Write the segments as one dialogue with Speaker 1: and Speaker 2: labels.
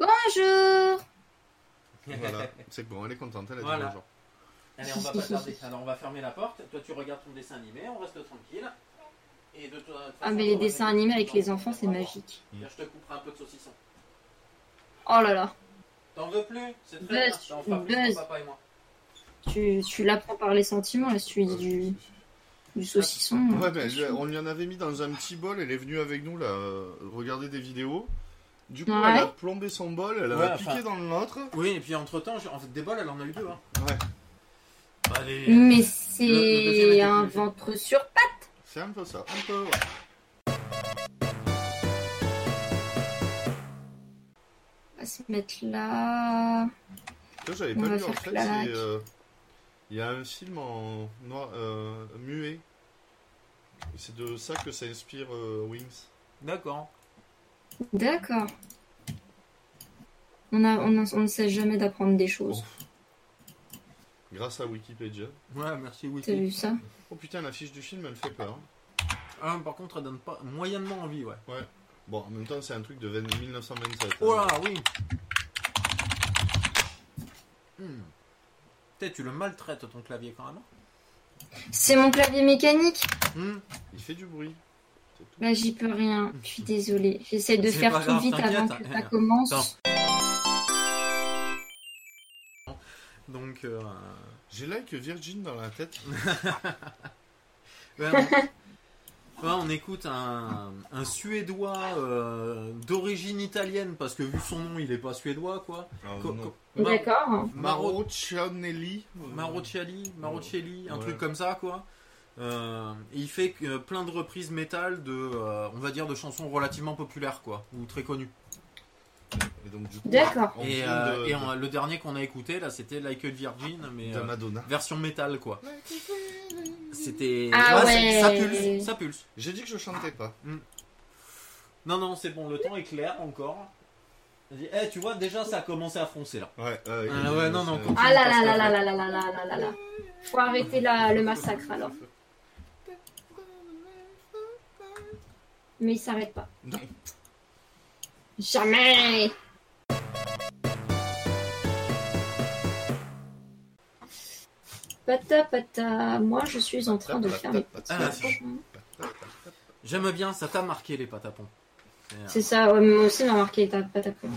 Speaker 1: bonjour
Speaker 2: Voilà, c'est bon, elle est contente, elle a dit
Speaker 3: Voilà.
Speaker 2: bonjour.
Speaker 3: Allez, on va pas tarder. Alors, on va fermer la porte. Toi, tu regardes ton dessin animé, on reste tranquille. Et de toute façon,
Speaker 1: Ah,
Speaker 3: on
Speaker 1: mais les
Speaker 3: remet
Speaker 1: dessins
Speaker 3: des
Speaker 1: animés
Speaker 3: petits
Speaker 1: avec
Speaker 3: dans
Speaker 1: les
Speaker 3: le-
Speaker 1: enfants, c'est
Speaker 3: dans le-
Speaker 1: magique.
Speaker 3: Tiens, Je te couperai un peu de saucisson.
Speaker 1: Oh là là,
Speaker 3: T'en veux plus C'est très
Speaker 1: Buzz,
Speaker 3: bien. T'en feras plus
Speaker 1: Buzz.
Speaker 3: pour papa et moi.
Speaker 1: tu, tu l'apprends par les sentiments, là, celui du, du saucisson.
Speaker 2: Euh, Ouais, mais je- on lui en avait mis dans un petit bol, elle est venue avec nous là, euh, regarder des vidéos. Du coup,
Speaker 1: Ouais.
Speaker 2: elle a plombé son bol, elle
Speaker 3: Ouais,
Speaker 2: a piqué
Speaker 3: enfin-
Speaker 2: dans le nôtre.
Speaker 3: Oui, et puis entre temps, en fait, des bols, elle en a eu deux. Hein.
Speaker 2: Ouais,
Speaker 3: Bah,
Speaker 1: Mais
Speaker 3: les- Le- le deuxième était
Speaker 1: c'est un
Speaker 3: plus léger.
Speaker 1: ventre sur pattes
Speaker 2: c'est un peu ça. Un peu, ouais.
Speaker 1: On va se mettre là.
Speaker 2: Ça, j'avais
Speaker 1: On
Speaker 2: pas
Speaker 1: va
Speaker 2: vu en
Speaker 1: faire
Speaker 2: fait,
Speaker 1: claque.
Speaker 2: c'est. euh, Il y a un film en noir, euh, muet. C'est de ça que ça inspire euh, Wings.
Speaker 3: D'accord.
Speaker 1: D'accord. On, a, on, a- on ne cesse jamais d'apprendre des choses.
Speaker 2: Grâce à Wikipédia.
Speaker 3: Ouais, merci,
Speaker 1: T'as
Speaker 3: Wiki.
Speaker 1: vu ça
Speaker 2: Oh putain, la fiche du film, elle fait peur. hein.
Speaker 3: Ah, par contre, elle donne pas moyennement envie, ouais.
Speaker 2: Bon, en même temps, c'est un truc de 20 1927. hein.
Speaker 3: Oh là, oui. Hmm. Putain, tu le maltraites ton clavier quand même.
Speaker 1: C'est mon clavier mécanique
Speaker 3: Hmm.
Speaker 2: Il fait du bruit. C'est tout.
Speaker 1: Là, j'y peux rien. Je suis désolée. J'essaie de
Speaker 3: C'est
Speaker 1: faire
Speaker 3: pas
Speaker 1: tout
Speaker 3: grave,
Speaker 1: vite avant que
Speaker 3: t'inquiète.
Speaker 1: ça commence.
Speaker 3: Attends. Donc, euh,
Speaker 2: J'ai like Virgin dans la tête.
Speaker 3: ouais, on, ouais, on écoute un, un Suédois euh, d'origine italienne parce que vu son nom, il est pas suédois quoi.
Speaker 2: Ah,
Speaker 3: Co-
Speaker 2: non.
Speaker 3: co- Mar-
Speaker 1: D'accord.
Speaker 3: Maro-
Speaker 2: Maroccianelli.
Speaker 3: Marocciali, Maroccielli, un
Speaker 2: Ouais.
Speaker 3: truc comme ça quoi. Euh, et il fait que plein de reprises métal de, euh, on va dire, de chansons relativement populaires quoi, ou très connues.
Speaker 2: Et donc, du coup,
Speaker 1: D'accord.
Speaker 2: on
Speaker 3: et
Speaker 2: vient
Speaker 3: euh,
Speaker 2: de-
Speaker 3: et on- le dernier qu'on a écouté là, c'était Like a Virgin, mais
Speaker 2: de
Speaker 3: euh,
Speaker 2: Madonna.
Speaker 3: version métal quoi. C'était.
Speaker 1: Ah
Speaker 3: c'est- Ça
Speaker 1: ouais.
Speaker 3: pulse, ça pulse.
Speaker 2: J'ai dit que je chantais pas.
Speaker 3: Non, non, c'est bon, le temps est clair encore. Vas-y. Eh, tu vois, déjà ça a commencé à froncer là.
Speaker 2: Ouais,
Speaker 3: Ah ouais, non, non,
Speaker 1: Ah là là là là là là là là là là là. Faut arrêter la- le massacre alors. Mais il s'arrête pas.
Speaker 2: Non.
Speaker 1: Jamais Pata pata, moi je suis en train de faire mes
Speaker 3: Ah,
Speaker 1: petits lapins.
Speaker 3: J'aime bien, ça t'a marqué les patapons. Et, euh,
Speaker 1: C'est ça, ouais, moi aussi m'a marqué ta patapon.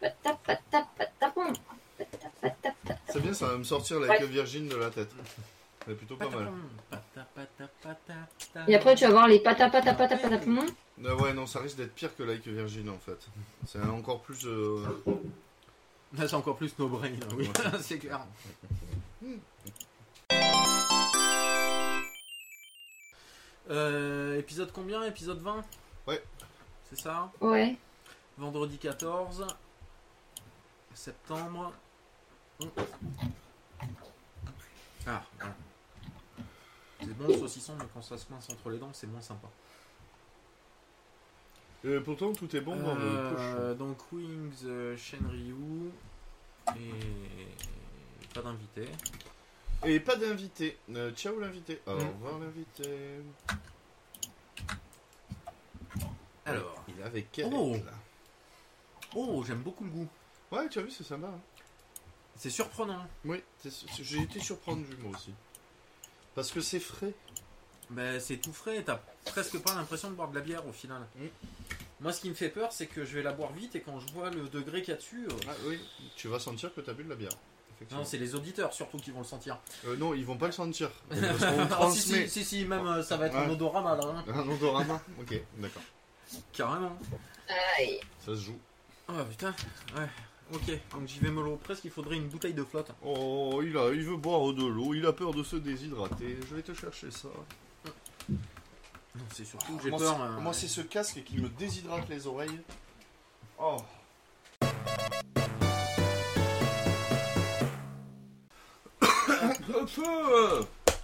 Speaker 1: Pata pata patapon. Pata pata pata.
Speaker 2: C'est bien, ça va me sortir la queue virgin de la tête. C'est plutôt pas mal.
Speaker 3: patapon, pata, pata, pata, ta.
Speaker 1: Et après tu vas voir les pata pata pata patapon.
Speaker 2: Ah ouais, non, ça risque d'être pire que Like a Virgin en fait. C'est encore plus. euh,
Speaker 3: Là, c'est encore plus no brain. hein, Oui,
Speaker 2: Ouais.
Speaker 3: c'est clair. Euh, épisode combien Épisode 20
Speaker 2: Ouais.
Speaker 3: C'est ça
Speaker 1: Ouais.
Speaker 3: Vendredi 14 septembre. On- Ah, voilà. C'est bon le saucisson, mais quand ça se mince entre les dents, c'est moins sympa.
Speaker 2: euh, pourtant, tout est bon dans le cochon.
Speaker 3: Euh, donc Wings, euh, Shenryu et pas d'invité.
Speaker 2: Et pas d'invité. Euh, ciao l'invité. Ah,
Speaker 3: Mm.
Speaker 2: Au revoir l'invité.
Speaker 3: Alors.
Speaker 2: Il est avec elle.
Speaker 3: Oh.
Speaker 2: là.
Speaker 3: Oh, j'aime beaucoup le goût.
Speaker 2: Ouais, tu as vu, c'est sympa. hein.
Speaker 3: C'est surprenant.
Speaker 2: Oui, c'est- c'est- j'ai été surprendu moi aussi. Parce que c'est frais.
Speaker 3: Ben, c'est tout frais, t'as presque pas l'impression de boire de la bière au final.
Speaker 2: Mm.
Speaker 3: Moi, ce qui me fait peur, c'est que je vais la boire vite et quand je vois le degré qu'il y a dessus. euh,
Speaker 2: Ah oui, tu vas sentir que t'as bu de la bière. Effectivement.
Speaker 3: Non, c'est les auditeurs surtout qui vont le sentir.
Speaker 2: Euh, non, ils vont pas le sentir. Parce qu'on
Speaker 3: Ah, si,
Speaker 2: transmet
Speaker 3: si, si, si, même euh, ça va être
Speaker 2: Ouais.
Speaker 3: un odorama là. hein.
Speaker 2: un odorama. Ok, d'accord.
Speaker 3: Carrément.
Speaker 1: Aïe.
Speaker 2: Ça se joue.
Speaker 3: Oh putain, ouais. Ok, donc j'y vais me l'eau. Presque, il faudrait une bouteille de flotte.
Speaker 2: Oh, il, a, il veut boire de l'eau, il a peur de se déshydrater. Je vais te chercher ça.
Speaker 3: Non, c'est
Speaker 2: Ah,
Speaker 3: surtout que j'ai peur. euh,
Speaker 2: ce casque qui me déshydrate les oreilles. Oh.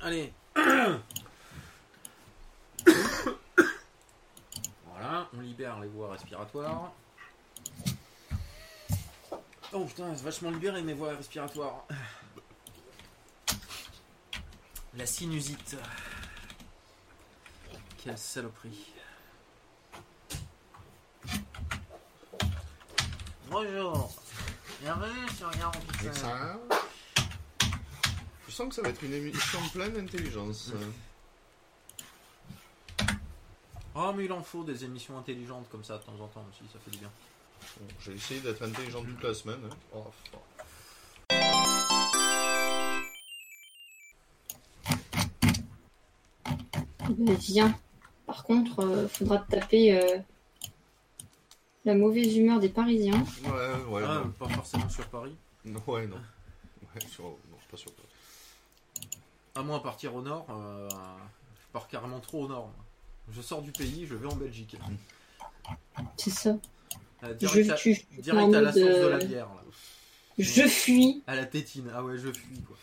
Speaker 3: Allez. voilà, on libère les voies respiratoires. Oh putain, c'est vachement libéré mes voies respiratoires. La sinusite. Quelle saloperie. Bonjour. Bienvenue sur Gare
Speaker 2: Et ça Je sens que ça va être une émission pleine d'intelligence. hein.
Speaker 3: Oh, mais il en faut des émissions intelligentes comme ça de temps en temps aussi, ça fait du bien.
Speaker 2: Bon, J'ai essayé d'être intelligent toute la semaine. hein. Oh, fuck.
Speaker 1: Mais viens. Par contre, euh, faudra te taper euh, la mauvaise humeur des Parisiens.
Speaker 2: Ouais, ouais,
Speaker 3: Ah,
Speaker 2: non.
Speaker 3: pas forcément sur Paris.
Speaker 2: Non, ouais, non. Ouais, sur... Non, pas sûr.
Speaker 3: À moins partir au nord, euh, je pars carrément trop au nord. moi. Je sors du pays, je vais en Belgique.
Speaker 1: C'est ça.
Speaker 3: Euh, direct
Speaker 1: Je,
Speaker 3: à,
Speaker 1: tu-
Speaker 3: direct à la
Speaker 1: en
Speaker 3: source
Speaker 1: mode,
Speaker 3: de la
Speaker 1: euh,
Speaker 3: bière, là.
Speaker 1: je fuis.
Speaker 3: À la tétine. Ah ouais, je fuis, quoi.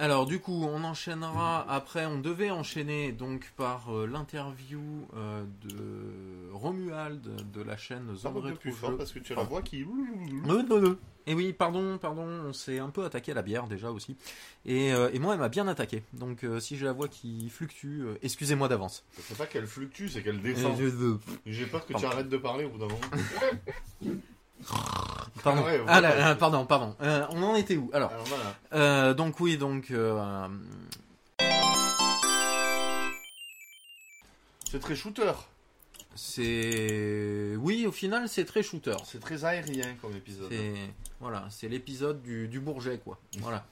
Speaker 3: Alors du coup, on enchaînera après. On devait enchaîner donc par euh, l'interview euh, de Romuald de la chaîne
Speaker 2: Ça
Speaker 3: Zone
Speaker 2: un peu
Speaker 3: Rétro
Speaker 2: plus fort
Speaker 3: Jeux.
Speaker 2: parce que tu as la voix qui.
Speaker 3: Et oui, pardon, pardon, on s'est un peu attaqué à la bière déjà aussi. Et, euh, et moi, elle m'a bien attaqué. Donc euh, si j'ai la voix qui fluctue, euh, excusez-moi d'avance.
Speaker 2: C'est pas qu'elle fluctue, c'est qu'elle
Speaker 3: Euh,
Speaker 2: descend.
Speaker 3: je- euh,
Speaker 2: J'ai peur que tu
Speaker 3: Pardon.
Speaker 2: arrêtes de parler au bout d'un moment.
Speaker 3: Pardon.
Speaker 2: Ah ouais,
Speaker 3: Ah là,
Speaker 2: voilà.
Speaker 3: euh, pardon, pardon. Euh, on en était où Alors,
Speaker 2: Alors voilà.
Speaker 3: euh, donc oui, donc euh,
Speaker 2: C'est très shooter.
Speaker 3: c'est oui, au final, c'est très shooter.
Speaker 2: C'est très aérien comme épisode.
Speaker 3: C'est voilà, c'est l'épisode du, du Bourget quoi. Voilà.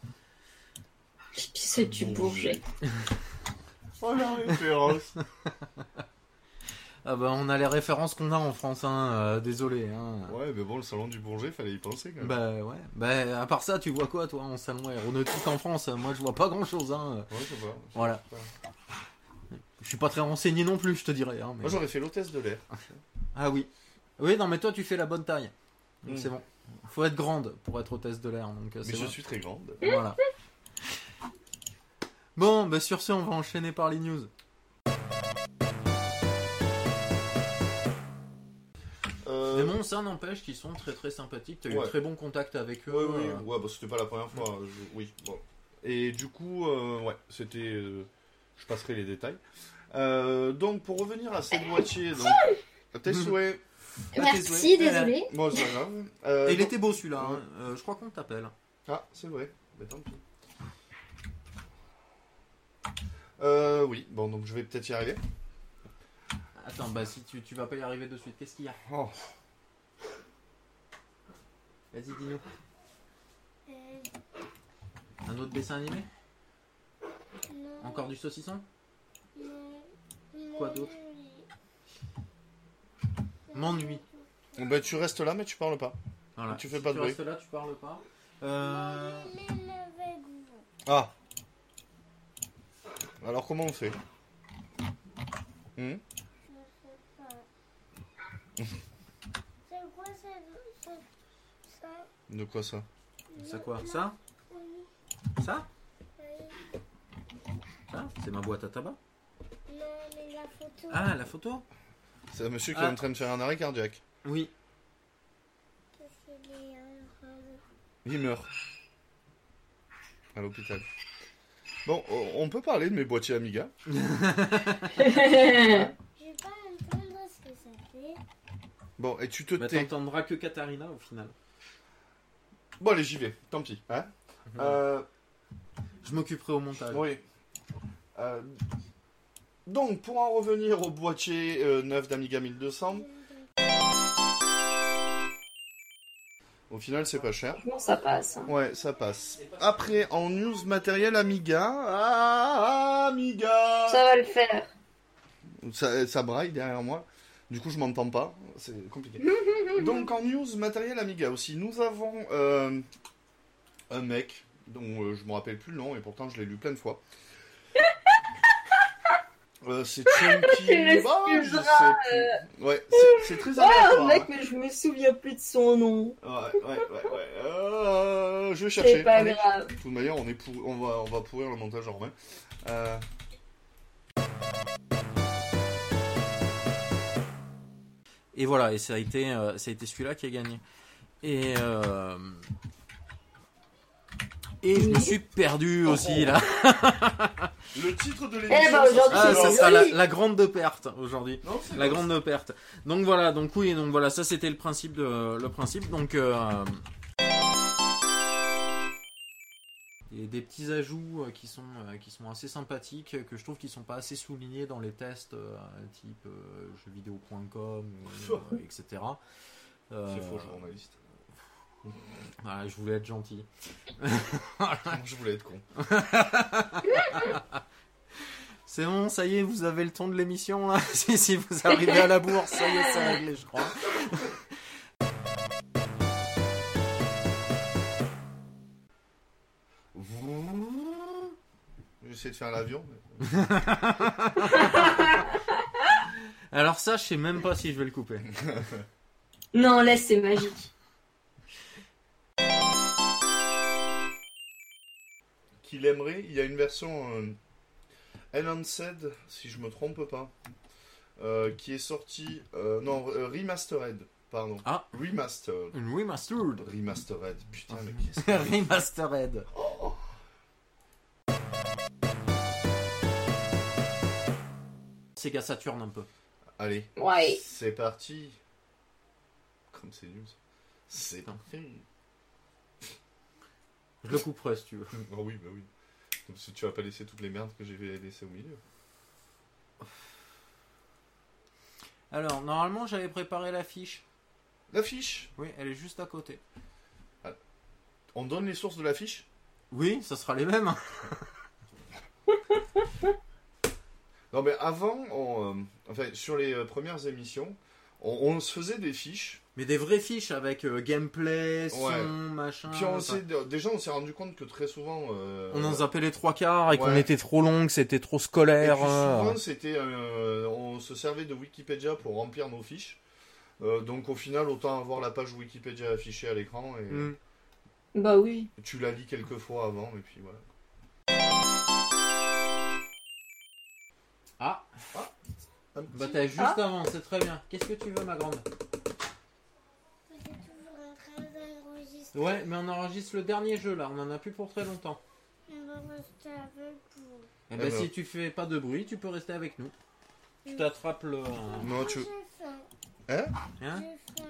Speaker 1: L'épisode du Bourget.
Speaker 2: Oh la référence.
Speaker 3: Ah bah on a les références qu'on a en France, hein. euh, désolé. Hein.
Speaker 2: ouais, mais bon, le salon du Bourget, fallait y penser quand même.
Speaker 3: Bah ouais. Bah à part ça, tu vois quoi toi en salon aéronautique en France Moi je vois pas grand chose. Hein.
Speaker 2: Ouais, je sais pas.
Speaker 3: Voilà. Je suis pas très renseigné non plus, je te dirais. Hein, mais-
Speaker 2: Moi j'aurais fait l'hôtesse de l'air.
Speaker 3: Ah oui. Oui non mais toi tu fais la bonne taille. Donc
Speaker 2: Mm.
Speaker 3: C'est bon. Faut être grande pour être hôtesse de l'air. Donc euh,
Speaker 2: Mais
Speaker 3: c'est
Speaker 2: je
Speaker 3: bon.
Speaker 2: suis très grande.
Speaker 3: Voilà. Bon, bah sur ce, on va enchaîner par les news.
Speaker 2: Euh,
Speaker 3: Mais bon, ça n'empêche qu'ils sont très très sympathiques. T'as eu
Speaker 2: Ouais.
Speaker 3: très bon contact avec eux.
Speaker 2: Ouais, oui,
Speaker 3: euh,
Speaker 2: ouais, bah, c'était pas la première fois.
Speaker 3: Mm.
Speaker 2: je- Oui, bon. Et du coup, euh, ouais, c'était. euh, je passerai les détails. Euh, donc, pour revenir à cette moitié, donc. à Tes souhaits.
Speaker 3: Ah,
Speaker 1: Merci,
Speaker 3: désolé.
Speaker 1: désolé.
Speaker 2: Bon, c'est pas grave. Euh,
Speaker 3: Et il
Speaker 2: donc-
Speaker 3: était beau celui-là. hein.
Speaker 2: Ouais.
Speaker 3: Euh, je crois qu'on t'appelle.
Speaker 2: Ah, c'est vrai. Mais tant pis. Euh, oui, bon, donc je vais peut-être y arriver.
Speaker 3: Attends, bah si tu, tu vas pas y arriver de suite, qu'est-ce qu'il y a
Speaker 2: Oh.
Speaker 3: Vas-y, dis-nous. Un autre dessin animé Encore du saucisson Quoi d'autre M'ennuie.
Speaker 2: Bah, tu restes là, mais tu parles pas.
Speaker 3: Voilà.
Speaker 2: Tu fais
Speaker 3: Si
Speaker 2: pas de
Speaker 3: tu
Speaker 2: bruit.
Speaker 3: restes là, tu parles pas. Euh,
Speaker 2: Ah Alors, comment on fait Hmm
Speaker 4: C'est quoi ça, ça, ça
Speaker 2: De quoi ça
Speaker 3: C'est quoi Ça Ça Ça C'est ma boîte à tabac
Speaker 4: Non, mais la photo.
Speaker 3: Ah, la photo
Speaker 2: C'est un monsieur qui
Speaker 3: Ah.
Speaker 2: est en train de faire un arrêt cardiaque.
Speaker 3: Oui.
Speaker 4: Parce qu'il est en rose.
Speaker 2: Il meurt. À l'hôpital. Bon, o- on peut parler de mes boîtiers Amiga.
Speaker 4: Je vais pas entendre ce que ça fait.
Speaker 2: Bon, et tu te
Speaker 3: Bah,
Speaker 2: tais.
Speaker 3: t'entendras que Katharina au final.
Speaker 2: Bon, allez, j'y vais. Tant pis. Hein
Speaker 3: Mhm.
Speaker 2: Euh,
Speaker 3: Je m'occuperai au montage.
Speaker 2: Oui. Euh, donc, pour en revenir au boîtier euh, neuf d'Amiga 1200, au final, c'est pas cher.
Speaker 1: Bon, ça passe. hein.
Speaker 2: Ouais, ça passe. Après, en news matériel Amiga. Ah, Amiga
Speaker 1: Ça va le faire.
Speaker 2: Ça, ça braille derrière moi. Du coup, je m'entends pas. C'est compliqué. Donc, en news matériel Amiga aussi, nous avons euh, un mec dont euh, je me rappelle plus le nom et pourtant je l'ai lu plein de fois. Euh, c'est Chunky.
Speaker 1: Tu
Speaker 2: Ah, je
Speaker 1: m'excuseras,
Speaker 2: sais plus. Ouais, c'est- c'est très
Speaker 5: Ah,
Speaker 2: aléatoire. hein.
Speaker 1: mais je me souviens plus de son nom.
Speaker 2: Ouais, ouais, ouais, ouais. Euh, je vais chercher. Allez.
Speaker 1: grave.
Speaker 2: De toute manière, on, est pour- on, va, on va pourrir le montage en Euh, romain.
Speaker 3: Et voilà, et ça a été, euh, ça a été celui-là qui a gagné. Et, euh, et je me suis perdu aussi là.
Speaker 2: Le titre de l'émission.
Speaker 5: Eh bah, aujourd'hui,
Speaker 2: ça
Speaker 3: Ah,
Speaker 2: sera-
Speaker 3: ça
Speaker 5: c'est
Speaker 3: sera la,
Speaker 5: joli.
Speaker 3: la grande perte aujourd'hui.
Speaker 2: Non, c'est
Speaker 3: La
Speaker 2: bon.
Speaker 3: grande perte. Donc voilà, donc oui, donc voilà, ça c'était le principe de, le principe. Donc euh, et des petits ajouts euh, qui sont euh, qui sont assez sympathiques euh, que je trouve qui sont pas assez soulignés dans les tests euh, type euh, jeuxvideo.com ou, euh, etc. Euh,
Speaker 2: C'est faux, journaliste.
Speaker 3: voilà, Ah, je voulais être gentil.
Speaker 2: Je voulais être con.
Speaker 3: C'est bon, ça y est, vous avez le ton de l'émission là. si, si vous arrivez à la bourse, ça y est, c'est réglé, je crois.
Speaker 2: J'essaie de faire l'avion. mais-
Speaker 3: Alors ça, je sais même pas si je vais le couper.
Speaker 5: Non, laisse, c'est magique.
Speaker 2: Qu'il aimerait, il y a une version euh, Enhanced, si je me trompe pas, euh, qui est sortie. euh, non, euh, Remastered, pardon.
Speaker 3: Ah.
Speaker 2: Remastered.
Speaker 3: Une remastered.
Speaker 2: Remastered, putain, mais qu'est-ce que-
Speaker 3: Remastered. C'est qu'à Saturne un peu.
Speaker 2: Allez.
Speaker 5: Ouais.
Speaker 2: C'est parti. Comme c'est nul. ça. C'est
Speaker 3: Putain.
Speaker 2: parti.
Speaker 3: Je le couperai si tu veux.
Speaker 2: Ah oui, bah oui. Comme si tu vas pas laisser toutes les merdes que j'ai laissées au milieu.
Speaker 3: Alors, normalement, j'avais préparé l'affiche.
Speaker 2: L'affiche.
Speaker 3: Oui, elle est juste à côté.
Speaker 2: On donne les sources de l'affiche
Speaker 3: Oui, ça sera les mêmes. hein.
Speaker 2: Non, mais avant, on, euh, enfin, sur les euh, premières émissions, on, on se faisait des fiches.
Speaker 3: Mais des vraies fiches avec euh, gameplay, son,
Speaker 2: Ouais.
Speaker 3: machin.
Speaker 2: Puis on
Speaker 3: enfin.
Speaker 2: s'est- déjà, on s'est rendu compte que très souvent. euh,
Speaker 3: Ah, On en zappait les trois quarts et qu'on
Speaker 2: Ouais.
Speaker 3: était trop long, que c'était trop
Speaker 2: Et
Speaker 3: scolaire.
Speaker 2: puis
Speaker 3: euh.
Speaker 2: souvent, c'était, euh, on se servait de Wikipédia pour remplir nos fiches. Euh, donc au final, autant avoir la page Wikipédia affichée à l'écran et
Speaker 3: Mm.
Speaker 5: Bah oui.
Speaker 2: tu la lis quelques fois avant et puis voilà.
Speaker 3: Ah,
Speaker 2: Un
Speaker 3: bah
Speaker 2: petit-
Speaker 3: t'as juste avant, c'est très bien. Qu'est-ce que tu veux, ma grande
Speaker 4: Vous êtes toujours en train d'enregistrer.
Speaker 3: Ouais, mais on enregistre le dernier jeu là, on en a plus pour très longtemps.
Speaker 4: On va rester avec vous.
Speaker 3: Eh
Speaker 2: Eh
Speaker 3: ben,
Speaker 2: ben.
Speaker 3: si tu fais pas de bruit, tu peux rester avec nous. Je t'attrape le.
Speaker 2: Non, tu-
Speaker 4: J'ai faim.
Speaker 2: Hein
Speaker 3: Hein
Speaker 4: J'ai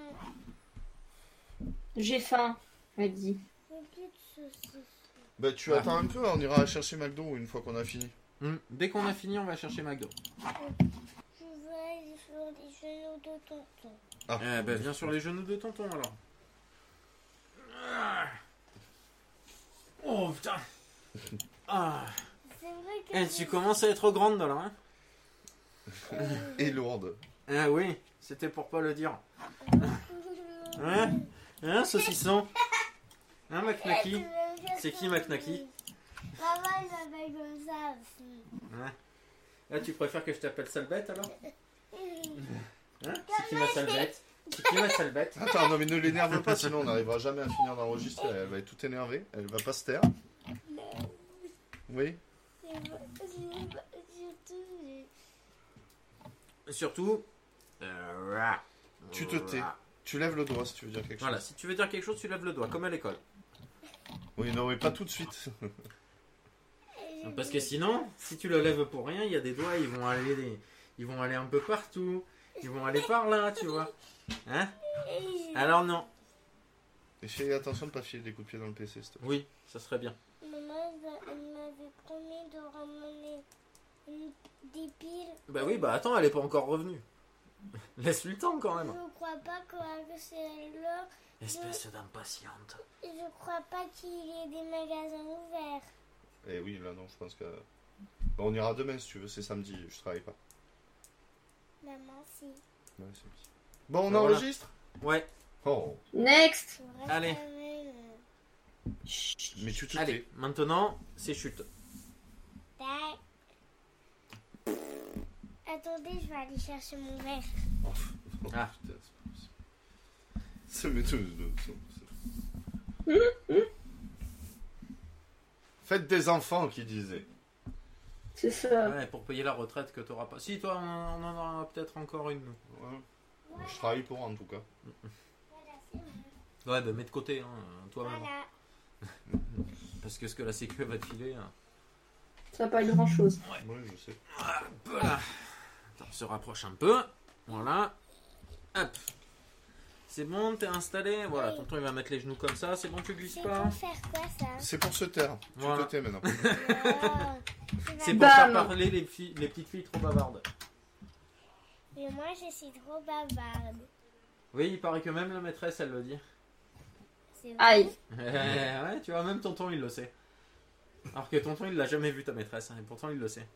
Speaker 4: faim.
Speaker 5: J'ai faim, m'a dit.
Speaker 4: J'ai plus de saucisses.
Speaker 2: Bah tu
Speaker 3: Ouais.
Speaker 2: attends un peu, on ira chercher McDo une fois qu'on a fini.
Speaker 3: Hum, Dès qu'on a fini, on va chercher McDo.
Speaker 4: Je veux aller sur les genoux de tonton.
Speaker 2: Ah.
Speaker 3: Eh ben, viens sur les genoux de tonton alors. Ah. Oh putain Ah
Speaker 4: C'est vrai que.
Speaker 3: Eh, tu commences à être grande là, hein
Speaker 2: Et lourde.
Speaker 3: Eh oui, c'était pour pas le dire. Hein Hein, saucisson Hein, McNacky C'est qui, Macnaki
Speaker 4: Maman, il s'appelle comme ça aussi.
Speaker 3: Là, Ah, tu préfères que je t'appelle Salbette alors
Speaker 4: Maman,
Speaker 3: Hein C'est qui ma Salbette C'est qui ma Salbette
Speaker 2: Attends, Ah, non mais ne l'énerve pas, sinon on n'arrivera jamais à finir d'enregistrer. Elle va être tout énervée, elle va pas se taire. Oui.
Speaker 4: j'ai pas- j'ai tout vu.
Speaker 3: Et Surtout. euh,
Speaker 2: Tu te tais. Tu lèves le doigt si tu veux dire quelque
Speaker 3: Voilà,
Speaker 2: chose.
Speaker 3: si tu veux dire quelque chose, tu lèves le doigt, comme à l'école.
Speaker 2: Oui, non mais pas tout de suite.
Speaker 4: J'ai
Speaker 3: Parce que sinon, si tu le lèves pour rien, il y a des doigts, ils vont aller, ils vont aller un peu partout. Ils vont aller par là, tu vois. Hein
Speaker 4: vu.
Speaker 3: Alors non.
Speaker 2: Et fais attention de pas filer des coups de pied dans le PC, s'il te plaît.
Speaker 3: Oui, ça serait bien.
Speaker 4: Maman, elle m'avait promis de ramener une- des piles.
Speaker 3: Bah oui, bah attends, elle est pas encore revenue. Laisse-lui le temps quand même.
Speaker 4: Je crois pas que c'est l'heure.
Speaker 3: Espèce d'impatiente.
Speaker 4: et Je crois pas qu'il y ait des magasins ouverts.
Speaker 2: Eh oui, là non, je pense que... Bah, on ira demain si tu veux, c'est samedi, je travaille pas.
Speaker 4: Maman, si.
Speaker 2: Ouais, c'est petit. Bon, on
Speaker 3: Bah, voilà.
Speaker 2: enregistre
Speaker 3: Ouais,
Speaker 2: Oh,
Speaker 5: Next
Speaker 4: Je reste
Speaker 3: Allez.
Speaker 4: quand même.
Speaker 2: mais tu te
Speaker 3: allez,
Speaker 2: tais.
Speaker 3: maintenant, c'est chute.
Speaker 4: Tac. Attendez, je vais aller chercher mon verre.
Speaker 2: Oh, putain,
Speaker 3: Ah.
Speaker 2: c'est pas possible. C'est- mais tout- c'est- Faites des enfants, qui disait.
Speaker 5: C'est ça.
Speaker 3: Ouais, pour payer la retraite que t'auras pas. Si, toi, on, on en aura peut-être encore une. nous.
Speaker 2: Ouais. Je travaille pour en tout cas.
Speaker 4: Voilà, c'est bon.
Speaker 3: Ouais, bah mets de côté, hein, toi-même.
Speaker 4: Voilà.
Speaker 3: Parce que ce que la sécu va te filer. hein.
Speaker 5: Ça va pas être grand chose.
Speaker 2: Ouais, je sais.
Speaker 3: Voilà. On se rapproche un peu. Voilà. Hop. C'est bon, t'es installé. Voilà,
Speaker 4: Oui.
Speaker 3: tonton il va mettre les genoux comme ça. C'est bon, tu glisses
Speaker 4: C'est
Speaker 3: pas. hein.
Speaker 4: pour faire quoi ça
Speaker 2: C'est pour se taire. Tu
Speaker 3: Voilà.
Speaker 2: te tais maintenant.
Speaker 4: Wow. Tu vas-
Speaker 3: C'est pour
Speaker 5: Bam.
Speaker 3: faire parler les, filles, les petites filles trop bavardes.
Speaker 4: Mais moi je suis trop bavarde.
Speaker 3: Oui, il paraît que même la maîtresse, elle le dit.
Speaker 4: C'est vrai
Speaker 5: Aïe.
Speaker 3: ouais, tu vois, même tonton il le sait. Alors que tonton il l'a jamais vu ta maîtresse, hein, et pourtant il le sait.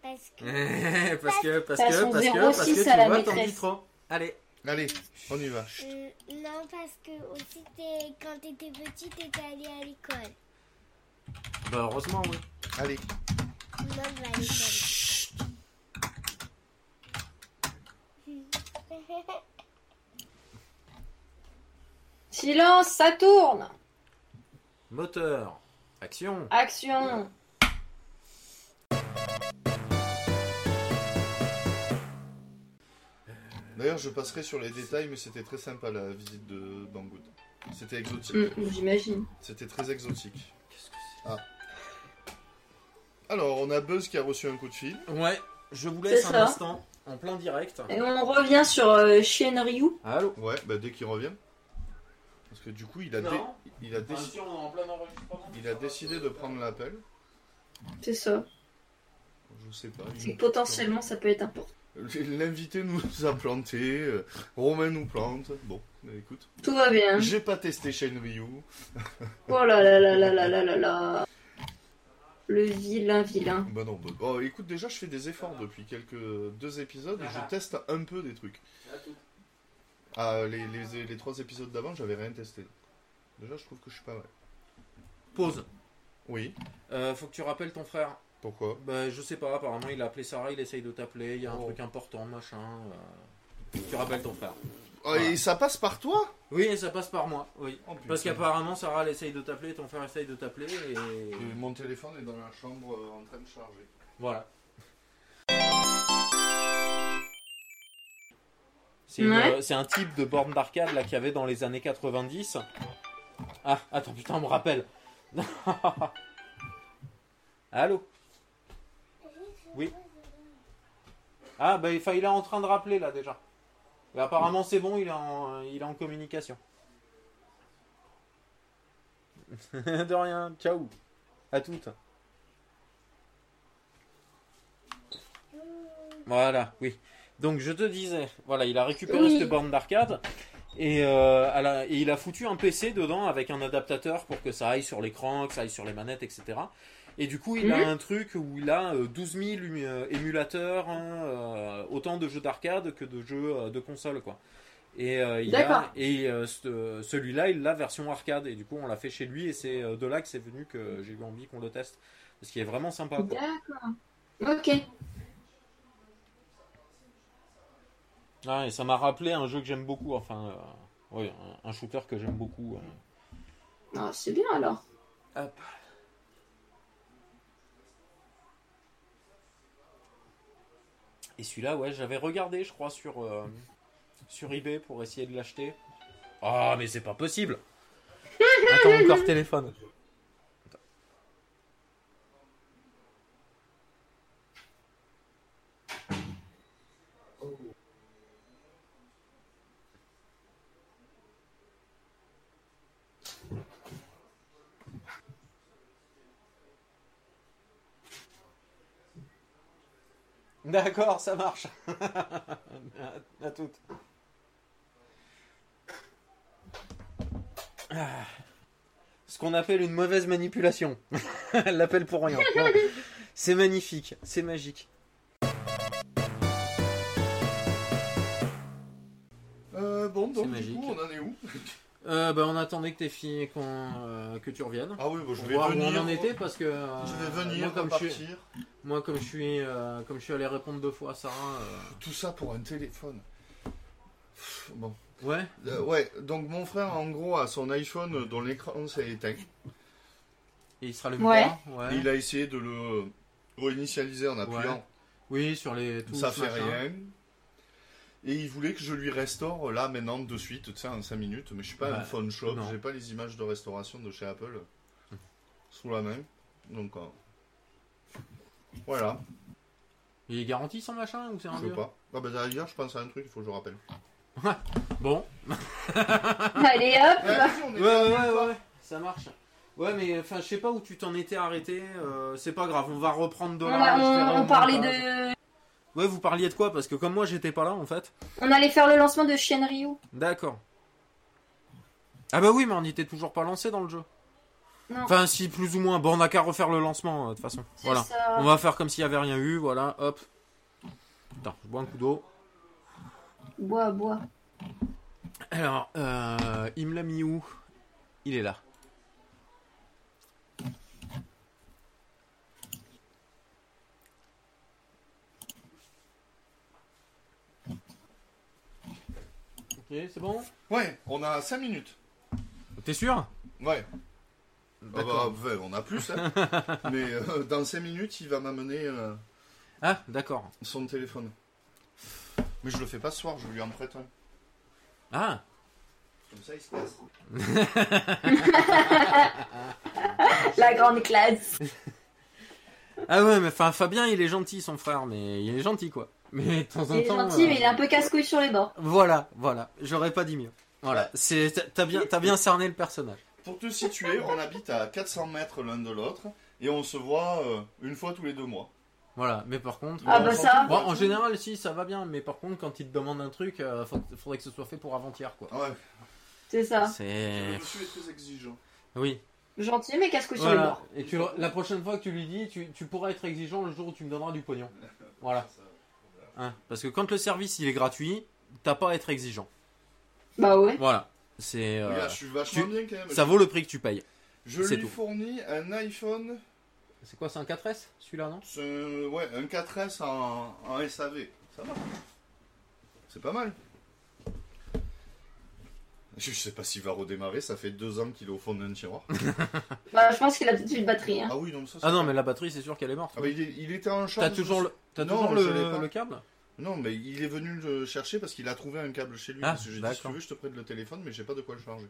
Speaker 4: Parce que
Speaker 3: parce que, parce
Speaker 5: Façon
Speaker 3: que, parce que, parce
Speaker 5: 06
Speaker 3: que,
Speaker 5: à la
Speaker 3: tu vois, t'en dis
Speaker 5: maîtresse.
Speaker 3: trop. Allez,
Speaker 2: Allez, on y va. Chut.
Speaker 4: Euh, non, parce que aussi t'es- quand t'étais petit, t'étais allé à l'école.
Speaker 3: bah heureusement, oui.
Speaker 2: Allez.
Speaker 4: Tout le monde va à l'école.
Speaker 5: Silence, ça tourne.
Speaker 3: Moteur, action.
Speaker 5: Action.
Speaker 2: D'ailleurs, je passerai sur les détails, mais c'était très sympa la visite de Banggood. C'était exotique.
Speaker 5: Mm, J'imagine.
Speaker 2: C'était très exotique. Ah.
Speaker 3: Qu'est-ce que c'est
Speaker 2: Alors, on a Buzz qui a reçu un coup de fil.
Speaker 3: Ouais, je vous
Speaker 5: C'est
Speaker 3: laisse un
Speaker 5: ça.
Speaker 3: instant, en plein direct.
Speaker 5: Et on revient sur euh, Shenryu.
Speaker 3: Allô
Speaker 2: Ouais, bah dès qu'il revient. Parce que du coup, il a, dé-
Speaker 3: Non.
Speaker 2: il a,
Speaker 3: Bien
Speaker 2: déci-
Speaker 3: sûr, on est en plein enregistrement.
Speaker 2: il a décidé de prendre l'appel.
Speaker 5: C'est
Speaker 3: Mm.
Speaker 5: ça.
Speaker 2: Je sais pas.
Speaker 5: C'est
Speaker 2: il-
Speaker 5: que potentiellement, ça peut être important.
Speaker 2: L'invité nous a planté. euh, Romain nous plante. Bon, bah, écoute.
Speaker 5: Tout va
Speaker 3: Hein
Speaker 5: bien.
Speaker 3: Mm.
Speaker 2: J'ai pas testé Shenryu.
Speaker 5: Oh là là là là là là là là. Le vilain vilain.
Speaker 2: Bah non, bah- oh, écoute, déjà, je fais des efforts depuis quelques deux épisodes et
Speaker 3: Ah.
Speaker 2: je teste un peu des trucs. Ah, les, les, les trois épisodes d'avant, j'avais rien testé. Déjà, je trouve que je suis pas mal.
Speaker 3: Pause.
Speaker 2: Oui,
Speaker 3: Euh, faut que tu rappelles ton frère.
Speaker 2: pourquoi
Speaker 3: Bah, je sais pas, apparemment il a appelé Sarah, il essaye de t'appeler, il y a un
Speaker 2: Oh.
Speaker 3: truc important, machin. euh, Tu rappelles ton frère.
Speaker 2: Oh, Et ça passe par toi
Speaker 3: Oui, et ça passe par moi, oui.
Speaker 2: Oh, putain.
Speaker 3: Parce qu'apparemment Sarah elle essaye de t'appeler, ton frère essaye de t'appeler, et.
Speaker 2: Et Mon téléphone est dans la chambre euh, en train de charger.
Speaker 3: Voilà. C'est
Speaker 5: Ouais.
Speaker 3: une- c'est un type de borne d'arcade là qu'il y avait dans les années 90. Ah, attends, putain, on me rappelle. Allô Oui. Ah, bah enfin, il est en train de rappeler là déjà. Mais apparemment, c'est bon, il est en, il est en communication. de rien, ciao. À toutes. Voilà, oui. Donc je te disais, voilà, il a récupéré
Speaker 5: Oui.
Speaker 3: cette borne d'arcade et, euh, à la- et il a foutu un PC dedans avec un adaptateur pour que ça aille sur l'écran, que ça aille sur les manettes, etc. Et du coup, il
Speaker 5: Mhm.
Speaker 3: a un truc où il a euh, 12 000 lumi- euh, émulateurs, hein, euh, autant de jeux d'arcade que de jeux euh, de console, quoi. Et, euh, il a-
Speaker 5: D'accord.
Speaker 3: et euh, ce- euh, celui-là, il l'a version arcade. Et du coup, on l'a fait chez lui. Et c'est euh, de là que c'est venu que j'ai eu envie qu'on le teste. Parce qu'il est vraiment sympa. quoi.
Speaker 5: D'accord. Ok.
Speaker 3: Ah, et ça m'a rappelé un jeu que j'aime beaucoup, enfin, euh, oui, un, un shooter que j'aime beaucoup. euh.
Speaker 5: Ah, c'est bien alors.
Speaker 3: Et celui-là, ouais, j'avais regardé, je crois, sur, euh, sur eBay pour essayer de l'acheter. Ah, mais c'est pas possible Attends, encore téléphone. Attends. D'accord, ça marche. à, à toutes. Ah. Ce qu'on appelle une mauvaise manipulation. Elle l'appelle pour rien. Bon. C'est magnifique, c'est magique.
Speaker 2: Euh, bon, donc
Speaker 3: C'est
Speaker 2: du coup,
Speaker 3: magique.
Speaker 2: on en est où
Speaker 3: Euh, bah, on attendait que t'aies fini, qu'on, euh, que tu reviennes.
Speaker 2: Ah oui, bah, je
Speaker 3: Pour
Speaker 2: vais
Speaker 3: voir
Speaker 2: venir.
Speaker 3: où on en était parce que euh,
Speaker 2: Je vais
Speaker 3: moi
Speaker 2: venir,
Speaker 3: comme je suis,
Speaker 2: repartir.
Speaker 3: moi, comme je suis, euh, comme je suis allé répondre deux fois à Sarah. euh,
Speaker 2: Tout ça pour un téléphone. Pff, Bon.
Speaker 3: Ouais.
Speaker 2: Euh, ouais, donc mon frère, en gros, a son iPhone euh, dont l'écran s'est éteint.
Speaker 3: Et il sera le
Speaker 5: Ouais.
Speaker 2: Et Il a essayé de le euh, réinitialiser en appuyant.
Speaker 3: Oui, sur les. touches,
Speaker 2: ça fait
Speaker 3: machin.
Speaker 2: rien. Et il voulait que je lui restaure là maintenant de suite, tu sais, en 5 minutes. Mais je suis pas
Speaker 3: Ouais,
Speaker 2: un phone shop,
Speaker 3: non.
Speaker 2: j'ai pas les images de restauration de chez Apple sous la main. Donc, euh, Voilà,
Speaker 3: Il est garanti sans machin ou c'est un
Speaker 2: je sais
Speaker 3: vieux
Speaker 2: pas. Ah bah d'ailleurs, je pense à un truc, il faut que je rappelle.
Speaker 3: Bon.
Speaker 5: Allez hop
Speaker 2: on
Speaker 3: Ouais, ouais, ouais, ouais, ça marche. Ouais, mais enfin, je sais pas où tu t'en étais arrêté. euh, c'est pas grave, on va reprendre de
Speaker 5: on,
Speaker 3: là.
Speaker 5: a-
Speaker 3: je
Speaker 5: on-
Speaker 3: verrai au
Speaker 5: on parlait
Speaker 3: montage.
Speaker 5: de...
Speaker 3: Ouais, vous parliez de quoi Parce que comme moi, j'étais pas là en fait.
Speaker 5: On allait faire le lancement de Shenryu.
Speaker 3: D'accord. Ah bah oui, mais on n'était toujours pas lancé dans le jeu.
Speaker 5: Non.
Speaker 3: Enfin, si, plus ou moins. Bon, on a qu'à refaire le lancement, euh, de toute façon.
Speaker 5: C'est
Speaker 3: Voilà.
Speaker 5: ça.
Speaker 3: On va faire comme s'il y avait rien eu, voilà, hop. Attends, je bois un coup d'eau.
Speaker 5: Bois, bois.
Speaker 3: Alors, euh, il me l'a mis où Il est là. Ok, c'est bon
Speaker 2: Ouais, on a 5 minutes.
Speaker 3: T'es sûr
Speaker 2: Ouais. Ah bah,
Speaker 3: D'accord.
Speaker 2: ouais, on a plus, hein. Mais euh, dans 5 minutes, il va m'amener euh,
Speaker 3: Ah, d'accord.
Speaker 2: son téléphone. Mais je le fais pas ce soir, je lui en prête un.
Speaker 3: Ah,
Speaker 2: Comme ça, il se casse.
Speaker 5: La grande classe.
Speaker 3: ah ouais, mais enfin, Fabien, il est gentil, son frère, mais il est gentil, quoi. Mais de temps en temps...
Speaker 5: Il est gentil,
Speaker 3: euh,
Speaker 5: mais il est un peu casse-couille sur les bords.
Speaker 3: Voilà, voilà. J'aurais pas dit mieux. Voilà, c'est t'as- t'as bien, t'as bien cerné le personnage.
Speaker 2: Pour te situer, on habite à 400 mètres l'un de l'autre et on se voit euh, une fois tous les deux mois.
Speaker 3: Voilà, mais par contre. euh,
Speaker 5: Ah
Speaker 2: On
Speaker 5: bah
Speaker 2: s'en
Speaker 5: ça.
Speaker 2: fout,
Speaker 3: Bon,
Speaker 2: on
Speaker 3: en
Speaker 2: s'en
Speaker 3: général, si ça va bien, mais par contre, quand il te demande un truc, euh, faut- faudrait que ce soit fait pour avant-hier, quoi.
Speaker 2: fout. Ouais,
Speaker 5: C'est ça.
Speaker 2: le
Speaker 3: C'est.
Speaker 2: monsieur est très exigeant.
Speaker 3: Oui.
Speaker 5: Gentil, mais casse-couille sur les
Speaker 3: Voilà.
Speaker 5: bords.
Speaker 3: Et tu, la prochaine fois que tu lui dis, tu, tu pourras être exigeant le jour où tu me donneras du pognon. Voilà. Hein, Parce que quand le service il est gratuit, t'as pas à être exigeant.
Speaker 5: Bah ouais.
Speaker 3: Voilà. C'est. euh,
Speaker 2: Oui, là, je suis vachement
Speaker 3: tu-
Speaker 2: bien quand même.
Speaker 3: ça vaut le prix que tu payes.
Speaker 2: je
Speaker 3: c'est
Speaker 2: lui
Speaker 3: tout.
Speaker 2: fournis un iPhone,
Speaker 3: C'est quoi, c'est un 4S celui-là, non
Speaker 2: ce- ouais, un 4S en, en SAV. Ça va. C'est pas mal. Je sais pas s'il va redémarrer, ça fait deux ans qu'il est au fond d'un tiroir.
Speaker 5: Bah je pense qu'il a tout de suite batterie. Hein.
Speaker 2: Ah oui, non, ça c'est
Speaker 3: Ah non,
Speaker 2: pas-
Speaker 3: mais la batterie, c'est sûr qu'elle est morte.
Speaker 2: Ah, mais il, est- il était en charge.
Speaker 3: T'as toujours le, t'as
Speaker 2: Non,
Speaker 3: toujours
Speaker 2: je l'ai
Speaker 3: le,
Speaker 2: pas.
Speaker 3: le câble
Speaker 2: Non, mais il est venu le chercher parce qu'il a trouvé un câble chez lui.
Speaker 3: Ah,
Speaker 2: parce que j'ai dit, si tu
Speaker 3: d'accord.
Speaker 2: veux, je te prête le téléphone, mais j'ai pas de quoi le charger.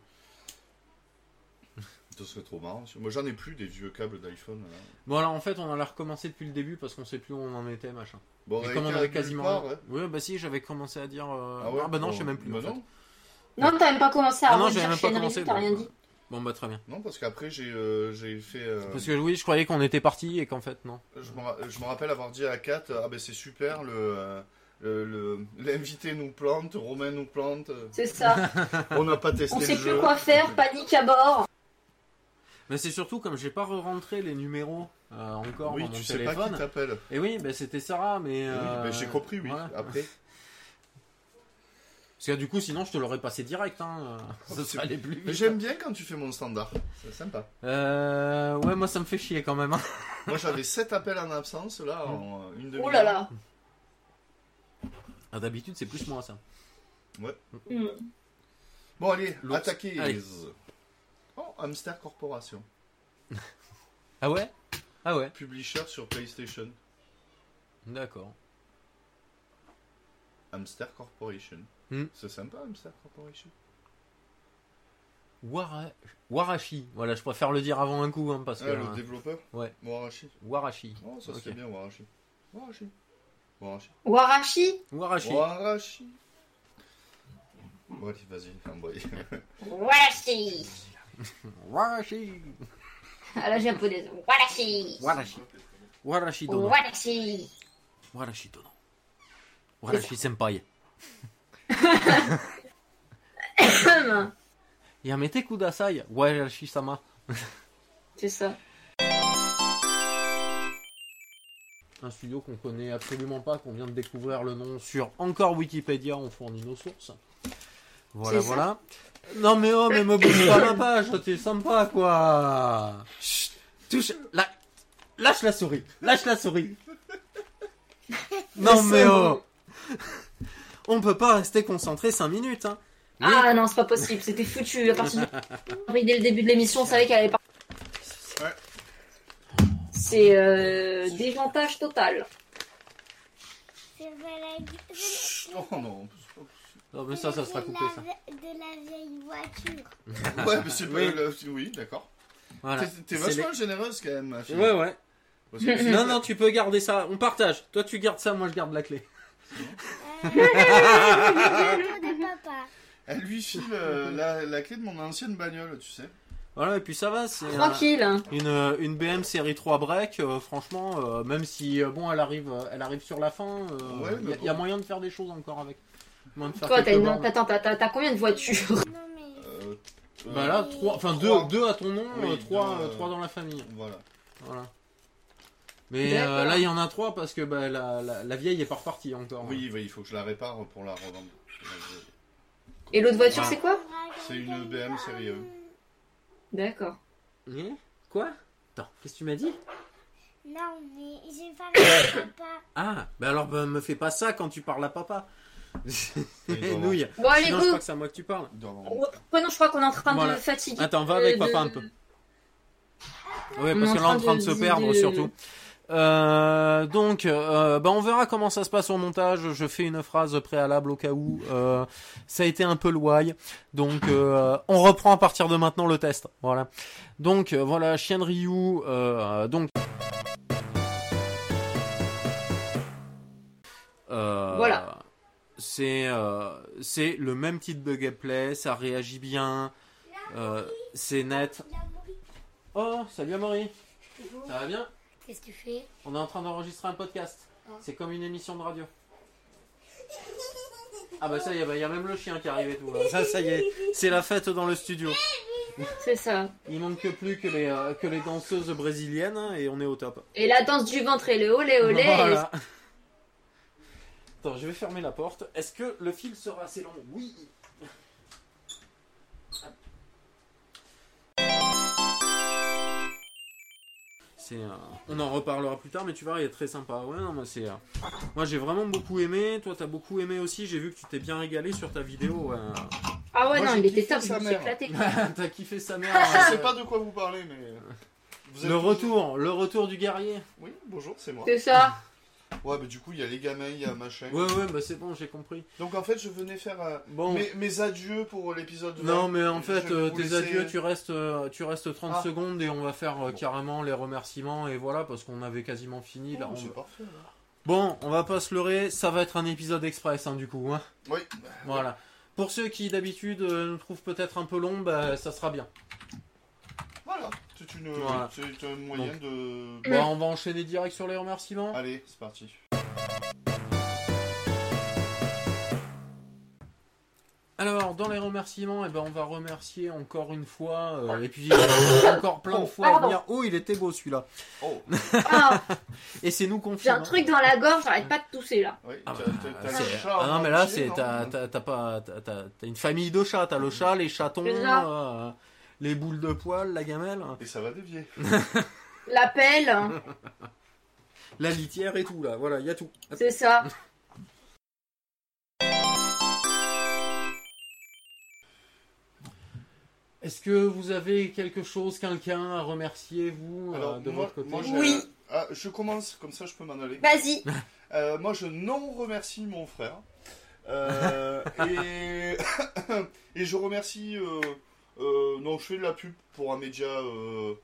Speaker 2: Ce serait trop marrant. Moi, j'en ai plus des vieux câbles d'iPhone. hein. là.
Speaker 3: Bon alors en fait on allait recommencer depuis le début parce qu'on sait plus où on en était machin.
Speaker 2: Bon,
Speaker 3: Mais
Speaker 2: avec
Speaker 3: comme on
Speaker 2: un
Speaker 3: avait
Speaker 2: nulle
Speaker 3: quasiment.
Speaker 2: part, ouais.
Speaker 3: Oui bah si j'avais commencé à dire. euh, Ah,
Speaker 2: ouais,
Speaker 3: bah non
Speaker 2: bon,
Speaker 3: je sais même plus.
Speaker 2: bah
Speaker 3: en fait.
Speaker 2: non,
Speaker 5: Non, t'as même pas commencé à
Speaker 3: Ah non,
Speaker 5: redire
Speaker 3: j'avais même pas
Speaker 5: Shenryu,
Speaker 3: commencé,
Speaker 5: t'as
Speaker 3: bon.
Speaker 5: rien dit.
Speaker 3: Bon bah très bien.
Speaker 2: non, parce qu'après, j'ai euh, j'ai fait. euh,
Speaker 3: Parce que oui je croyais qu'on était parti et qu'en fait non.
Speaker 2: je, me, ra- je me rappelle avoir dit à Kat Ah, ben c'est super, le. euh, le- le- L'invité nous plante, Romain nous plante.
Speaker 5: C'est ça.
Speaker 2: On n'a pas testé
Speaker 5: On
Speaker 2: le
Speaker 5: sait plus
Speaker 2: jeu.
Speaker 5: quoi faire, panique à bord.
Speaker 3: Mais c'est surtout comme j'ai pas re-rentré les numéros euh, encore
Speaker 2: Oui,
Speaker 3: dans mon
Speaker 2: tu sais pas
Speaker 3: téléphone.
Speaker 2: qui t'appelle.
Speaker 3: et oui bah c'était Sarah mais.
Speaker 2: Oui,
Speaker 3: euh,
Speaker 2: ben, j'ai compris, oui.
Speaker 3: voilà.
Speaker 2: Après,
Speaker 3: Parce que du coup sinon je te l'aurais passé direct hein. euh, Ça
Speaker 2: C'est-
Speaker 3: serait allé plus. vite.
Speaker 2: Mais J'aime bien quand tu fais mon standard. C'est sympa.
Speaker 3: Euh, ouais moi ça me fait chier quand même. hein.
Speaker 2: Moi j'avais 7 appels en absence là en euh,
Speaker 3: Mm.
Speaker 2: une demi-heure.
Speaker 5: Oh là là.
Speaker 3: Ah, D'habitude c'est plus moi ça.
Speaker 5: Hmm.
Speaker 2: Bon allez,
Speaker 3: L'ours.
Speaker 2: attaquez.
Speaker 3: Allez.
Speaker 2: Oh, Hamster Corporation,
Speaker 3: Ah ouais Ah ouais.
Speaker 2: publisher sur PlayStation.
Speaker 3: D'accord.
Speaker 2: Hamster Corporation.
Speaker 3: Hmm.
Speaker 2: C'est sympa Hamster Corporation.
Speaker 3: Wara- Warashi. Voilà je préfère le dire avant un coup hein, parce
Speaker 2: Ah,
Speaker 3: que.
Speaker 2: le
Speaker 3: euh,
Speaker 2: développeur
Speaker 3: ouais.
Speaker 2: Warashi.
Speaker 3: Warashi.
Speaker 2: Oh, ça
Speaker 3: Ok.
Speaker 2: c'est bien Warashi. Warashi. Warashi.
Speaker 5: Warashi
Speaker 3: Warashi.
Speaker 2: Warashi. Bon allez, vas-y, envoyez.
Speaker 5: Warashi
Speaker 3: Warashi.
Speaker 5: À la japonaise. Warashi
Speaker 3: Warashi. Warashi dono.
Speaker 5: Warashi
Speaker 3: Warashi dono. Warashi senpai.
Speaker 5: Hum.
Speaker 3: Yamete kudasai. Warashi sama.
Speaker 5: C'est ça.
Speaker 3: Un studio qu'on connaît absolument pas, qu'on vient de découvrir le nom sur encore Wikipédia, on fournit nos sources. Voilà,
Speaker 5: C'est ça.
Speaker 3: voilà. Non mais oh, mais me bouge pas ma page, t'es sympa quoi. Chut, touche, la- lâche la souris, lâche la souris. non
Speaker 5: Le
Speaker 3: mais
Speaker 5: saumon.
Speaker 3: oh, on peut pas rester concentré 5 minutes. Hein. Oui.
Speaker 5: Ah non, c'est pas possible, c'était foutu. À partir du... Dès le début de l'émission, on savait qu'elle allait partir.
Speaker 2: Ouais.
Speaker 5: C'est euh, déjantage total.
Speaker 4: C'est de la, de
Speaker 2: Chut, oh non, c'est pas possible.
Speaker 3: Non Oh, mais ça, ça sera
Speaker 4: de
Speaker 3: coupé
Speaker 4: la
Speaker 3: ça.
Speaker 4: ve- De la vieille voiture.
Speaker 2: Ouais, mais c'est pas
Speaker 3: Oui.
Speaker 2: le- Oui, d'accord.
Speaker 3: Voilà.
Speaker 2: T'es- T'es
Speaker 3: C'est
Speaker 2: vachement généreuse quand même, ma
Speaker 3: les-
Speaker 2: fille.
Speaker 3: Ouais ouais.
Speaker 2: Parce que c'est-
Speaker 3: Non, non, tu peux garder ça. On partage. Toi, tu gardes ça, moi, je garde la clé.
Speaker 4: Euh, de papa.
Speaker 2: Elle lui file euh, la, la clé de mon ancienne bagnole, tu sais.
Speaker 3: Voilà, et puis ça va. C'est euh, un-
Speaker 5: Tranquille. hein.
Speaker 3: une, une BM série 3 break. euh, franchement, euh, même si euh, bon, elle arrive, euh, elle arrive sur la fin, il
Speaker 2: Ouais, mais
Speaker 3: y, a- y a
Speaker 2: bon.
Speaker 3: moyen de faire des choses encore avec. Moyen de faire
Speaker 5: Toi,
Speaker 3: quelques
Speaker 5: t'as une...
Speaker 3: bornes.
Speaker 5: Attends, t'as- t'as t'as combien de voitures
Speaker 4: Non, mais.
Speaker 2: Euh, euh,
Speaker 3: Bah là, trois, enfin deux,
Speaker 2: Trois.
Speaker 3: deux à ton nom,
Speaker 2: Oui,
Speaker 3: euh, trois,
Speaker 2: deux,
Speaker 3: euh,
Speaker 2: euh,
Speaker 3: trois dans la famille.
Speaker 2: Voilà.
Speaker 3: Voilà. Mais
Speaker 5: D'accord.
Speaker 3: euh, là, il y en a trois parce que bah, la, la, la vieille est pas repartie encore.
Speaker 2: Oui, bah, il faut que je la répare pour la revendre.
Speaker 5: Et l'autre voiture,
Speaker 3: Ouais.
Speaker 5: c'est quoi
Speaker 2: C'est une BM série E.
Speaker 5: D'accord.
Speaker 3: Hein Quoi Attends, qu'est-ce que tu m'as dit
Speaker 4: Non, mais j'ai pas réussi, papa.
Speaker 3: Ah, bah alors, bah, me fais pas ça quand tu parles à papa.
Speaker 2: vraiment.
Speaker 3: Nouille.
Speaker 5: Bon, allez,
Speaker 3: Sinon, je
Speaker 5: go
Speaker 3: crois que c'est à moi que tu parles.
Speaker 2: Il doit avoir-
Speaker 5: Reprenons, je crois qu'on est en train
Speaker 3: Voilà.
Speaker 5: de fatiguer.
Speaker 3: Attends, va avec
Speaker 5: euh,
Speaker 3: papa un
Speaker 5: de-
Speaker 3: peu. Oui, parce
Speaker 5: On est
Speaker 3: qu'elle est en train de se perdre
Speaker 5: de-
Speaker 3: surtout. Euh, donc, euh, bah, on verra comment ça se passe au montage. Je fais une phrase préalable au cas où. Euh, ça a été un peu loaille. Donc, euh, on reprend à partir de maintenant le test. Voilà. Donc, euh, voilà, Chien de Ryu. euh, donc. Euh,
Speaker 5: Voilà.
Speaker 3: C'est euh, c'est le même type de gameplay. Ça réagit bien. euh, c'est net.
Speaker 4: Il a mouru.
Speaker 3: Oh, salut Amaury. Ça va bien
Speaker 6: Qu'est-ce que tu fais
Speaker 3: on est en train d'enregistrer un podcast.
Speaker 6: Ah.
Speaker 3: C'est comme une émission de radio. Ah bah ça y est, bah il y a même le chien qui arrive et tout. hein. là. Ça, Ah, ça y est, c'est la fête dans le studio.
Speaker 5: C'est ça.
Speaker 3: Il manque que plus que les, euh, que les danseuses brésiliennes hein, et on est au top.
Speaker 5: Et la danse du ventre et le olé olé.
Speaker 3: Voilà. Attends, je vais fermer la porte. Est-ce que le fil sera assez long Oui. C'est, euh, on en reparlera plus tard, mais tu verras, il est très sympa. Ouais, non, mais c'est, euh, moi, j'ai vraiment beaucoup aimé. Toi, t'as beaucoup aimé aussi. J'ai vu que tu t'es bien régalé sur ta vidéo. ouais.
Speaker 5: Ah ouais,
Speaker 2: Moi,
Speaker 5: non,
Speaker 2: j'ai
Speaker 5: il était
Speaker 2: kiffé
Speaker 5: top, je
Speaker 2: sa
Speaker 5: me suis
Speaker 2: mère.
Speaker 5: éclaté.
Speaker 3: t'as kiffé sa mère.
Speaker 2: Je
Speaker 3: euh,
Speaker 2: sais pas de quoi vous parlez, mais. Vous êtes
Speaker 3: le
Speaker 2: tous-
Speaker 3: retour, le retour du guerrier.
Speaker 2: Oui, bonjour, c'est moi.
Speaker 5: C'est ça.
Speaker 2: Ouais, mais du coup, il y a les gamins, il y a machin.
Speaker 3: Ouais, ouais, bah c'est bon, j'ai compris.
Speaker 2: Donc en fait, je venais faire euh,
Speaker 3: Bon.
Speaker 2: mes, mes adieux pour l'épisode. vingt.
Speaker 3: Non, mais en
Speaker 2: Je
Speaker 3: fait,
Speaker 2: vais
Speaker 3: euh,
Speaker 2: vous
Speaker 3: tes
Speaker 2: laisser-
Speaker 3: adieux, tu restes, euh, tu restes 30
Speaker 2: Ah.
Speaker 3: secondes et on va faire euh,
Speaker 2: Bon.
Speaker 3: carrément les remerciements et voilà, parce qu'on avait quasiment fini.
Speaker 2: Oh,
Speaker 3: Là, on-
Speaker 2: C'est parfait. là.
Speaker 3: Bon, on va pas se leurrer, ça va être un épisode express hein, du coup. hein.
Speaker 2: Oui.
Speaker 3: Voilà. Pour ceux qui d'habitude euh, nous trouvent peut-être un peu long, bah, ça sera bien.
Speaker 2: Voilà. C'est une,
Speaker 3: Voilà.
Speaker 2: c'est un moyen de.
Speaker 3: Bon, Bah, on va enchaîner direct sur les remerciements.
Speaker 2: Allez, c'est parti.
Speaker 3: Alors, dans les remerciements, eh ben, on va remercier encore une fois, euh, et puis euh, encore plein de fois à
Speaker 5: pardon.
Speaker 3: venir. Oh, il était beau celui-là.
Speaker 2: Oh,
Speaker 5: Ah,
Speaker 3: Et c'est nous hein.
Speaker 5: j'ai un
Speaker 3: confiant.
Speaker 5: truc dans la gorge, j'arrête pas de tousser là.
Speaker 2: oui.
Speaker 3: Ah,
Speaker 2: t'as-
Speaker 3: bah,
Speaker 2: t'as- t'as le
Speaker 3: c'est-
Speaker 2: chat
Speaker 3: ah non
Speaker 2: en
Speaker 3: mais là
Speaker 2: entier,
Speaker 3: c'est
Speaker 2: non Mmh.
Speaker 3: t'as t'as- t'as pas t'as- t'as- t'as une famille de chats t'as le chat les chatons
Speaker 5: Le chat.
Speaker 3: euh, les boules de poils la gamelle hein.
Speaker 2: Et ça va dévier.
Speaker 5: La pelle, hein,
Speaker 3: la litière et tout là voilà il y a tout
Speaker 5: c'est ça.
Speaker 3: est-ce que vous avez quelque chose quelqu'un à remercier vous euh,
Speaker 2: Alors,
Speaker 3: de
Speaker 2: moi,
Speaker 3: votre côté
Speaker 2: moi, j'ai-
Speaker 5: Oui.
Speaker 2: Ah, je commence, comme ça je peux m'en aller.
Speaker 5: Vas-y.
Speaker 2: Euh, moi, je non remercie mon frère. Euh, et... et je remercie. euh, euh, non, je fais de la pub pour un média. euh,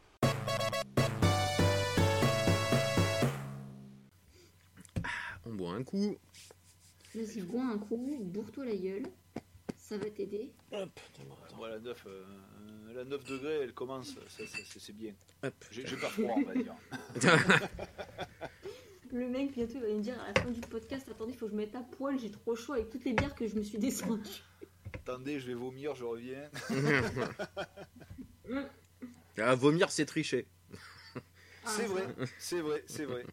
Speaker 3: on boit un coup
Speaker 5: Vas-y, bois un coup, bourre-toi la gueule. Ça va t'aider.
Speaker 3: hop
Speaker 7: Bon, la 9, euh, la 9 degrés, elle commence, ça, ça, c'est- c'est bien.
Speaker 3: Hop.
Speaker 7: J'ai j'ai pas froid, on va dire.
Speaker 8: Le mec bientôt il va me dire à la fin du podcast attendez faut que je mette à poil j'ai trop chaud avec toutes les bières que je me suis descendues.
Speaker 7: Attendez, je vais vomir, je reviens.
Speaker 3: à Ah, vomir c'est tricher
Speaker 9: Ah.
Speaker 7: C'est vrai, c'est vrai, c'est vrai.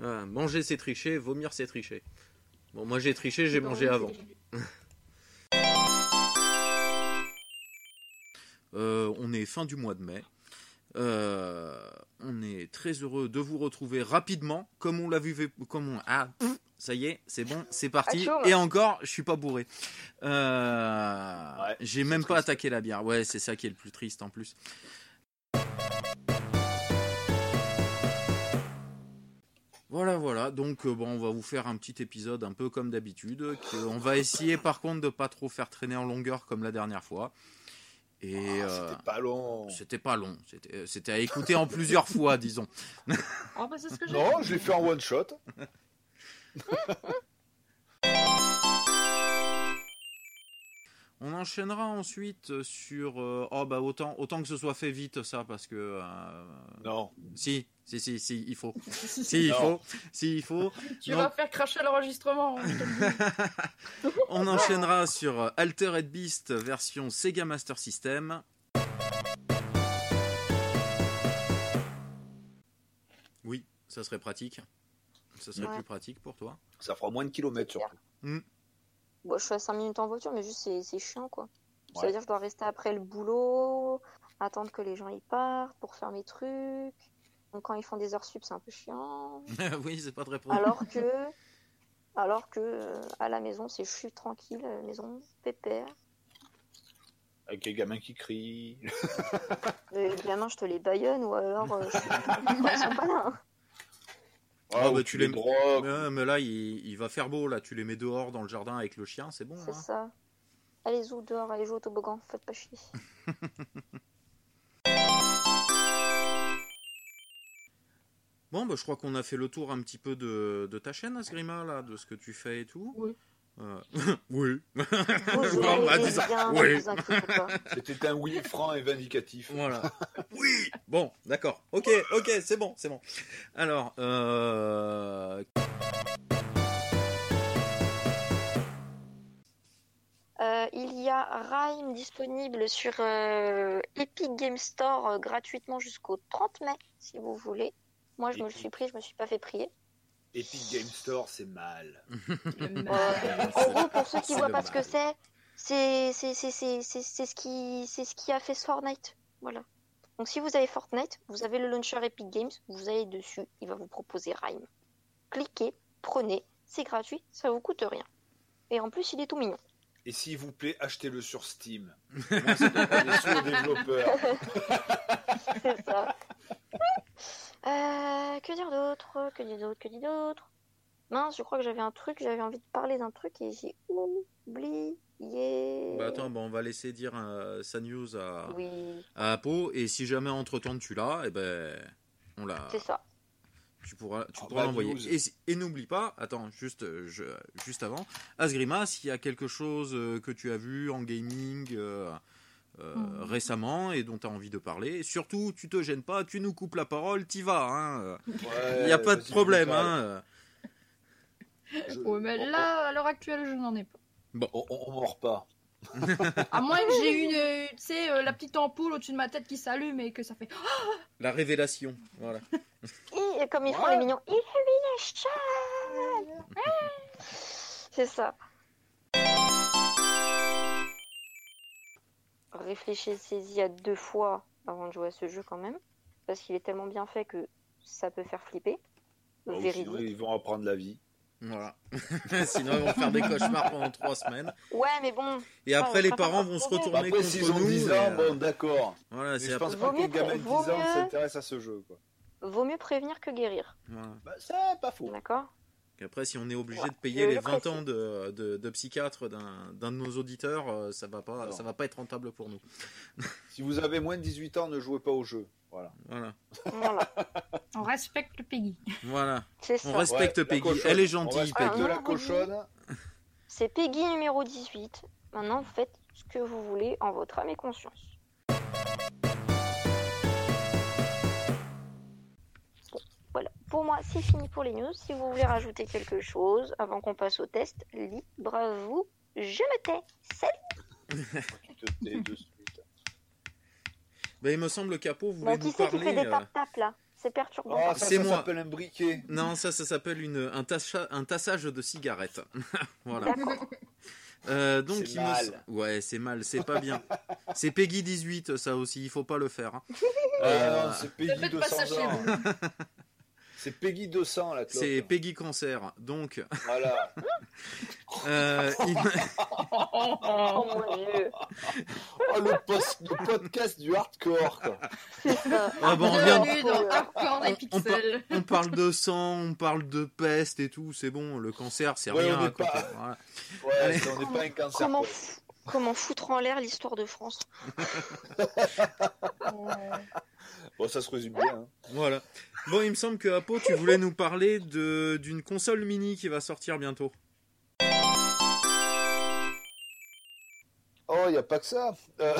Speaker 3: Ah, manger c'est tricher vomir c'est tricher bon moi j'ai triché j'ai mangé
Speaker 8: Pardon,
Speaker 3: avant Euh, on est fin du mois de mai. Euh, on est très heureux de vous retrouver rapidement, comme on l'a vu, comme on ah pff, ça y est, c'est bon, c'est parti.
Speaker 10: Atchoum.
Speaker 3: Et encore, je suis pas bourré. Euh,
Speaker 7: Ouais,
Speaker 3: J'ai même pas
Speaker 7: triste.
Speaker 3: attaqué la bière. Ouais, c'est ça qui est le plus triste en plus. Voilà, voilà. Donc euh, bon, on va vous faire un petit épisode un peu comme d'habitude. qui- On va essayer par contre de pas trop faire traîner en longueur comme la dernière fois. Et
Speaker 7: Ah,
Speaker 3: euh,
Speaker 7: C'était pas long.
Speaker 3: c'était pas long. C'était euh, c'était à écouter en plusieurs fois, disons.
Speaker 9: Oh, bah, c'est ce que j'ai
Speaker 7: Non, je l'ai fait en one shot.
Speaker 3: On enchaînera ensuite sur. euh, oh, bah, autant, autant que ce soit fait vite, ça, parce que. euh,
Speaker 7: Non.
Speaker 3: si, si, si, si, il faut. Si, il
Speaker 7: Non.
Speaker 3: faut. Si, il faut.
Speaker 9: Tu
Speaker 3: Non.
Speaker 9: vas faire cracher l'enregistrement. hein, je te le dis.
Speaker 3: On enchaînera sur euh, Altered Beast version Sega Master System. Oui, ça serait pratique. Ça serait
Speaker 11: Ouais.
Speaker 3: plus pratique pour toi.
Speaker 7: Ça fera moins de kilomètres surtout.
Speaker 11: Bon, je suis à 5 minutes en voiture, mais juste c'est c'est chiant quoi. Ça
Speaker 7: Ouais.
Speaker 11: veut dire que je dois rester après le boulot, attendre que les gens y partent pour faire mes trucs. Donc quand ils font des heures sup, c'est un peu chiant.
Speaker 3: oui, c'est pas très pro.
Speaker 11: Alors que, alors que euh, à la maison, c'est je suis tranquille, euh, maison pépère.
Speaker 7: Avec les gamins qui crient.
Speaker 11: Mais Les gamins, je te les baïonne ou alors euh, je suis ils sont pas là. hein.
Speaker 3: Ah,
Speaker 7: ou
Speaker 3: bah, tu
Speaker 7: Oh, tu
Speaker 3: les-
Speaker 7: les drogues.
Speaker 3: mais, mais là, il, il va faire beau. Là, tu les mets dehors dans le jardin avec le chien, c'est bon.
Speaker 11: C'est
Speaker 3: hein.
Speaker 11: ça. Allez où dehors, allez jouer au toboggan, faites pas chier.
Speaker 3: Bon, bah, je crois qu'on a fait le tour un petit peu de, de ta chaîne, Asgrima, là, de ce que tu fais et tout.
Speaker 12: Oui.
Speaker 3: Euh, oui.
Speaker 11: Vous jouez,
Speaker 3: Bon, bah,
Speaker 11: vous
Speaker 3: dis ça.
Speaker 11: êtes bien,
Speaker 3: Oui.
Speaker 11: ne vous inquiétez pas.
Speaker 7: C'était un oui franc et vindicatif.
Speaker 3: Voilà. Oui. Bon, d'accord. Ok, ok, c'est bon, c'est bon. Alors, euh...
Speaker 11: Euh, il y a Rhyme disponible sur euh, Epic Game Store euh, gratuitement jusqu'au 30 mai, si vous voulez. Moi, je me le
Speaker 7: Epic.
Speaker 11: suis pris, je me suis pas fait prier.
Speaker 7: Epic Game Store, c'est mal.
Speaker 5: Le
Speaker 11: Euh,
Speaker 5: mal.
Speaker 11: en gros, pour ceux qui
Speaker 3: C'est
Speaker 11: voient
Speaker 3: le
Speaker 11: pas ce que
Speaker 3: mal.
Speaker 11: c'est, c'est c'est c'est c'est c'est c'est ce qui c'est ce qui a fait Fortnite, voilà. Donc, si vous avez Fortnite, vous avez le launcher Epic Games, vous allez dessus, il va vous proposer Rhyme. Cliquez, prenez, c'est gratuit, ça vous coûte rien. Et en plus, il est tout mignon.
Speaker 7: Et s'il vous plaît, achetez-le sur Steam. Moi, ça donne pas des sous aux développeurs.
Speaker 11: C'est ça. Euh, que dire d'autre Que dire d'autre Que dire d'autre Mince, je crois que j'avais un truc, j'avais envie de parler d'un truc et j'ai oublié.
Speaker 3: bah attends, bah on va laisser dire euh, sa news à,
Speaker 11: Oui,
Speaker 3: à Apo, et si jamais entre-temps tu l'as, eh ben, on l'a,
Speaker 11: c'est ça.
Speaker 3: tu pourras, tu
Speaker 7: Oh,
Speaker 3: pourras
Speaker 7: bah,
Speaker 3: l'envoyer.
Speaker 7: news.
Speaker 3: Et, si- et n'oublie pas, attends, juste, euh, je- juste avant, Asgrima, s'il y a quelque chose euh, que tu as vu en gaming euh, euh,
Speaker 9: Hmm.
Speaker 3: récemment et dont tu as envie de parler, surtout, tu te gênes pas, tu nous coupes la parole, t'y vas, hein. euh. Il
Speaker 7: Ouais,
Speaker 3: n'y a pas de
Speaker 7: vas-y,
Speaker 3: problème. Hein.
Speaker 7: Pascal. Je-
Speaker 9: Ouais, mais là, à l'heure actuelle, je n'en ai pas.
Speaker 7: On, on, on mord pas.
Speaker 9: À moins que j'ai une, euh, tu sais, euh, la petite ampoule au-dessus de ma tête qui s'allume et que ça fait.
Speaker 3: La révélation. Voilà.
Speaker 11: Et comme ils font les mignons, Illumination Ouais. C'est ça. Réfléchissez-y à deux fois avant de jouer à ce jeu quand même, parce qu'il est tellement bien fait que ça peut faire flipper.
Speaker 7: Bah, ou
Speaker 11: Véridique.
Speaker 7: sinon, ils vont apprendre la vie.
Speaker 3: voilà. Sinon, ils vont faire des cauchemars pendant trois semaines.
Speaker 11: Ouais, mais bon,
Speaker 3: Et après, les parents vont se
Speaker 7: Bah,
Speaker 3: retourner
Speaker 7: Après,
Speaker 3: contre
Speaker 7: s'ils ont
Speaker 3: nous.
Speaker 7: 10
Speaker 3: et,
Speaker 7: ans,
Speaker 3: euh,
Speaker 7: bon, d'accord.
Speaker 3: Voilà,
Speaker 7: Mais
Speaker 3: c'est
Speaker 7: je pense
Speaker 3: après.
Speaker 11: Vaut
Speaker 7: pas qu'un
Speaker 11: mieux-
Speaker 7: gamin de 10
Speaker 11: vaut
Speaker 7: ans
Speaker 11: mieux-
Speaker 7: s'intéresse à ce jeu. Quoi.
Speaker 11: vaut mieux prévenir que guérir.
Speaker 3: voilà.
Speaker 7: Bah, c'est pas faux.
Speaker 11: D'accord
Speaker 3: Après, si on est obligé
Speaker 11: Ouais,
Speaker 3: de payer
Speaker 11: je
Speaker 3: les
Speaker 11: le
Speaker 3: 20
Speaker 11: précise.
Speaker 3: ans de, de, de psychiatre d'un d'un de nos auditeurs, euh, ça va pas,
Speaker 7: Non.
Speaker 3: ça va pas être rentable pour nous.
Speaker 7: Si vous avez moins de 18 ans, ne jouez pas au jeu. Voilà.
Speaker 3: Voilà.
Speaker 11: Voilà,
Speaker 9: On respecte le Peggy.
Speaker 3: Voilà.
Speaker 11: c'est
Speaker 3: On
Speaker 11: ça.
Speaker 3: respecte
Speaker 7: Ouais, la
Speaker 3: Peggy.
Speaker 7: cochonne.
Speaker 3: Elle est
Speaker 7: On
Speaker 3: gentille,
Speaker 7: respecte
Speaker 11: Ah,
Speaker 3: Peggy.
Speaker 7: de
Speaker 11: non,
Speaker 7: la
Speaker 11: oui.
Speaker 7: cochonne.
Speaker 11: C'est Peggy numéro 18. Maintenant, vous faites ce que vous voulez en votre âme et conscience. Bon, Voilà, pour moi, c'est fini pour les news. Si vous voulez rajouter quelque chose avant qu'on passe au test, libre à vous. Je me tais. Salut.
Speaker 7: Tu te tais de suite.
Speaker 3: Ben, il me semble qu'Apo
Speaker 7: Bah,
Speaker 3: voulait
Speaker 11: Bon, qui
Speaker 3: nous
Speaker 11: c'est qui fait
Speaker 3: parler.
Speaker 11: des
Speaker 3: euh,
Speaker 11: tap-tap là C'est perturbant.
Speaker 7: Ah, ça,
Speaker 3: C'est
Speaker 7: ça
Speaker 3: moi.
Speaker 7: s'appelle un briquet.
Speaker 3: Non, ça, ça s'appelle une- un, tassa- un tassage de cigarettes. Ah, voilà.
Speaker 11: D'accord.
Speaker 3: Euh, donc
Speaker 7: C'est
Speaker 3: il me
Speaker 7: mal.
Speaker 3: s- ouais c'est mal c'est pas bien c'est Peggy 18 ça aussi il faut pas le faire hein. Euh,
Speaker 7: Ah non, c'est
Speaker 9: Ne
Speaker 7: Peggy
Speaker 9: faites pas ça
Speaker 7: 200
Speaker 9: chez
Speaker 7: ans.
Speaker 9: vous.
Speaker 7: C'est Peggy 200 la clope.
Speaker 3: c'est Peggy cancer donc
Speaker 7: Voilà.
Speaker 3: euh, il,
Speaker 11: Oh mon dieu.
Speaker 7: Oh, le, post- le podcast du hardcore. Quoi.
Speaker 11: C'est ça.
Speaker 3: Ah, bon, on revient-
Speaker 9: Bienvenue dans Hardcore des
Speaker 3: On- on peut-
Speaker 9: Pixels.
Speaker 3: on parle de sang on parle de peste et tout c'est bon le cancer c'est
Speaker 7: Ouais,
Speaker 3: rien
Speaker 7: on est
Speaker 3: à côté
Speaker 7: pas-
Speaker 3: Voilà.
Speaker 7: Ouais,
Speaker 3: Allez.
Speaker 7: ça, on n'est pas un cancer.
Speaker 11: Comment,
Speaker 7: quoi.
Speaker 11: Comment foutre en l'air l'histoire de France
Speaker 7: Bon, ça se résume bien. hein.
Speaker 3: Voilà. Bon, il me semble que Apo, tu voulais nous parler de- d'une console mini qui va sortir bientôt.
Speaker 7: Oh, il n'y a pas que ça. Euh,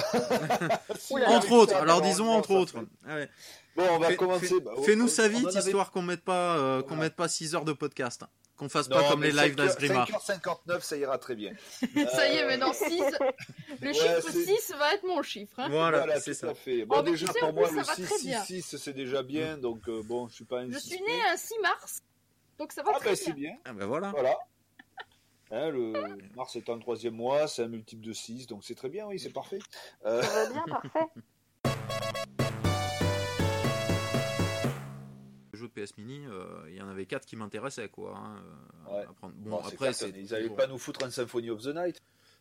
Speaker 7: si, avec
Speaker 3: Entre autres,
Speaker 7: ça,
Speaker 3: alors
Speaker 7: non,
Speaker 3: disons
Speaker 7: non,
Speaker 3: entre
Speaker 7: ça
Speaker 3: autres.
Speaker 7: fait-
Speaker 3: Ouais.
Speaker 7: Bon, on va
Speaker 3: Fais-
Speaker 7: commencer.
Speaker 3: fais-
Speaker 7: bah, on-
Speaker 3: Fais-nous
Speaker 7: on-
Speaker 3: ça
Speaker 7: on en
Speaker 3: vite,
Speaker 7: avait-
Speaker 3: histoire qu'on mette pas euh, qu'on
Speaker 7: Voilà.
Speaker 3: mette pas 6 heures de podcast. hein. Qu'on fasse
Speaker 7: Non,
Speaker 3: pas comme
Speaker 7: mais
Speaker 3: les lives
Speaker 7: 5 heures-
Speaker 3: d'Asgrima.
Speaker 7: 5h59, ça ira très bien.
Speaker 9: Ça y est,
Speaker 7: Euh,
Speaker 9: maintenant 6. Le
Speaker 7: Ouais,
Speaker 9: chiffre
Speaker 7: c'est-
Speaker 9: 6 va être mon chiffre. hein.
Speaker 3: Voilà,
Speaker 7: Voilà,
Speaker 3: c'est
Speaker 7: tout
Speaker 3: ça.
Speaker 7: à fait. Bon,
Speaker 9: mais
Speaker 7: déjà,
Speaker 9: tu sais, en
Speaker 7: pour moi,
Speaker 9: plus,
Speaker 7: le
Speaker 9: ça va très
Speaker 7: 666, c'est déjà bien. Donc, euh, bon, je suis pas
Speaker 9: Je
Speaker 7: insisté.
Speaker 9: suis née un 6 mars, donc ça va
Speaker 7: Ah,
Speaker 9: très
Speaker 7: ben,
Speaker 9: bien.
Speaker 7: c'est bien.
Speaker 3: Ah ben voilà.
Speaker 7: Voilà. Hein, le Mars est en troisième mois, c'est un multiple de 6, donc c'est très bien, oui, c'est parfait. Euh,
Speaker 11: Ça va bien, parfait.
Speaker 3: Le jeu de PS Mini, euh, il y en avait 4 qui m'intéressaient quoi. hein, euh,
Speaker 7: Ouais.
Speaker 3: à prendre. Bon,
Speaker 7: bon, c'est
Speaker 3: après
Speaker 7: clair,
Speaker 3: c'est
Speaker 7: ils n'allaient
Speaker 3: toujours-
Speaker 7: pas nous foutre un Symphony of the Night.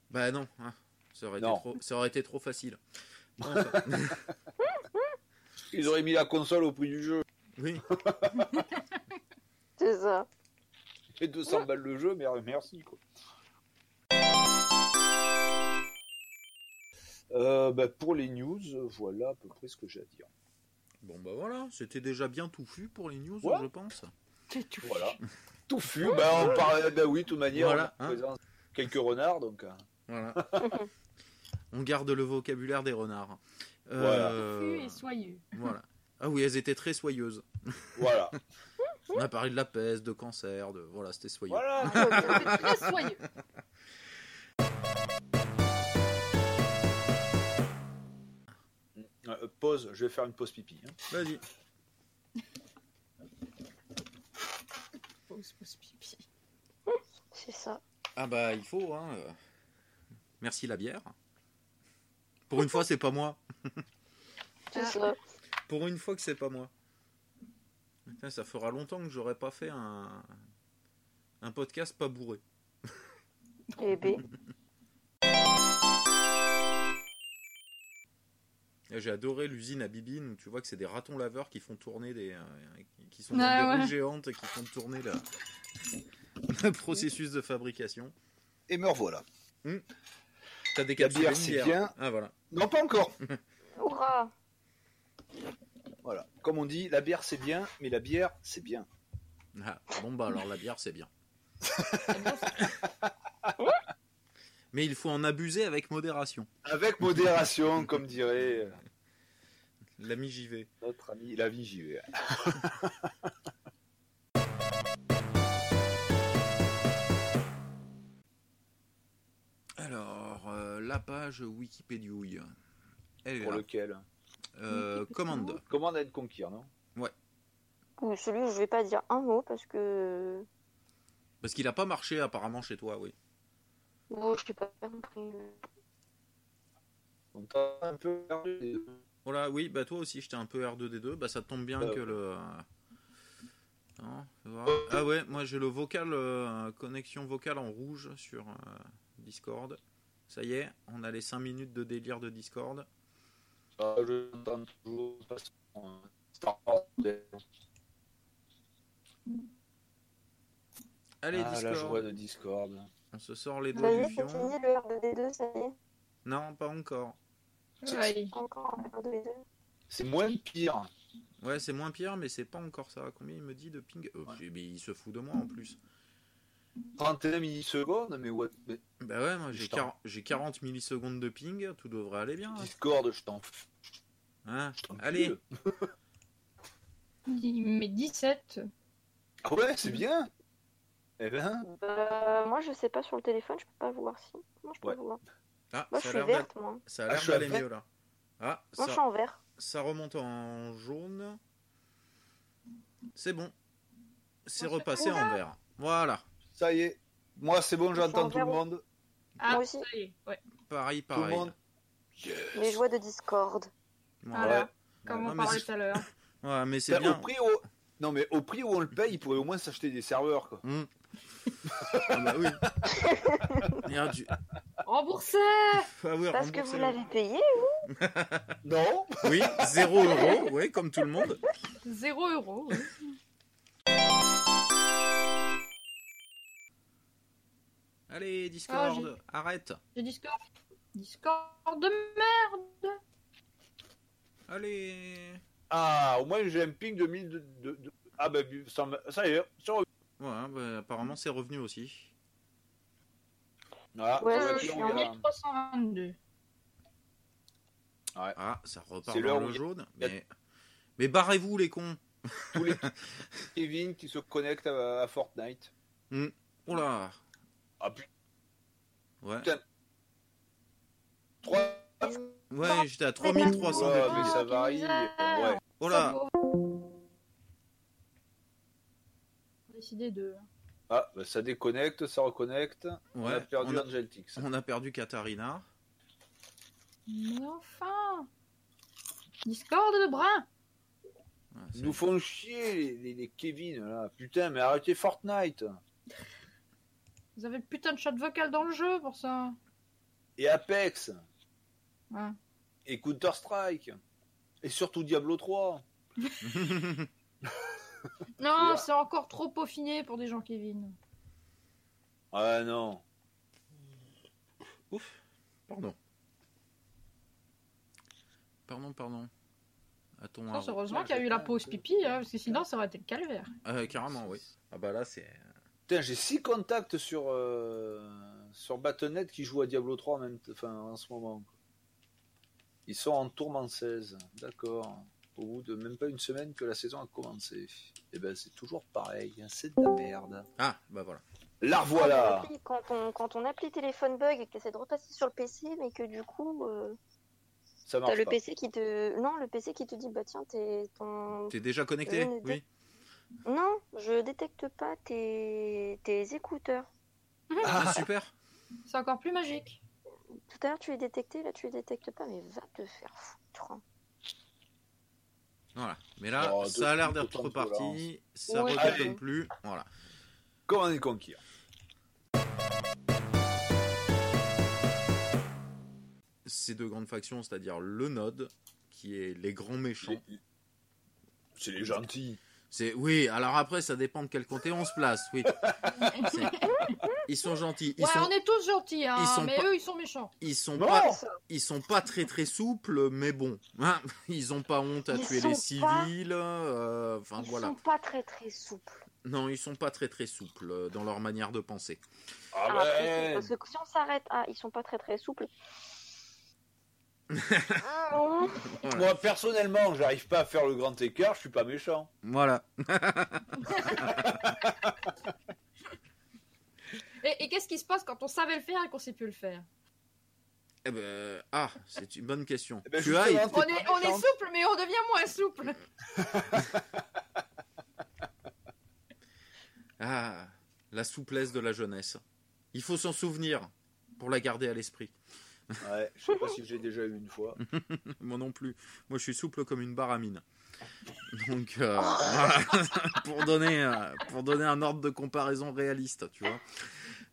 Speaker 3: Bah non, hein. ça aurait été
Speaker 7: Non.
Speaker 3: trop ça aurait été trop facile. Enfin,
Speaker 7: Ils auraient mis la console au prix du jeu.
Speaker 3: oui.
Speaker 11: C'est ça.
Speaker 7: Et 200 balles le jeu, mais merci quoi. Euh, bah, pour les news, voilà à peu près ce que j'ai à dire.
Speaker 3: Bon bah voilà, c'était déjà bien touffu pour les news,
Speaker 7: Ouais.
Speaker 3: je pense.
Speaker 7: Voilà. Tout fut, bah, on parlait, bah oui, de toute manière,
Speaker 3: Voilà,
Speaker 7: on a
Speaker 3: hein.
Speaker 7: présent quelques renards, donc. hein.
Speaker 3: Voilà. On garde le vocabulaire des renards. Euh,
Speaker 12: Fût et soyeux.
Speaker 3: voilà. Ah oui, elles étaient très soyeuses.
Speaker 7: Voilà.
Speaker 3: On a parlé de la peste, de cancer, de voilà, c'était soyeux.
Speaker 7: voilà.
Speaker 9: C'est très soyeux.
Speaker 7: Euh, pause, je vais faire une pause pipi. hein.
Speaker 3: Vas-y.
Speaker 9: Pause, pause, pipi.
Speaker 11: C'est ça.
Speaker 3: Ah bah il faut hein. euh. Merci la bière. Pour une fois, c'est pas moi.
Speaker 11: C'est
Speaker 9: Ah.
Speaker 11: ça.
Speaker 3: Pour une fois que c'est pas moi. Putain, ça fera longtemps que j'aurais pas fait un un podcast pas bourré.
Speaker 11: Et B.
Speaker 3: Et J'ai adoré l'usine à Bibine où tu vois que c'est des ratons laveurs qui font tourner des. euh, qui sont
Speaker 12: Ah
Speaker 3: dans des
Speaker 12: ouais.
Speaker 3: roues géantes et qui font tourner la- le processus de fabrication.
Speaker 7: Et me revoilà.
Speaker 3: T'as des
Speaker 7: La
Speaker 3: capsules
Speaker 7: bière,
Speaker 3: et une
Speaker 7: c'est bien.
Speaker 3: Ah voilà.
Speaker 7: Non, pas encore.
Speaker 11: Hurrah
Speaker 7: Voilà. Comme on dit, la bière c'est bien, mais la bière c'est bien.
Speaker 3: Ah, bon bah alors la bière c'est bien. Mais il faut en abuser avec modération.
Speaker 7: Avec modération, comme dirait euh,
Speaker 3: L'ami JV.
Speaker 7: notre ami la vie j'y vais.
Speaker 3: Alors, euh, la page Wikipédia. Elle est
Speaker 7: Pour
Speaker 3: là.
Speaker 7: lequel
Speaker 3: Euh, commande.
Speaker 7: Command and Conquer, non
Speaker 11: Ou celui où je vais pas dire un mot parce que.
Speaker 3: Parce qu'il a pas marché apparemment chez toi, oui.
Speaker 11: Bon, je sais pas compris.
Speaker 7: Donc t'as un peu perdu les-
Speaker 3: Voilà, oui, bah toi aussi, j'étais un peu R2D2, bah ça tombe bien
Speaker 7: Euh.
Speaker 3: que le. Non, faut voir. Ah ouais, moi j'ai le vocal, euh, connexion vocale en rouge sur euh, Discord. Ça y est, on a les 5 minutes de délire de Discord.
Speaker 7: Ah, je t'entends toujours, de toute façon, euh, Star Wars.
Speaker 3: Allez,
Speaker 7: ah, la
Speaker 3: Discord,
Speaker 7: joie de Discord.
Speaker 3: on se sort les
Speaker 11: Ça
Speaker 3: doigts
Speaker 11: y
Speaker 3: du
Speaker 11: est, c'est
Speaker 3: fion.
Speaker 11: fini le R2D2, ça y est.
Speaker 3: Non, pas encore.
Speaker 12: Ouais.
Speaker 11: Encore un R2D2.
Speaker 7: C'est moins pire.
Speaker 3: Ouais, c'est moins pire, mais c'est pas encore ça. Combien il me dit de ping Oh, mais il se fout de moi en plus.
Speaker 7: 31 millisecondes, mais what mais
Speaker 3: Bah ouais, moi j'ai
Speaker 7: Putain.
Speaker 3: 40, j'ai 40 millisecondes de ping, tout devrait aller bien. hein.
Speaker 7: Discord, je t'en f-
Speaker 3: Hein
Speaker 7: je t'en prie.
Speaker 3: Allez,
Speaker 5: Il met 17.
Speaker 7: Ah ouais, c'est bien Eh ben,
Speaker 11: Bah, moi, je sais pas sur le téléphone, je peux pas voir si. Moi, je peux
Speaker 7: Ouais.
Speaker 11: voir.
Speaker 3: ah, ça a
Speaker 11: Moi, je suis
Speaker 3: l'air d'aller-
Speaker 11: verte, moi.
Speaker 3: ça a
Speaker 7: Ah,
Speaker 3: l'air
Speaker 7: je suis
Speaker 3: d'aller
Speaker 7: après.
Speaker 3: mieux là. Ah,
Speaker 11: Moi, je
Speaker 3: ça-
Speaker 11: suis en vert.
Speaker 3: Ça remonte en jaune. C'est bon. C'est
Speaker 9: On se
Speaker 3: repassé en vert. Voilà.
Speaker 7: ça y est. Moi, c'est bon,
Speaker 11: Je suis
Speaker 7: j'entends
Speaker 11: en
Speaker 7: tout le
Speaker 11: vert.
Speaker 7: monde.
Speaker 12: Ah,
Speaker 11: Moi aussi.
Speaker 12: ça y est, ouais.
Speaker 3: Pareil,
Speaker 7: Tout le
Speaker 3: pareil.
Speaker 7: monde.
Speaker 11: Les joies de Discord.
Speaker 3: Voilà.
Speaker 12: Voilà,
Speaker 7: Ouais.
Speaker 12: Ah, comme
Speaker 3: Ouais,
Speaker 12: on
Speaker 3: mais
Speaker 12: parlait
Speaker 3: c'est-
Speaker 12: tout à l'heure.
Speaker 3: Ouais, mais c'est
Speaker 7: Ben,
Speaker 3: bien.
Speaker 7: Au prix où... Non, mais au prix où on le paye, il pourrait au moins s'acheter des serveurs, quoi.
Speaker 3: Hmm. ah bah oui. Merde, du-
Speaker 12: Remboursé
Speaker 3: Ah oui,
Speaker 11: Parce que vous
Speaker 3: remboursez-le.
Speaker 11: l'avez payé
Speaker 7: Non
Speaker 3: Oui, 0 euros, ouais, comme tout le monde.
Speaker 9: 0 euros. ouais.
Speaker 3: Allez, Discord, arrête.
Speaker 5: J'ai Discord.
Speaker 9: Discord de merde
Speaker 3: Allez
Speaker 7: Ah, au moins j'ai un ping de 1000 de, de- de- Ah bah ça, me- ça y est, sur...
Speaker 3: Ouais, bah, apparemment c'est revenu aussi.
Speaker 7: Ah,
Speaker 11: Ouais,
Speaker 7: c'est
Speaker 11: ouais,
Speaker 7: l'heure
Speaker 9: Euh,
Speaker 11: ouais,
Speaker 9: Je
Speaker 7: où
Speaker 9: suis
Speaker 7: il y a-
Speaker 9: en 1322.
Speaker 3: Ah, ça repart
Speaker 7: C'est l'heure
Speaker 3: dans
Speaker 7: où
Speaker 3: le
Speaker 7: il y a-
Speaker 3: jaune.
Speaker 7: il y a-
Speaker 3: Mais, mais barrez-vous les cons
Speaker 7: tous les Kevin qui se connectent à, à Fortnite.
Speaker 3: Oh là
Speaker 7: Ah putain,
Speaker 3: Ouais,
Speaker 7: trois-
Speaker 3: ouais j'étais à 3300
Speaker 7: Ouais,
Speaker 3: depuis.
Speaker 7: mais ça varie. Ouais.
Speaker 3: Oh là
Speaker 9: On a décidé de.
Speaker 7: Ah, bah, ça déconnecte, ça reconnecte. on a
Speaker 3: Ouais,
Speaker 7: perdu Angeltix.
Speaker 3: on a perdu Katarina.
Speaker 9: Mais enfin Discord de brin
Speaker 3: Ouais,
Speaker 7: Ils
Speaker 3: Ah, c'est-
Speaker 7: nous font chier les, les- les Kevin là. Putain, mais arrêtez Fortnite.
Speaker 9: Vous avez le putain de chat vocal dans le jeu pour ça
Speaker 7: Et Apex.
Speaker 9: Ouais.
Speaker 7: Et Counter Strike. Et surtout Diablo 3.
Speaker 9: Non,
Speaker 7: Ouais.
Speaker 9: c'est encore trop peaufiné pour des gens, Kevin.
Speaker 7: Ah non.
Speaker 3: Ouf Pardon. Pardon, pardon. À ton
Speaker 9: Je pense
Speaker 3: arbre.
Speaker 9: heureusement qu'il y a eu la pause pipi, hein, parce que sinon ça aurait été le calvaire.
Speaker 3: Euh, carrément, oui. Ah bah là, c'est...
Speaker 7: Putain, j'ai six contacts sur euh, sur Battle.net qui jouent à Diablo 3 en même t- enfin, en ce moment. quoi. Ils sont en tourment 16, d'accord. Au bout de même pas une semaine que la saison a commencé. Et ben c'est toujours pareil, hein, c'est de la merde.
Speaker 3: Ah, bah voilà.
Speaker 7: La voilà.
Speaker 11: Quand on, quand on appelle téléphone bug et que c'est de repasser sur le PC, mais que du coup, euh,
Speaker 7: Ça
Speaker 11: t'as
Speaker 7: marche
Speaker 11: le
Speaker 7: pas.
Speaker 11: PC qui te. Non, le PC qui te dit, bah tiens, t'es ton.
Speaker 3: T'es déjà connecté
Speaker 9: Euh,
Speaker 11: Oui, mais
Speaker 3: Oui.
Speaker 11: Non, je détecte pas tes, tes écouteurs.
Speaker 3: Ah, super
Speaker 9: C'est encore plus magique.
Speaker 11: Tout à l'heure, tu les détectais, là, tu les détectes pas, mais va te faire foutre. hein.
Speaker 3: Voilà. Mais là,
Speaker 7: Oh,
Speaker 3: ça a l'air
Speaker 7: deux-
Speaker 3: d'être
Speaker 7: deux temps de
Speaker 3: reparti. Ça
Speaker 9: Ouais.
Speaker 3: ne
Speaker 7: Allez.
Speaker 3: plus. Voilà.
Speaker 7: Comment on est conquis
Speaker 3: Ces deux grandes factions, c'est-à-dire le Node, qui est les grands méchants.
Speaker 7: Les- C'est les gentils.
Speaker 3: C'est oui. Alors après, ça dépend de quel comté on se place. Oui. C'est- Ils sont gentils. Ils
Speaker 9: ouais,
Speaker 3: sont,
Speaker 9: on est tous gentils, hein,
Speaker 3: ils sont
Speaker 9: mais
Speaker 3: pas-
Speaker 9: eux ils sont méchants.
Speaker 3: ils sont
Speaker 7: Non
Speaker 3: pas, ils sont pas très très souples, mais bon. Hein, ils ont pas honte à
Speaker 11: Ils
Speaker 3: tuer les
Speaker 11: sont pas-
Speaker 3: civils. euh, Enfin
Speaker 11: Ils
Speaker 3: voilà.
Speaker 11: sont pas très très souples.
Speaker 3: Non, ils sont pas très très souples euh, dans leur manière de penser.
Speaker 7: Ah
Speaker 11: Alors, après, c'est
Speaker 7: ouais.
Speaker 11: parce que si on s'arrête à ils sont pas très très souples. Ah,
Speaker 3: Voilà.
Speaker 7: Moi personnellement, j'arrive pas à faire le grand écart, je suis pas méchant.
Speaker 3: Voilà.
Speaker 9: Et, et qu'est-ce qui se passe quand on savait le faire et qu'on sait plus le faire
Speaker 3: Eh ben, ah, c'est une bonne question.
Speaker 7: Eh ben,
Speaker 3: tu as
Speaker 7: justement,
Speaker 9: on
Speaker 7: T'es
Speaker 9: est,
Speaker 7: pas
Speaker 9: on est
Speaker 7: méchante.
Speaker 9: souple, mais on devient moins souple.
Speaker 3: Ah, la souplesse de la jeunesse. Il faut s'en souvenir pour la garder à l'esprit.
Speaker 7: Ouais, je sais pas si j'ai déjà eu une fois.
Speaker 3: Moi non plus. Moi, je suis souple comme une barre à mine. Donc, euh, voilà. pour, donner, euh, pour donner un ordre de comparaison réaliste, tu vois.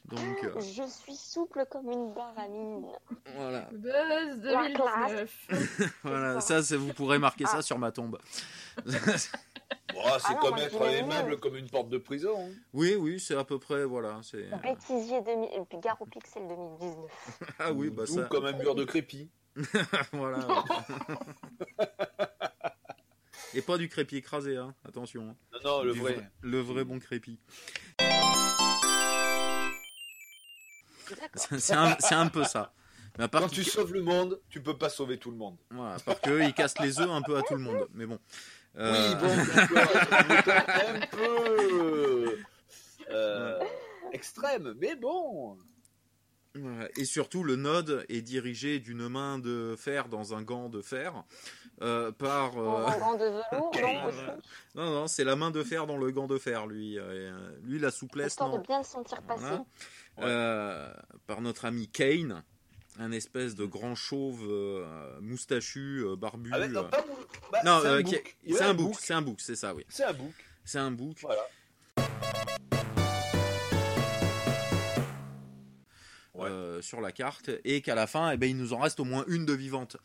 Speaker 3: Donc, euh,
Speaker 11: je suis souple comme une barre à mine.
Speaker 3: voilà.
Speaker 9: Buzz 2019.
Speaker 3: voilà. Ça, c'est- vous pourrez marquer ça sur ma tombe.
Speaker 7: Bon, Oh, c'est
Speaker 11: Ah non,
Speaker 7: comme
Speaker 11: moi, je
Speaker 7: être
Speaker 11: dirais
Speaker 7: aimable
Speaker 11: mieux.
Speaker 7: comme une porte de prison. hein.
Speaker 3: oui, oui, c'est à peu près, voilà. c'est-
Speaker 11: Bêtisier 2000, gare au pixel 2019.
Speaker 3: Ah oui, bah
Speaker 7: Ou
Speaker 3: ça,
Speaker 7: comme un mur de crépi.
Speaker 3: voilà. Et pas du crépi écrasé, hein. attention. hein.
Speaker 7: Non, non, Oh, le
Speaker 3: Du
Speaker 7: vrai.
Speaker 3: Le vrai bon crépi.
Speaker 11: D'accord.
Speaker 3: C'est un, c'est un peu ça. Mais à part
Speaker 7: Quand
Speaker 3: qu'il-
Speaker 7: tu sauves le monde, tu peux pas sauver tout le monde.
Speaker 3: Voilà, à part qu'eux, ils cassent les œufs un peu à tout le monde. Mais bon. Euh,
Speaker 7: Oui, bon, d'accord, on est un peu euh, extrême, mais bon.
Speaker 3: voilà. Et surtout, le node est dirigé d'une main de fer dans un gant de fer euh, par.
Speaker 11: Dans
Speaker 3: euh,
Speaker 11: un gant de velours, non,
Speaker 3: euh, Non, non, c'est la main de fer dans le gant de fer, lui. Euh, lui, la souplesse,
Speaker 11: histoire de
Speaker 3: non. Hein,
Speaker 11: bien le sentir passer.
Speaker 3: Voilà. Euh, par notre ami Kane, un espèce de grand chauve euh, moustachu, euh, barbu.
Speaker 7: Ah, mais
Speaker 3: euh.
Speaker 7: non, pas mou- bah,
Speaker 3: Non,
Speaker 7: c'est
Speaker 3: euh,
Speaker 7: un
Speaker 3: qui-
Speaker 7: bouc. Il y a
Speaker 3: c'est un bouc, c'est un bouc, c'est ça, oui.
Speaker 7: C'est un bouc.
Speaker 3: C'est un bouc.
Speaker 7: Voilà.
Speaker 3: euh, sur la carte et qu'à la fin, eh ben, il nous en reste au moins une de vivante.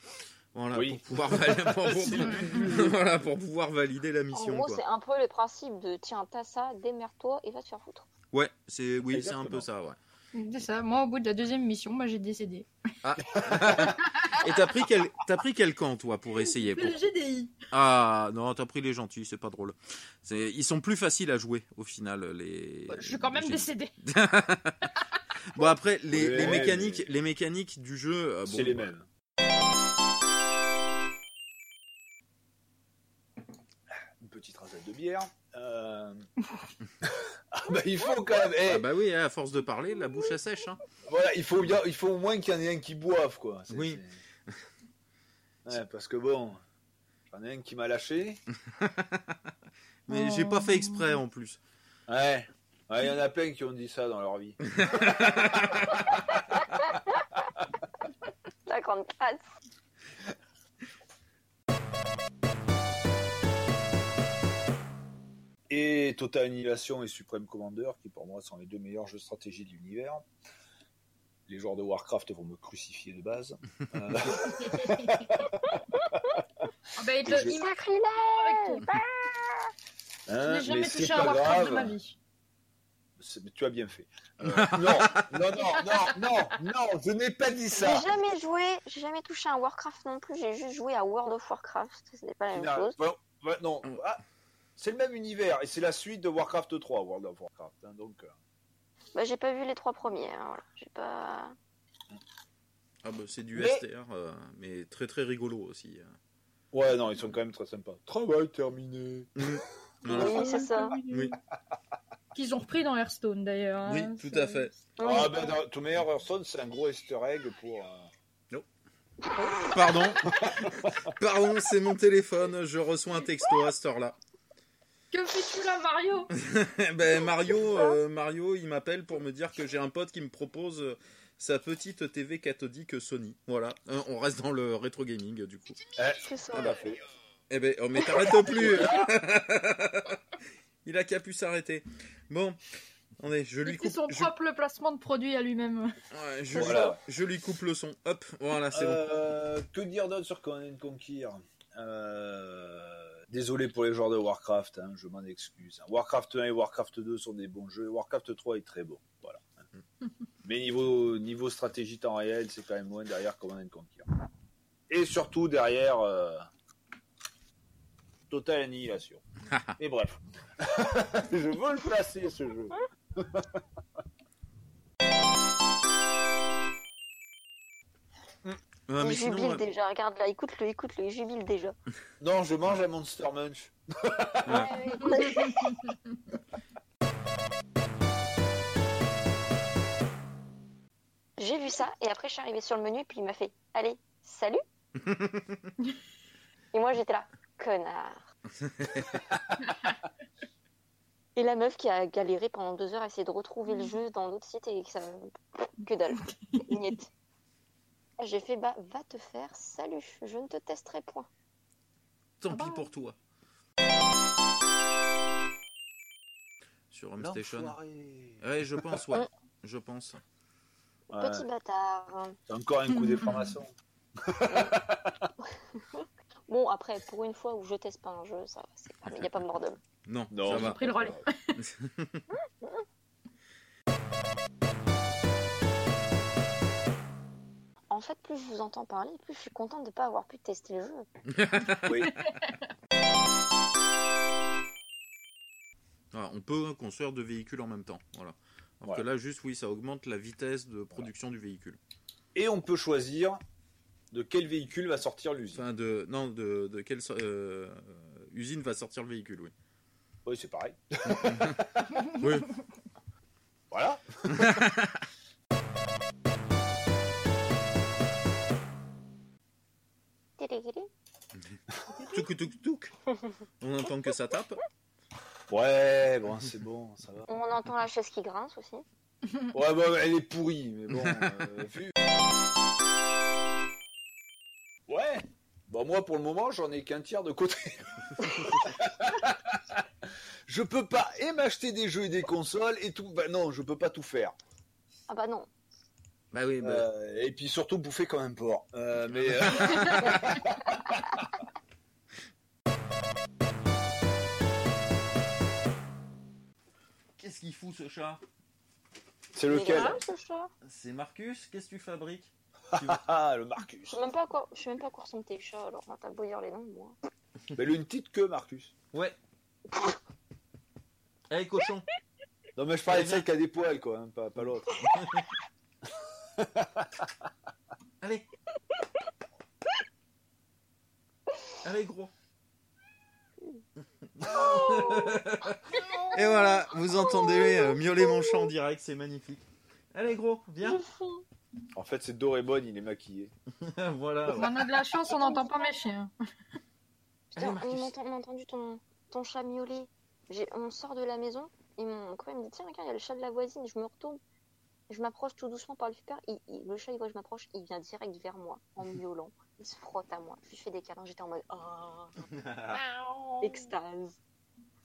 Speaker 3: Voilà,
Speaker 7: Oui.
Speaker 3: pour, pouvoir valider, pour, pour- voilà, pour pouvoir valider la
Speaker 11: En
Speaker 3: mission.
Speaker 11: gros,
Speaker 3: quoi.
Speaker 11: c'est un peu le principe de tiens, t'as ça, démerde-toi et va te faire foutre.
Speaker 3: Ouais, c'est oui, c'est un
Speaker 7: Exactement.
Speaker 3: peu ça. Ouais.
Speaker 9: C'est ça. Moi, au bout de la deuxième mission, moi, j'ai décédé.
Speaker 3: Et t'as pris quel, t'as pris quel camp toi pour essayer
Speaker 12: Fais
Speaker 3: pour-
Speaker 12: le GDI.
Speaker 3: Ah non, t'as pris les gentils, c'est pas drôle. C'est- Ils sont plus faciles à jouer au final les.
Speaker 9: Je suis quand même
Speaker 3: les-
Speaker 9: décédé.
Speaker 3: Bon après les,
Speaker 7: Ouais,
Speaker 3: les
Speaker 7: mais-
Speaker 3: mécaniques, les mécaniques du jeu. euh,
Speaker 7: C'est
Speaker 3: bon, bah.
Speaker 7: les mêmes. Une petite rasade de bière. Euh, ah bah il faut quand même. eh,
Speaker 3: Ah bah oui, à force de parler, la bouche à sèche. Hein.
Speaker 7: Voilà, il faut, bien- il faut au moins qu'il y en ait un qui boive, quoi. C'est-
Speaker 3: Oui.
Speaker 7: c'est- Ouais, parce que bon, j'en ai un qui m'a lâché.
Speaker 3: Mais j'ai pas fait exprès en plus.
Speaker 7: Ouais. Ouais, il y en a plein qui ont dit ça dans leur vie.
Speaker 11: La grande passe.
Speaker 7: Et Total Annihilation et Supreme Commander, qui pour moi sont les deux meilleurs jeux de stratégie de l'univers. Les joueurs de Warcraft vont me crucifier de base. Euh,
Speaker 9: Ah bah, il te-
Speaker 7: Je-
Speaker 9: il m'a
Speaker 11: Sacrilège
Speaker 9: avec toi. Je
Speaker 7: hein,
Speaker 9: n'ai jamais
Speaker 7: mais c'est
Speaker 9: touché un
Speaker 7: pas
Speaker 9: Warcraft de
Speaker 7: grave.
Speaker 9: ma vie.
Speaker 7: C'est- mais tu as bien fait. Euh, non, non, non, non, non, non, je n'ai pas dit
Speaker 11: J'ai
Speaker 7: ça.
Speaker 11: jamais joué, j'ai jamais touché à Warcraft non plus, j'ai juste joué à World of Warcraft, ce n'est pas la même
Speaker 7: Non,
Speaker 11: chose.
Speaker 7: voilà, voilà, non. Ah, c'est le même univers et c'est la suite de Warcraft 3, World of Warcraft. hein, donc, euh,
Speaker 11: Bah, j'ai pas vu les trois premiers, hein, voilà. j'ai pas...
Speaker 3: Ah bah c'est du
Speaker 7: Mais-
Speaker 3: STR, euh, mais très très rigolo aussi. euh.
Speaker 7: ouais, non, ils sont quand même très sympas. Travail terminé.
Speaker 3: Voilà.
Speaker 11: Oui, c'est ça.
Speaker 3: Oui.
Speaker 9: Qu'ils ont repris dans Hearthstone d'ailleurs. hein.
Speaker 3: Oui,
Speaker 9: C'est-
Speaker 3: tout à fait.
Speaker 7: Ah ben, dans- tout meilleur Hearthstone, c'est un gros Easter egg pour. euh,
Speaker 3: Pardon. Pardon, c'est mon téléphone. Je reçois un texto à cette heure-là.
Speaker 9: Que fais-tu là, Mario
Speaker 3: ben, Mario, euh, Mario, il m'appelle pour me dire que j'ai un pote qui me propose euh, sa petite TV cathodique Sony. Voilà. Euh, on reste dans le rétro gaming euh, du coup.
Speaker 11: Que ça.
Speaker 7: Ah bah, fait.
Speaker 3: Eh ben, oh, mais t'arrêtes plus. il a qu'à pu s'arrêter. Bon. Attendez, je
Speaker 9: Il
Speaker 3: lui
Speaker 9: fait
Speaker 3: coupe.
Speaker 9: son
Speaker 3: je-
Speaker 9: propre placement de produit à lui-même.
Speaker 3: ouais, je,
Speaker 7: Voilà.
Speaker 3: lui, je lui coupe le son. Hop, voilà, c'est bon.
Speaker 7: Euh, que dire d'autre sur Command Conquer Euh, Désolé pour les joueurs de Warcraft, hein, je m'en excuse. Warcraft 1 et Warcraft 2 sont des bons jeux. Warcraft 3 est très bon, voilà. Mais niveau, niveau stratégie temps réel, c'est quand même loin derrière Command Conquer. Et surtout derrière euh, Total Annihilation. Mais bref, je veux le placer ce jeu.
Speaker 3: Ah, mais
Speaker 11: il jubile
Speaker 3: sinon, euh,
Speaker 11: déjà, regarde-là, écoute-le, écoute-le, il jubile déjà.
Speaker 7: Non, je mange un Monster Munch.
Speaker 11: J'ai vu ça, et après je suis arrivée sur le menu, puis il m'a fait « Allez, salut !» Et moi j'étais là « Connard !» Et la meuf qui a galéré pendant deux heures à essayer de retrouver le jeu dans l'autre site et que ça... Que dalle. Niet. J'ai fait « Bah, va te faire, salut, je ne te testerai point.
Speaker 3: Tant pis pour toi. Sur Home Station.
Speaker 7: L'enfoiré.
Speaker 3: Ouais, je pense, ouais. Je pense.
Speaker 7: Ouais,
Speaker 11: Petit bâtard !»
Speaker 7: c'est encore un coup des francs-maçons.
Speaker 11: Bon, après, pour une fois où je teste pas un jeu, ça, c'est pas- il n'y a pas mort d'homme.
Speaker 3: Non,
Speaker 7: Non,
Speaker 3: ça
Speaker 7: j'ai
Speaker 3: va.
Speaker 9: pris le relais.
Speaker 11: En fait, plus je vous entends parler, plus je suis contente de ne pas avoir pu tester le jeu.
Speaker 7: Oui.
Speaker 3: Voilà, on peut hein, construire deux véhicules en même temps. Voilà. Alors que là, juste, oui, ça augmente la vitesse de production du véhicule.
Speaker 7: et on peut choisir de quel véhicule va sortir l'usine.
Speaker 3: Enfin, de. Non, de, de quelle so- euh, euh, usine va sortir le véhicule, oui.
Speaker 7: Oui, c'est pareil.
Speaker 3: Oui.
Speaker 7: Voilà.
Speaker 11: Télé-télé.
Speaker 3: Touk, touk, touk. On entend que ça tape.
Speaker 7: Ouais, bon, c'est bon, ça va.
Speaker 11: On entend la chaise qui grince aussi.
Speaker 7: Ouais, bon, elle est pourrie, mais bon. euh, vu- Ouais. Bon, moi, pour le moment, j'en ai qu'un tiers de côté. je peux pas et m'acheter des jeux et des consoles et tout. Bah non, je peux pas tout faire.
Speaker 11: Ah bah non.
Speaker 3: Bah oui,
Speaker 7: Euh, et puis surtout bouffer comme un porc. Euh, mais euh,
Speaker 3: Qu'est-ce qu'il fout ce chat
Speaker 7: C'est lequel
Speaker 11: grave, ce soir.
Speaker 3: C'est Marcus, qu'est-ce que tu fabriques
Speaker 7: Ah, le Marcus.
Speaker 11: Je sais même pas encore, je sais même pas encore son chat, alors on va beau dire les noms, moi.
Speaker 7: Mais lui, une petite queue, Marcus.
Speaker 3: Ouais. Allez, cochon
Speaker 7: Non, mais je parlais de celle qui a des poils, quoi, hein, pas, pas l'autre.
Speaker 3: Allez Allez, gros Et voilà, vous entendez euh, miauler mon chat en direct, c'est magnifique. Allez, gros, viens
Speaker 7: En fait, c'est Dorémon, il est maquillé.
Speaker 3: Voilà. ouais.
Speaker 9: On a de la chance, on n'entend pas mes chiens.
Speaker 11: Putain,
Speaker 3: Allez, Marcus.
Speaker 11: on, entend- on a entendu ton, ton chat miauler. J'ai- On sort de la maison, et mon copain me dit Tiens, regarde, il y a le chat de la voisine. Je me retourne, je m'approche tout doucement par le super. Il- il- le chat, il voit que je m'approche, il vient direct vers moi en miaulant. Il se frotte à moi. Je lui fais des câlins, j'étais en mode Oh, extase.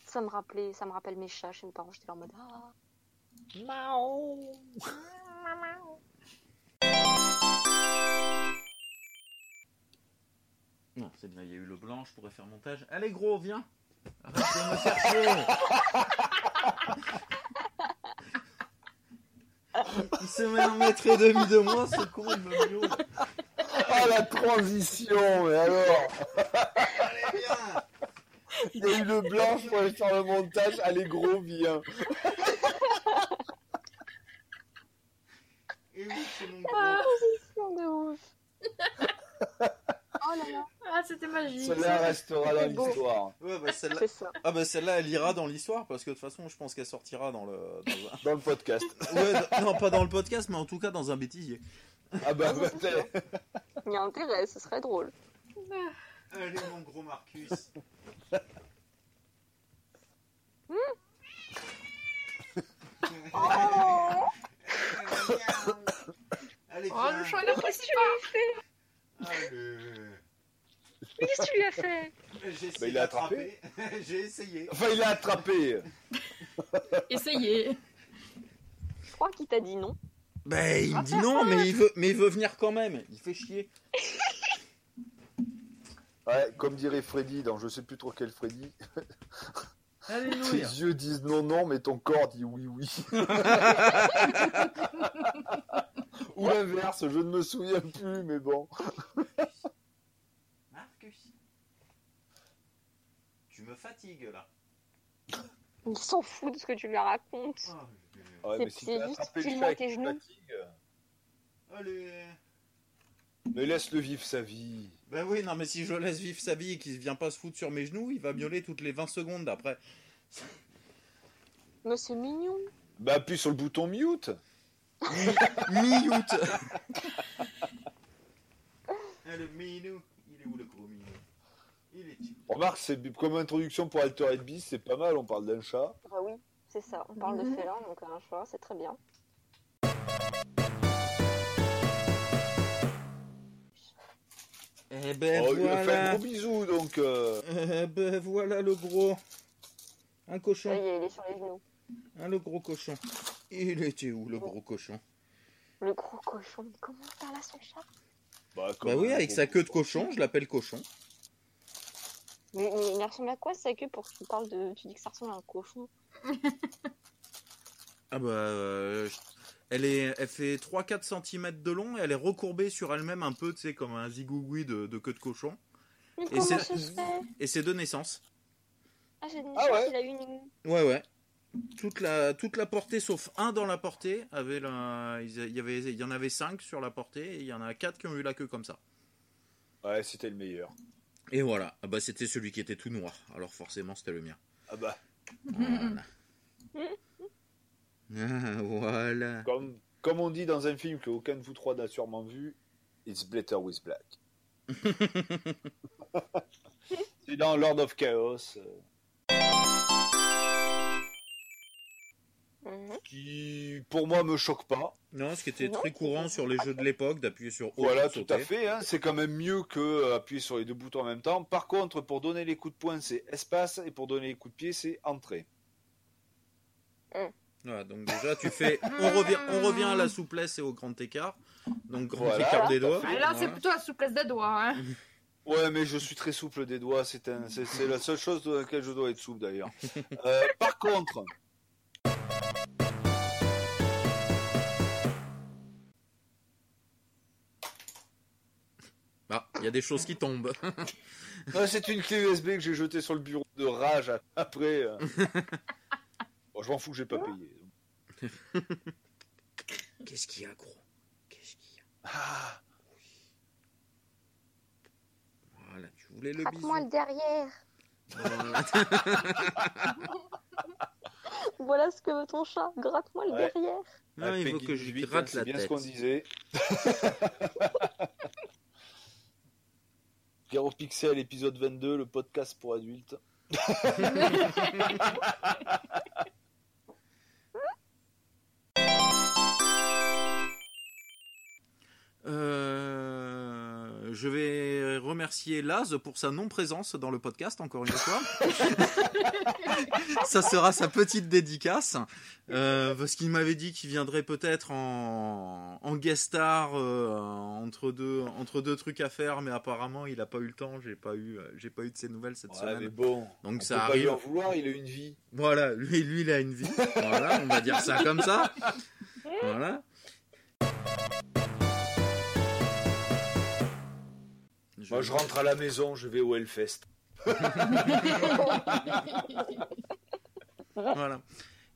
Speaker 11: Ça me rappelait, ça me rappelle mes chats chez mes parents. J'étais là en mode Ah.
Speaker 3: Non, c'est bien, il y a eu le blanc, je pourrais faire montage. Allez, gros, viens Arrête de me faire chier Il se met un mètre et demi de moi, ce con, il me miaule.
Speaker 7: Ah, la transition, mais alors
Speaker 3: Allez, viens
Speaker 7: Il a eu le blanc pour aller faire le montage. Allez, gros, viens.
Speaker 2: Et oui, c'est mon
Speaker 3: Ah.
Speaker 2: gros.
Speaker 11: Oh là là,
Speaker 9: Ah, c'était magique.
Speaker 7: Cela restera dans
Speaker 11: c'est beau.
Speaker 7: l'histoire.
Speaker 3: Ouais, bah, celle-là,
Speaker 11: c'est ça.
Speaker 3: Ah bah celle-là, elle ira dans l'histoire parce que de toute façon, je pense qu'elle sortira dans le. dans un-
Speaker 7: Dans le podcast.
Speaker 3: Ouais, dans- non, pas dans le podcast, mais en tout cas dans un bêtisier.
Speaker 7: Ah, bah, bah, t'es-
Speaker 11: Il y a intérêt, ce serait drôle.
Speaker 3: Allez, mon gros Marcus.
Speaker 2: Allez,
Speaker 9: Oh, le chat, il apprécie pas.
Speaker 2: Mais qu'est-ce que tu lui as fait
Speaker 7: Bah,
Speaker 2: J'ai
Speaker 7: il l'a attrapé.
Speaker 2: attrapé. J'ai essayé.
Speaker 7: Enfin, il l'a attrapé.
Speaker 12: Essayez.
Speaker 11: Je crois qu'il t'a dit non.
Speaker 3: Ben, il me dit non, mais il veut, mais il veut venir quand même. Il fait chier.
Speaker 7: Ouais, comme dirait Freddy dans je sais plus trop quel Freddy,
Speaker 3: Allez,
Speaker 7: tes yeux disent non, non, mais ton corps dit oui, oui. Ou l'inverse, je ne me souviens plus, mais bon.
Speaker 3: Marcus. Tu me fatigues là.
Speaker 11: Il s'en fout de ce que tu lui racontes.
Speaker 3: Ah,
Speaker 7: Ouais,
Speaker 11: C'est-
Speaker 7: mais si
Speaker 11: c'est
Speaker 7: t'as
Speaker 11: juste
Speaker 7: attrapé le
Speaker 11: pile
Speaker 7: chat
Speaker 11: dans
Speaker 7: et
Speaker 11: tes
Speaker 7: qu'il
Speaker 11: genoux.
Speaker 7: fatigue, euh,
Speaker 2: Allez.
Speaker 7: mais laisse-le vivre sa vie.
Speaker 3: Ben oui, non, mais si je le laisse vivre sa vie et qu'il vient pas se foutre sur mes genoux, il va miauler toutes les 20 secondes après.
Speaker 11: Mais c'est mignon.
Speaker 7: Bah appuie sur le bouton mute.
Speaker 3: Mi-août.
Speaker 2: Ah, le minou. Il est où le gros minou Il est où
Speaker 7: Remarque, c'est comme introduction pour Altered Beast, c'est pas mal, on parle d'un chat.
Speaker 11: Bah oui, c'est ça. On parle de félin, donc un choix, c'est très bien.
Speaker 3: Eh ben
Speaker 7: Oh, il lui a fait un
Speaker 3: voilà.
Speaker 7: gros bisou, donc... euh,
Speaker 3: Eh ben voilà le gros. Un
Speaker 11: Ça
Speaker 3: cochon.
Speaker 11: y est, il est sur les genoux.
Speaker 3: Hein, le gros cochon. Il était où le gros cochon
Speaker 11: Le gros cochon, mais comment t'as là son chat
Speaker 7: Bah, comme
Speaker 3: Bah oui,
Speaker 7: un
Speaker 3: avec
Speaker 7: gros-
Speaker 3: sa queue de cochon, je l'appelle cochon.
Speaker 11: mais, mais il ressemble à quoi sa queue pour que tu parles de. Tu dis que ça ressemble à un cochon
Speaker 3: Ah bah, euh, je- elle, est, elle fait 3-4 cm de long et elle est recourbée sur elle-même un peu, tu sais, comme un zigougoui de, de queue de cochon.
Speaker 11: Mais
Speaker 3: Et c'est-
Speaker 11: comment ça se fait
Speaker 3: Et c'est de naissance.
Speaker 11: Ah, j'ai une
Speaker 7: Ah
Speaker 11: chance,
Speaker 7: ouais.
Speaker 11: il a eu une.
Speaker 3: Ouais, ouais. Toute la, toute la portée, sauf un dans la portée, avait la- ils a- il, y avait, il y en avait 5 sur la portée et il y en a 4 qui ont eu la queue comme ça.
Speaker 7: Ouais, c'était le meilleur.
Speaker 3: Et voilà. Ah bah, c'était celui qui était tout noir. Alors forcément, c'était le mien.
Speaker 7: Ah bah,
Speaker 3: Voilà. Ah, voilà.
Speaker 7: comme, comme on dit dans un film que aucun de vous trois n'a sûrement vu, It's Better with Black. c'est dans Lord of Chaos. euh,
Speaker 11: Mhm.
Speaker 7: Qui, pour moi, me choque pas.
Speaker 3: Non, ce qui était
Speaker 11: Non,
Speaker 3: très courant sur les jeux de l'époque, d'appuyer sur haut
Speaker 7: Voilà,
Speaker 3: pour
Speaker 7: tout
Speaker 3: sauter.
Speaker 7: à fait. hein, C'est quand même mieux que euh, appuyer sur les deux boutons en même temps. Par contre, pour donner les coups de poing, c'est espace, et pour donner les coups de pied, c'est entrée.
Speaker 3: Voilà, donc déjà tu fais, on revient, on revient à la souplesse et au grand écart, donc grand
Speaker 7: Voilà,
Speaker 3: écart des
Speaker 7: tout à
Speaker 3: doigts.
Speaker 7: fait.
Speaker 9: Ah, Là, c'est
Speaker 3: Voilà.
Speaker 9: plutôt la souplesse des doigts. Hein.
Speaker 7: Ouais, mais je suis très souple des doigts. C'est un- c'est- c'est la seule chose dans laquelle je dois être souple d'ailleurs. Euh, par contre,
Speaker 3: Bah, y a des choses qui tombent.
Speaker 7: Ah, c'est une clé USB que j'ai jetée sur le bureau de rage a- après. euh. bon, je m'en fous, j'ai pas payé.
Speaker 3: Qu'est-ce qu'il y a, gros Qu'est-ce qu'il y a
Speaker 7: Ah,
Speaker 3: Voilà, tu voulais le
Speaker 11: Frappe-moi le
Speaker 3: bison.
Speaker 11: derrière.
Speaker 3: Voilà.
Speaker 11: Voilà ce que veut ton chat. Gratte-moi le
Speaker 7: Ouais.
Speaker 11: derrière.
Speaker 3: Non, il veut
Speaker 7: Peggy
Speaker 3: que je lui
Speaker 7: 18,
Speaker 3: gratte
Speaker 7: c'est
Speaker 3: la
Speaker 7: bien
Speaker 3: tête.
Speaker 7: ce qu'on disait. Garo Pixel, épisode 22, le podcast pour adultes.
Speaker 3: Euh, je vais remercier Laz pour sa non-présence dans le podcast, encore une fois. Ça sera sa petite dédicace. Euh, parce qu'il m'avait dit qu'il viendrait peut-être en, en guest star euh, entre, deux, entre deux trucs à faire, mais apparemment il n'a pas eu le temps. J'ai pas eu, euh, j'ai pas eu de ses nouvelles cette
Speaker 7: Ouais,
Speaker 3: semaine.
Speaker 7: mais bon.
Speaker 3: Donc
Speaker 7: on
Speaker 3: ça
Speaker 7: peut pas
Speaker 3: arrive.
Speaker 7: lui en vouloir, il a une vie.
Speaker 3: Voilà, lui, lui, il a une vie. Voilà, on va dire ça comme ça. Voilà.
Speaker 7: Moi, je rentre à la maison, je vais au Hellfest.
Speaker 3: Voilà.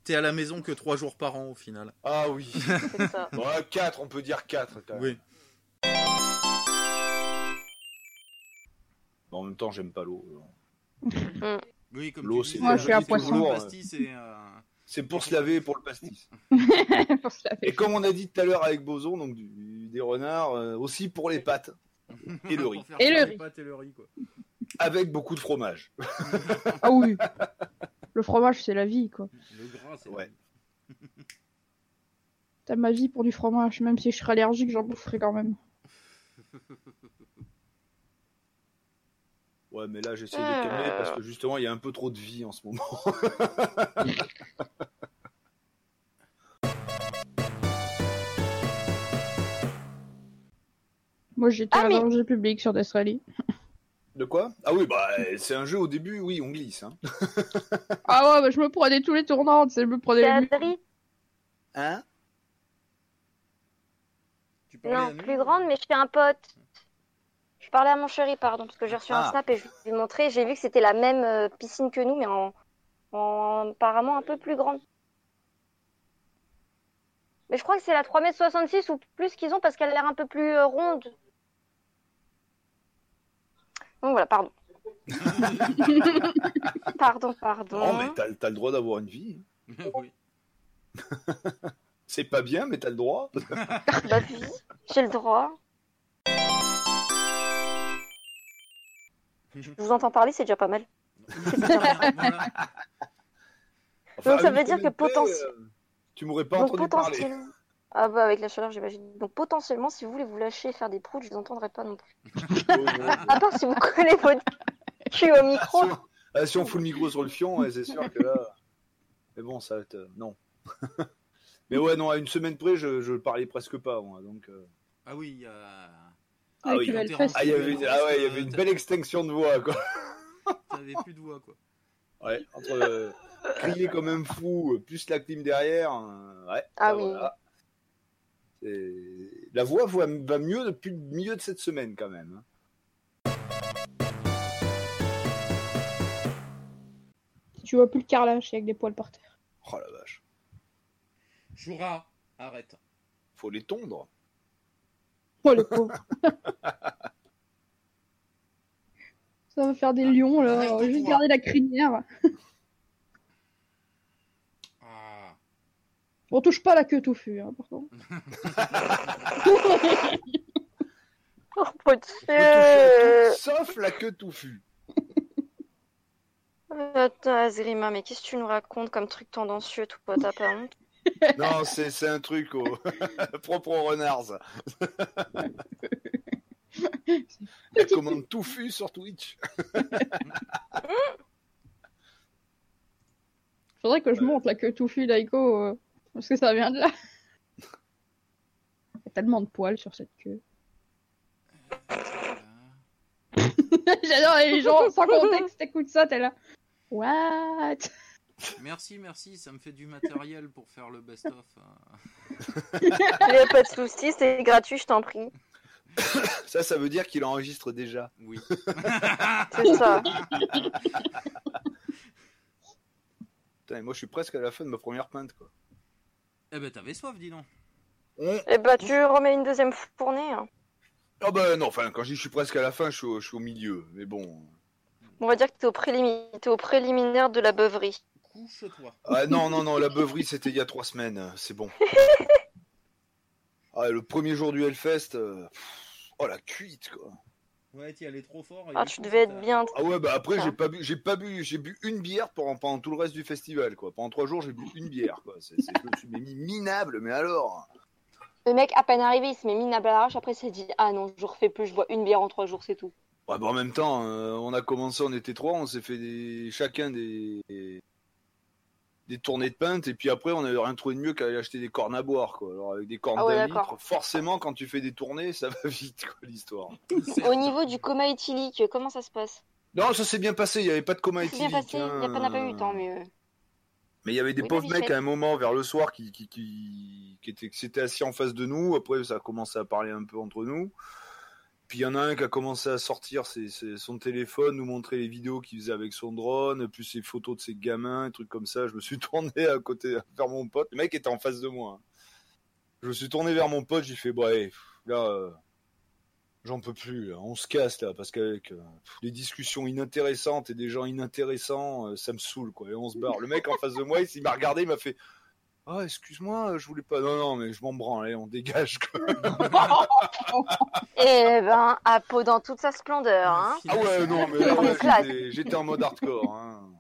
Speaker 3: T'es à la maison que trois jours par an au final.
Speaker 7: Ah oui.
Speaker 11: C'est ça.
Speaker 7: Bon, à 4, on peut dire 4 quand même.
Speaker 3: Oui.
Speaker 7: Mais en même temps, j'aime pas l'eau. alors.
Speaker 3: Oui, comme
Speaker 7: L'eau,
Speaker 3: tu
Speaker 7: c'est-
Speaker 3: dis,
Speaker 9: Moi, je suis
Speaker 3: euh,
Speaker 9: un
Speaker 3: c'est
Speaker 9: poisson.
Speaker 3: toujours le pastis et, euh,
Speaker 7: C'est pour se laver et pour le pastis.
Speaker 9: Pour se laver.
Speaker 7: Et comme on a dit tout à l'heure avec Boson, donc du- des renards, euh, aussi pour les pâtes. Et le riz.
Speaker 3: pour faire
Speaker 9: Et le
Speaker 3: faire les
Speaker 9: riz.
Speaker 3: pâtes et le riz, quoi.
Speaker 7: Avec beaucoup de fromage.
Speaker 9: Ah oui. Le fromage, c'est la vie, quoi.
Speaker 3: Le gras, c'est
Speaker 7: Ouais.
Speaker 9: T'as ma vie pour du fromage. Même si je serais allergique, j'en boufferais quand même.
Speaker 7: Ouais, mais là, j'essaie
Speaker 11: Ah.
Speaker 7: de calmer parce que justement, il y a un peu trop de vie en ce moment.
Speaker 9: Moi, j'étais
Speaker 11: Ah,
Speaker 9: à
Speaker 11: mais-
Speaker 9: danger public sur Death Rally.
Speaker 7: De quoi Ah oui, bah, c'est un jeu au début, oui, on glisse. Hein,
Speaker 9: Ah ouais, bah, je me prenais tous les tournants, tu sais, je me prenais
Speaker 11: C'est
Speaker 9: les murs.
Speaker 11: Adri.
Speaker 7: hein
Speaker 3: Tu parlais à
Speaker 11: Non,
Speaker 3: nous
Speaker 11: plus grande, mais j'étais un pote. Je parlais à mon chéri, pardon, parce que j'ai reçu
Speaker 7: Ah.
Speaker 11: un snap et je lui ai montré. J'ai vu que c'était la même euh, piscine que nous, mais en, en- apparemment un peu plus grande. Mais je crois que c'est la 3m66 ou plus qu'ils ont parce qu'elle a l'air un peu plus euh, ronde. Donc voilà, pardon. pardon,
Speaker 7: Non,
Speaker 3: Oh,
Speaker 11: pardon.
Speaker 7: Oh, mais t'as t'as le droit d'avoir une vie. hein.
Speaker 3: Oui.
Speaker 7: C'est pas bien, mais t'as le droit.
Speaker 11: Bah, puis, j'ai le droit. Je vous entends parler, c'est déjà pas mal.
Speaker 3: Voilà.
Speaker 11: Donc, ça
Speaker 7: une
Speaker 11: veut dire que
Speaker 7: semaine près,
Speaker 11: potenti-
Speaker 7: euh, tu m'aurais pas
Speaker 11: Donc
Speaker 7: entendu parler.
Speaker 11: potentiellement. Ah bah avec la chaleur j'imagine. Donc potentiellement si vous voulez vous lâcher et faire des proutes, je vous entendrai pas non plus.
Speaker 7: Oh, non.
Speaker 11: À part si vous collez votre cul au
Speaker 7: Si
Speaker 11: micro.
Speaker 7: on- ah, si on fout le micro sur le fion, ouais, c'est sûr que là. Mais bon, ça va être. euh, Non. Mais ouais, non, à une semaine près, je, je parlais presque pas, moi. Donc, euh,
Speaker 3: Ah oui, il y a-
Speaker 7: Ah
Speaker 9: Avec
Speaker 7: oui,
Speaker 9: le
Speaker 3: quand t'es
Speaker 9: Hellfest.
Speaker 7: ah, il y avait
Speaker 3: hein.
Speaker 7: une... ah ouais, il y avait une belle extinction de voix, quoi.
Speaker 3: t'avais plus de voix, quoi.
Speaker 7: Ouais, entre euh, crier comme un fou, euh, plus la clim derrière. euh, Ouais.
Speaker 11: Ah
Speaker 7: bah
Speaker 11: oui.
Speaker 7: voilà. C'est- La voix va, va mieux depuis le milieu de cette semaine, quand même. hein.
Speaker 9: Tu vois plus le carrelage, il y a que des poils par terre.
Speaker 7: Oh la vache.
Speaker 3: Jura, arrête.
Speaker 7: Faut les tondre.
Speaker 9: Oh, les pauvres. Ça va faire des lions, là.
Speaker 3: Arrête
Speaker 9: Je
Speaker 3: de
Speaker 9: vais juste
Speaker 3: voir.
Speaker 9: garder la crinière.
Speaker 3: Ah.
Speaker 9: On touche pas la queue touffue, hein, par contre.
Speaker 11: Oh, mon
Speaker 7: Le
Speaker 11: Dieu.
Speaker 7: toucher à tout, sauf la queue touffue.
Speaker 11: Euh, Attends Azrima, mais qu'est-ce que tu nous racontes comme truc tendancieux tout quoi, t'as pas honte
Speaker 7: Non, c'est c'est un truc au- propre aux renards. ça. La commande touffue sur Twitch.
Speaker 9: Faudrait que je
Speaker 7: Ouais.
Speaker 9: monte la queue touffue d'Aiko, euh, parce que ça vient de là. Il y a tellement de poils sur cette queue. J'adore les gens, sans contexte, t'écoutes ça, t'es là. What
Speaker 3: Merci, merci, ça me fait du matériel pour faire le best-of. euh.
Speaker 11: Il y a pas de soucis, c'est gratuit, je t'en prie.
Speaker 7: Ça, ça veut dire qu'il enregistre déjà.
Speaker 3: Oui.
Speaker 11: C'est ça.
Speaker 7: Putain, et moi, je suis presque à la fin de ma première pinte, quoi.
Speaker 3: Eh ben, t'avais soif, dis donc.
Speaker 11: Et bah, tu remets une deuxième fournée. hein.
Speaker 7: Ah bah non, enfin, quand je dis je suis presque à la fin, je suis au, je suis au milieu. Mais bon.
Speaker 11: On va dire que t'es au, prélimi- t'es au préliminaire de la beuverie.
Speaker 3: Couche-toi.
Speaker 7: Ah non, non, non, la beuverie, c'était il y a trois semaines. C'est bon. Ah, le premier jour du Hellfest. euh, pff, Oh la cuite quoi.
Speaker 3: Ouais, t'y allais trop fort. et
Speaker 11: Ah,
Speaker 3: du
Speaker 11: tu
Speaker 3: coup,
Speaker 11: devais
Speaker 3: t'as-
Speaker 11: être bien.
Speaker 7: Ah ouais bah après j'ai pas bu j'ai pas bu j'ai bu une bière pendant, pendant tout le reste du festival quoi. Pendant trois jours j'ai bu une bière quoi. C'est c'est que je suis mais mis minable mais alors.
Speaker 11: Le mec, à peine arrivé, il se met minable à l'arrache. Après, il s'est dit Ah non, je refais plus, je bois une bière en trois jours, c'est tout.
Speaker 7: Ouais, bah, en même temps euh, on a commencé on était trois on s'est fait des chacun des des tournées de pinte et puis après on avait rien trouvé de mieux qu'aller acheter des cornes à boire quoi. Alors avec des cornes
Speaker 11: Ah ouais,
Speaker 7: d'un
Speaker 11: d'accord.
Speaker 7: litre forcément quand tu fais des tournées ça va vite quoi l'histoire.
Speaker 11: Au niveau du coma éthylique, comment ça se passe
Speaker 7: Non ça s'est bien passé il y avait pas de coma
Speaker 11: Ça s'est bien passé,
Speaker 7: éthylique.
Speaker 11: il n'y a
Speaker 7: hein.
Speaker 11: pas n'a pas eu tant mieux.
Speaker 7: Mais il y avait des
Speaker 11: Oui,
Speaker 7: pauvres
Speaker 11: Michel.
Speaker 7: mecs à un moment vers le soir qui, qui, qui, qui étaient, qui s'étaient assis en face de nous. Après, ça a commencé à parler un peu entre nous. Puis il y en a un qui a commencé à sortir ses- ses- son téléphone, nous montrer les vidéos qu'il faisait avec son drone, plus ses photos de ses gamins, des trucs comme ça. Je me suis tourné à côté vers mon pote. Le mec était en face de moi. hein. Je me suis tourné vers mon pote, j'ai fait, bah, eh, pff, là, euh, j'en peux plus, là. on se casse là, parce qu'avec euh, pff, les discussions inintéressantes et des gens inintéressants, euh, ça me saoule, quoi, et on se barre. Le mec en face de moi, il, s- il m'a regardé, il m'a fait, ah, excuse-moi, euh, je voulais pas, non, non, mais je m'en branle, allez, on dégage, quoi.
Speaker 11: Eh ben, à peau dans toute sa splendeur. Hein.
Speaker 7: Ah ouais, non, mais là,
Speaker 11: On
Speaker 7: ouais,
Speaker 11: se classe.
Speaker 7: j'étais- j'étais en mode hardcore, hein.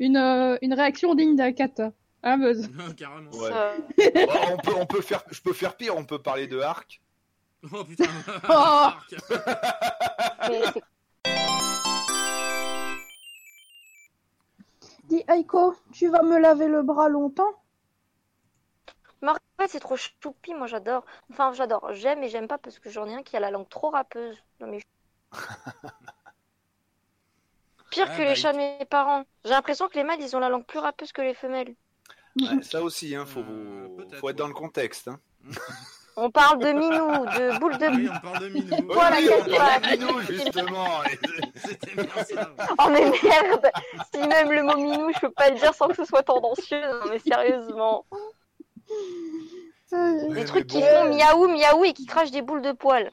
Speaker 8: Une, euh, une réaction digne d'Akata. Hein, Buzz
Speaker 3: Carrément.
Speaker 7: Ouais.
Speaker 11: Ça-
Speaker 7: Bah, on peut, on peut faire, je peux faire pire, on peut parler de arc.
Speaker 3: Oh putain. Ah.
Speaker 8: Oh
Speaker 11: mais c'est-
Speaker 8: Oh, Dis, Aiko, tu vas me laver le bras longtemps
Speaker 11: Mais en fait, c'est trop choupi, moi j'adore. Enfin, j'adore, j'aime et j'aime pas parce que j'en ai un qui a la langue trop râpeuse. Non, mais... Pire
Speaker 3: Ah,
Speaker 11: que
Speaker 3: bah,
Speaker 11: les chats de mes parents. J'ai l'impression que les mâles, ils ont la langue plus râpeuse que les femelles.
Speaker 7: Ouais, ça aussi, hein, faut,
Speaker 3: Euh, peut-être,
Speaker 7: faut être dans
Speaker 3: ouais.
Speaker 7: le contexte, hein.
Speaker 11: On parle de minou, de boule de...
Speaker 3: Ah Oui, on parle de Minou.
Speaker 11: Toi, la
Speaker 7: Oui,
Speaker 11: casse
Speaker 7: on parle
Speaker 11: pas.
Speaker 7: de Minou, Ah justement.
Speaker 3: C'était bien ça.
Speaker 11: Oh mais merde Si même le mot minou, je peux pas le dire sans que ce soit tendancieux, non mais sérieusement.
Speaker 8: Euh,
Speaker 11: Des
Speaker 7: Ouais,
Speaker 11: trucs
Speaker 7: mais
Speaker 11: qui
Speaker 7: bon,
Speaker 11: font
Speaker 7: ouais.
Speaker 11: miaou miaou et qui crachent des boules de poils.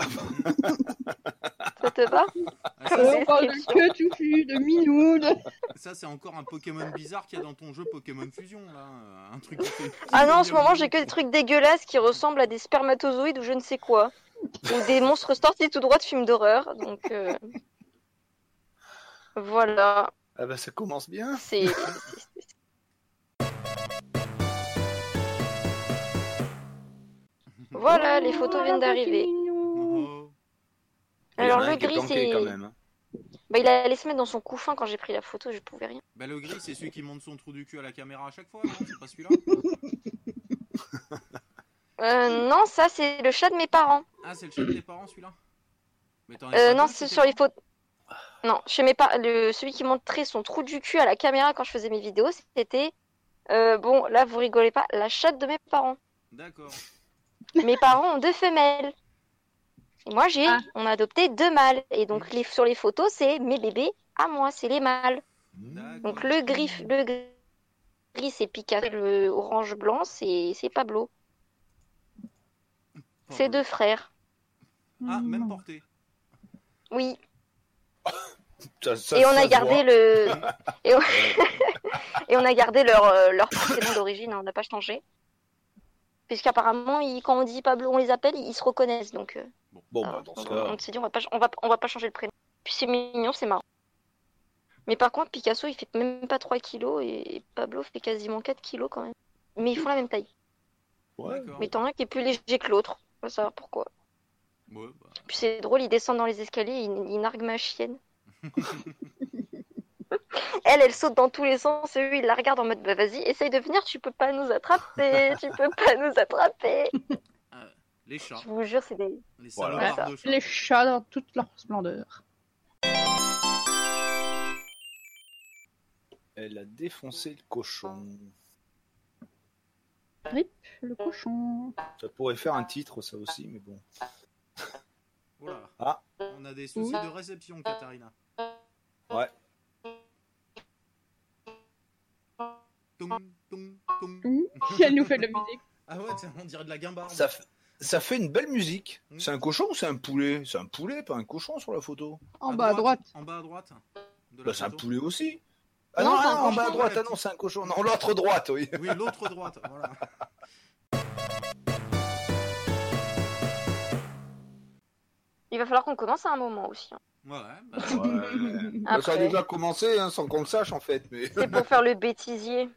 Speaker 11: ça te va
Speaker 3: Ah,
Speaker 11: Comme
Speaker 3: ça,
Speaker 8: On parle de
Speaker 11: description.
Speaker 8: queue touffue, de minou, de...
Speaker 3: c'est- ça, c'est encore un Pokémon bizarre qu'il y a dans ton jeu Pokémon Fusion, là. euh, Un truc qui fait-
Speaker 11: Ah non, en ce moment, j'ai que des trucs dégueulasses qui ressemblent à des spermatozoïdes ou je ne sais quoi. Ou des monstres sortis tout droit de films d'horreur. Donc, euh, voilà.
Speaker 7: Ah bah ça commence bien.
Speaker 11: C'est. Voilà, les photos viennent d'arriver.
Speaker 3: Oh.
Speaker 11: Alors,
Speaker 7: Il y en a
Speaker 11: le
Speaker 7: un qui est
Speaker 11: gris,
Speaker 7: tanké,
Speaker 11: c'est.
Speaker 7: quand même, hein.
Speaker 11: Bah, il allait se mettre dans son couffin quand j'ai pris la photo, je pouvais rien.
Speaker 3: Bah, le gris, c'est celui qui monte son trou du cul à la caméra à chaque fois, non C'est pas celui-là
Speaker 11: Euh, non, ça, c'est le chat de mes parents.
Speaker 3: Ah, c'est le chat des parents, celui-là Mais t'en as
Speaker 11: Euh,
Speaker 3: pas
Speaker 11: non,
Speaker 3: deux,
Speaker 11: c'est
Speaker 3: c'était-
Speaker 11: sur les photos. Non, chez mes parents, le... celui qui montrait son trou du cul à la caméra quand je faisais mes vidéos, c'était. euh, bon, là, vous rigolez pas, la chatte de mes parents.
Speaker 3: D'accord.
Speaker 11: Mes parents ont deux femelles. Et moi, j'ai.
Speaker 12: Ah.
Speaker 11: On a adopté deux mâles. Et donc, les... sur les photos, c'est mes bébés à moi, c'est les mâles.
Speaker 3: D'accord.
Speaker 11: Donc, le griffe, le gris, c'est Picasso. Le orange blanc, c'est c'est Pablo.
Speaker 7: Oh
Speaker 11: C'est deux frères.
Speaker 3: Ah, même portée.
Speaker 11: Oui.
Speaker 7: Ça- ça-
Speaker 11: et on
Speaker 7: ça
Speaker 11: a
Speaker 7: se
Speaker 11: gardé
Speaker 7: voit.
Speaker 11: le et on... et on a gardé leur euh, leur prénom d'origine, hein, on n'a pas changé. Puisqu'apparemment, ils- quand on dit Pablo, on les appelle, ils se reconnaissent. Donc, euh,
Speaker 7: Bon bah
Speaker 11: alors,
Speaker 7: dans ce
Speaker 11: on,
Speaker 7: cas.
Speaker 11: on s'est dit, on va pas, ch- on va, on va pas changer le prénom. Puis c'est mignon, c'est marrant. Mais par contre, Picasso, il fait même pas 3 kilos et Pablo fait quasiment 4 kilos quand même. Mais ils font la même taille.
Speaker 7: Ouais.
Speaker 3: D'accord.
Speaker 11: Mais tant un qui est plus léger que l'autre. On va savoir pourquoi.
Speaker 3: Ouais, bah,
Speaker 11: Puis c'est drôle, il descend dans les escaliers, il, il nargue ma chienne. elle, elle saute dans tous les sens, et lui, il la regarde en mode bah vas-y, essaye de venir, tu peux pas nous attraper, tu peux pas nous attraper.
Speaker 3: Les chats.
Speaker 11: Je vous jure, c'est des.
Speaker 3: Les
Speaker 7: Voilà.
Speaker 3: salopards
Speaker 11: Voilà.
Speaker 3: de chats.
Speaker 8: les chats dans toute leur splendeur.
Speaker 7: Elle a défoncé le cochon.
Speaker 8: Rip, le cochon.
Speaker 7: Ça pourrait faire un titre ça aussi, mais bon. Ah.
Speaker 3: On a des soucis de réception, Katharina.
Speaker 7: Ouais.
Speaker 3: Tung, tung, tung.
Speaker 8: Si elle nous fait de la musique.
Speaker 3: Ah ouais, tiens, on dirait de la
Speaker 11: Ah.
Speaker 3: guimbarde.
Speaker 7: Ça, f- ça fait une belle musique. C'est un cochon ou c'est un poulet C'est un poulet, pas un cochon sur la photo.
Speaker 8: En bas à droite.
Speaker 3: En bas à droite. de la
Speaker 7: Bah, c'est un
Speaker 3: photo.
Speaker 7: poulet aussi. Ah
Speaker 3: Non,
Speaker 7: non,
Speaker 3: c'est un
Speaker 7: ah non, en bas à
Speaker 3: cochon,
Speaker 7: droite,
Speaker 3: ouais.
Speaker 7: ah non, c'est un cochon. Non, l'autre droite, oui.
Speaker 3: Oui, l'autre droite, voilà.
Speaker 11: Il va falloir qu'on commence à un moment aussi. hein.
Speaker 3: Voilà.
Speaker 7: Bah, ça a
Speaker 11: Après.
Speaker 7: déjà commencé, hein, sans qu'on le sache en fait. Mais...
Speaker 11: C'est pour faire le bêtisier.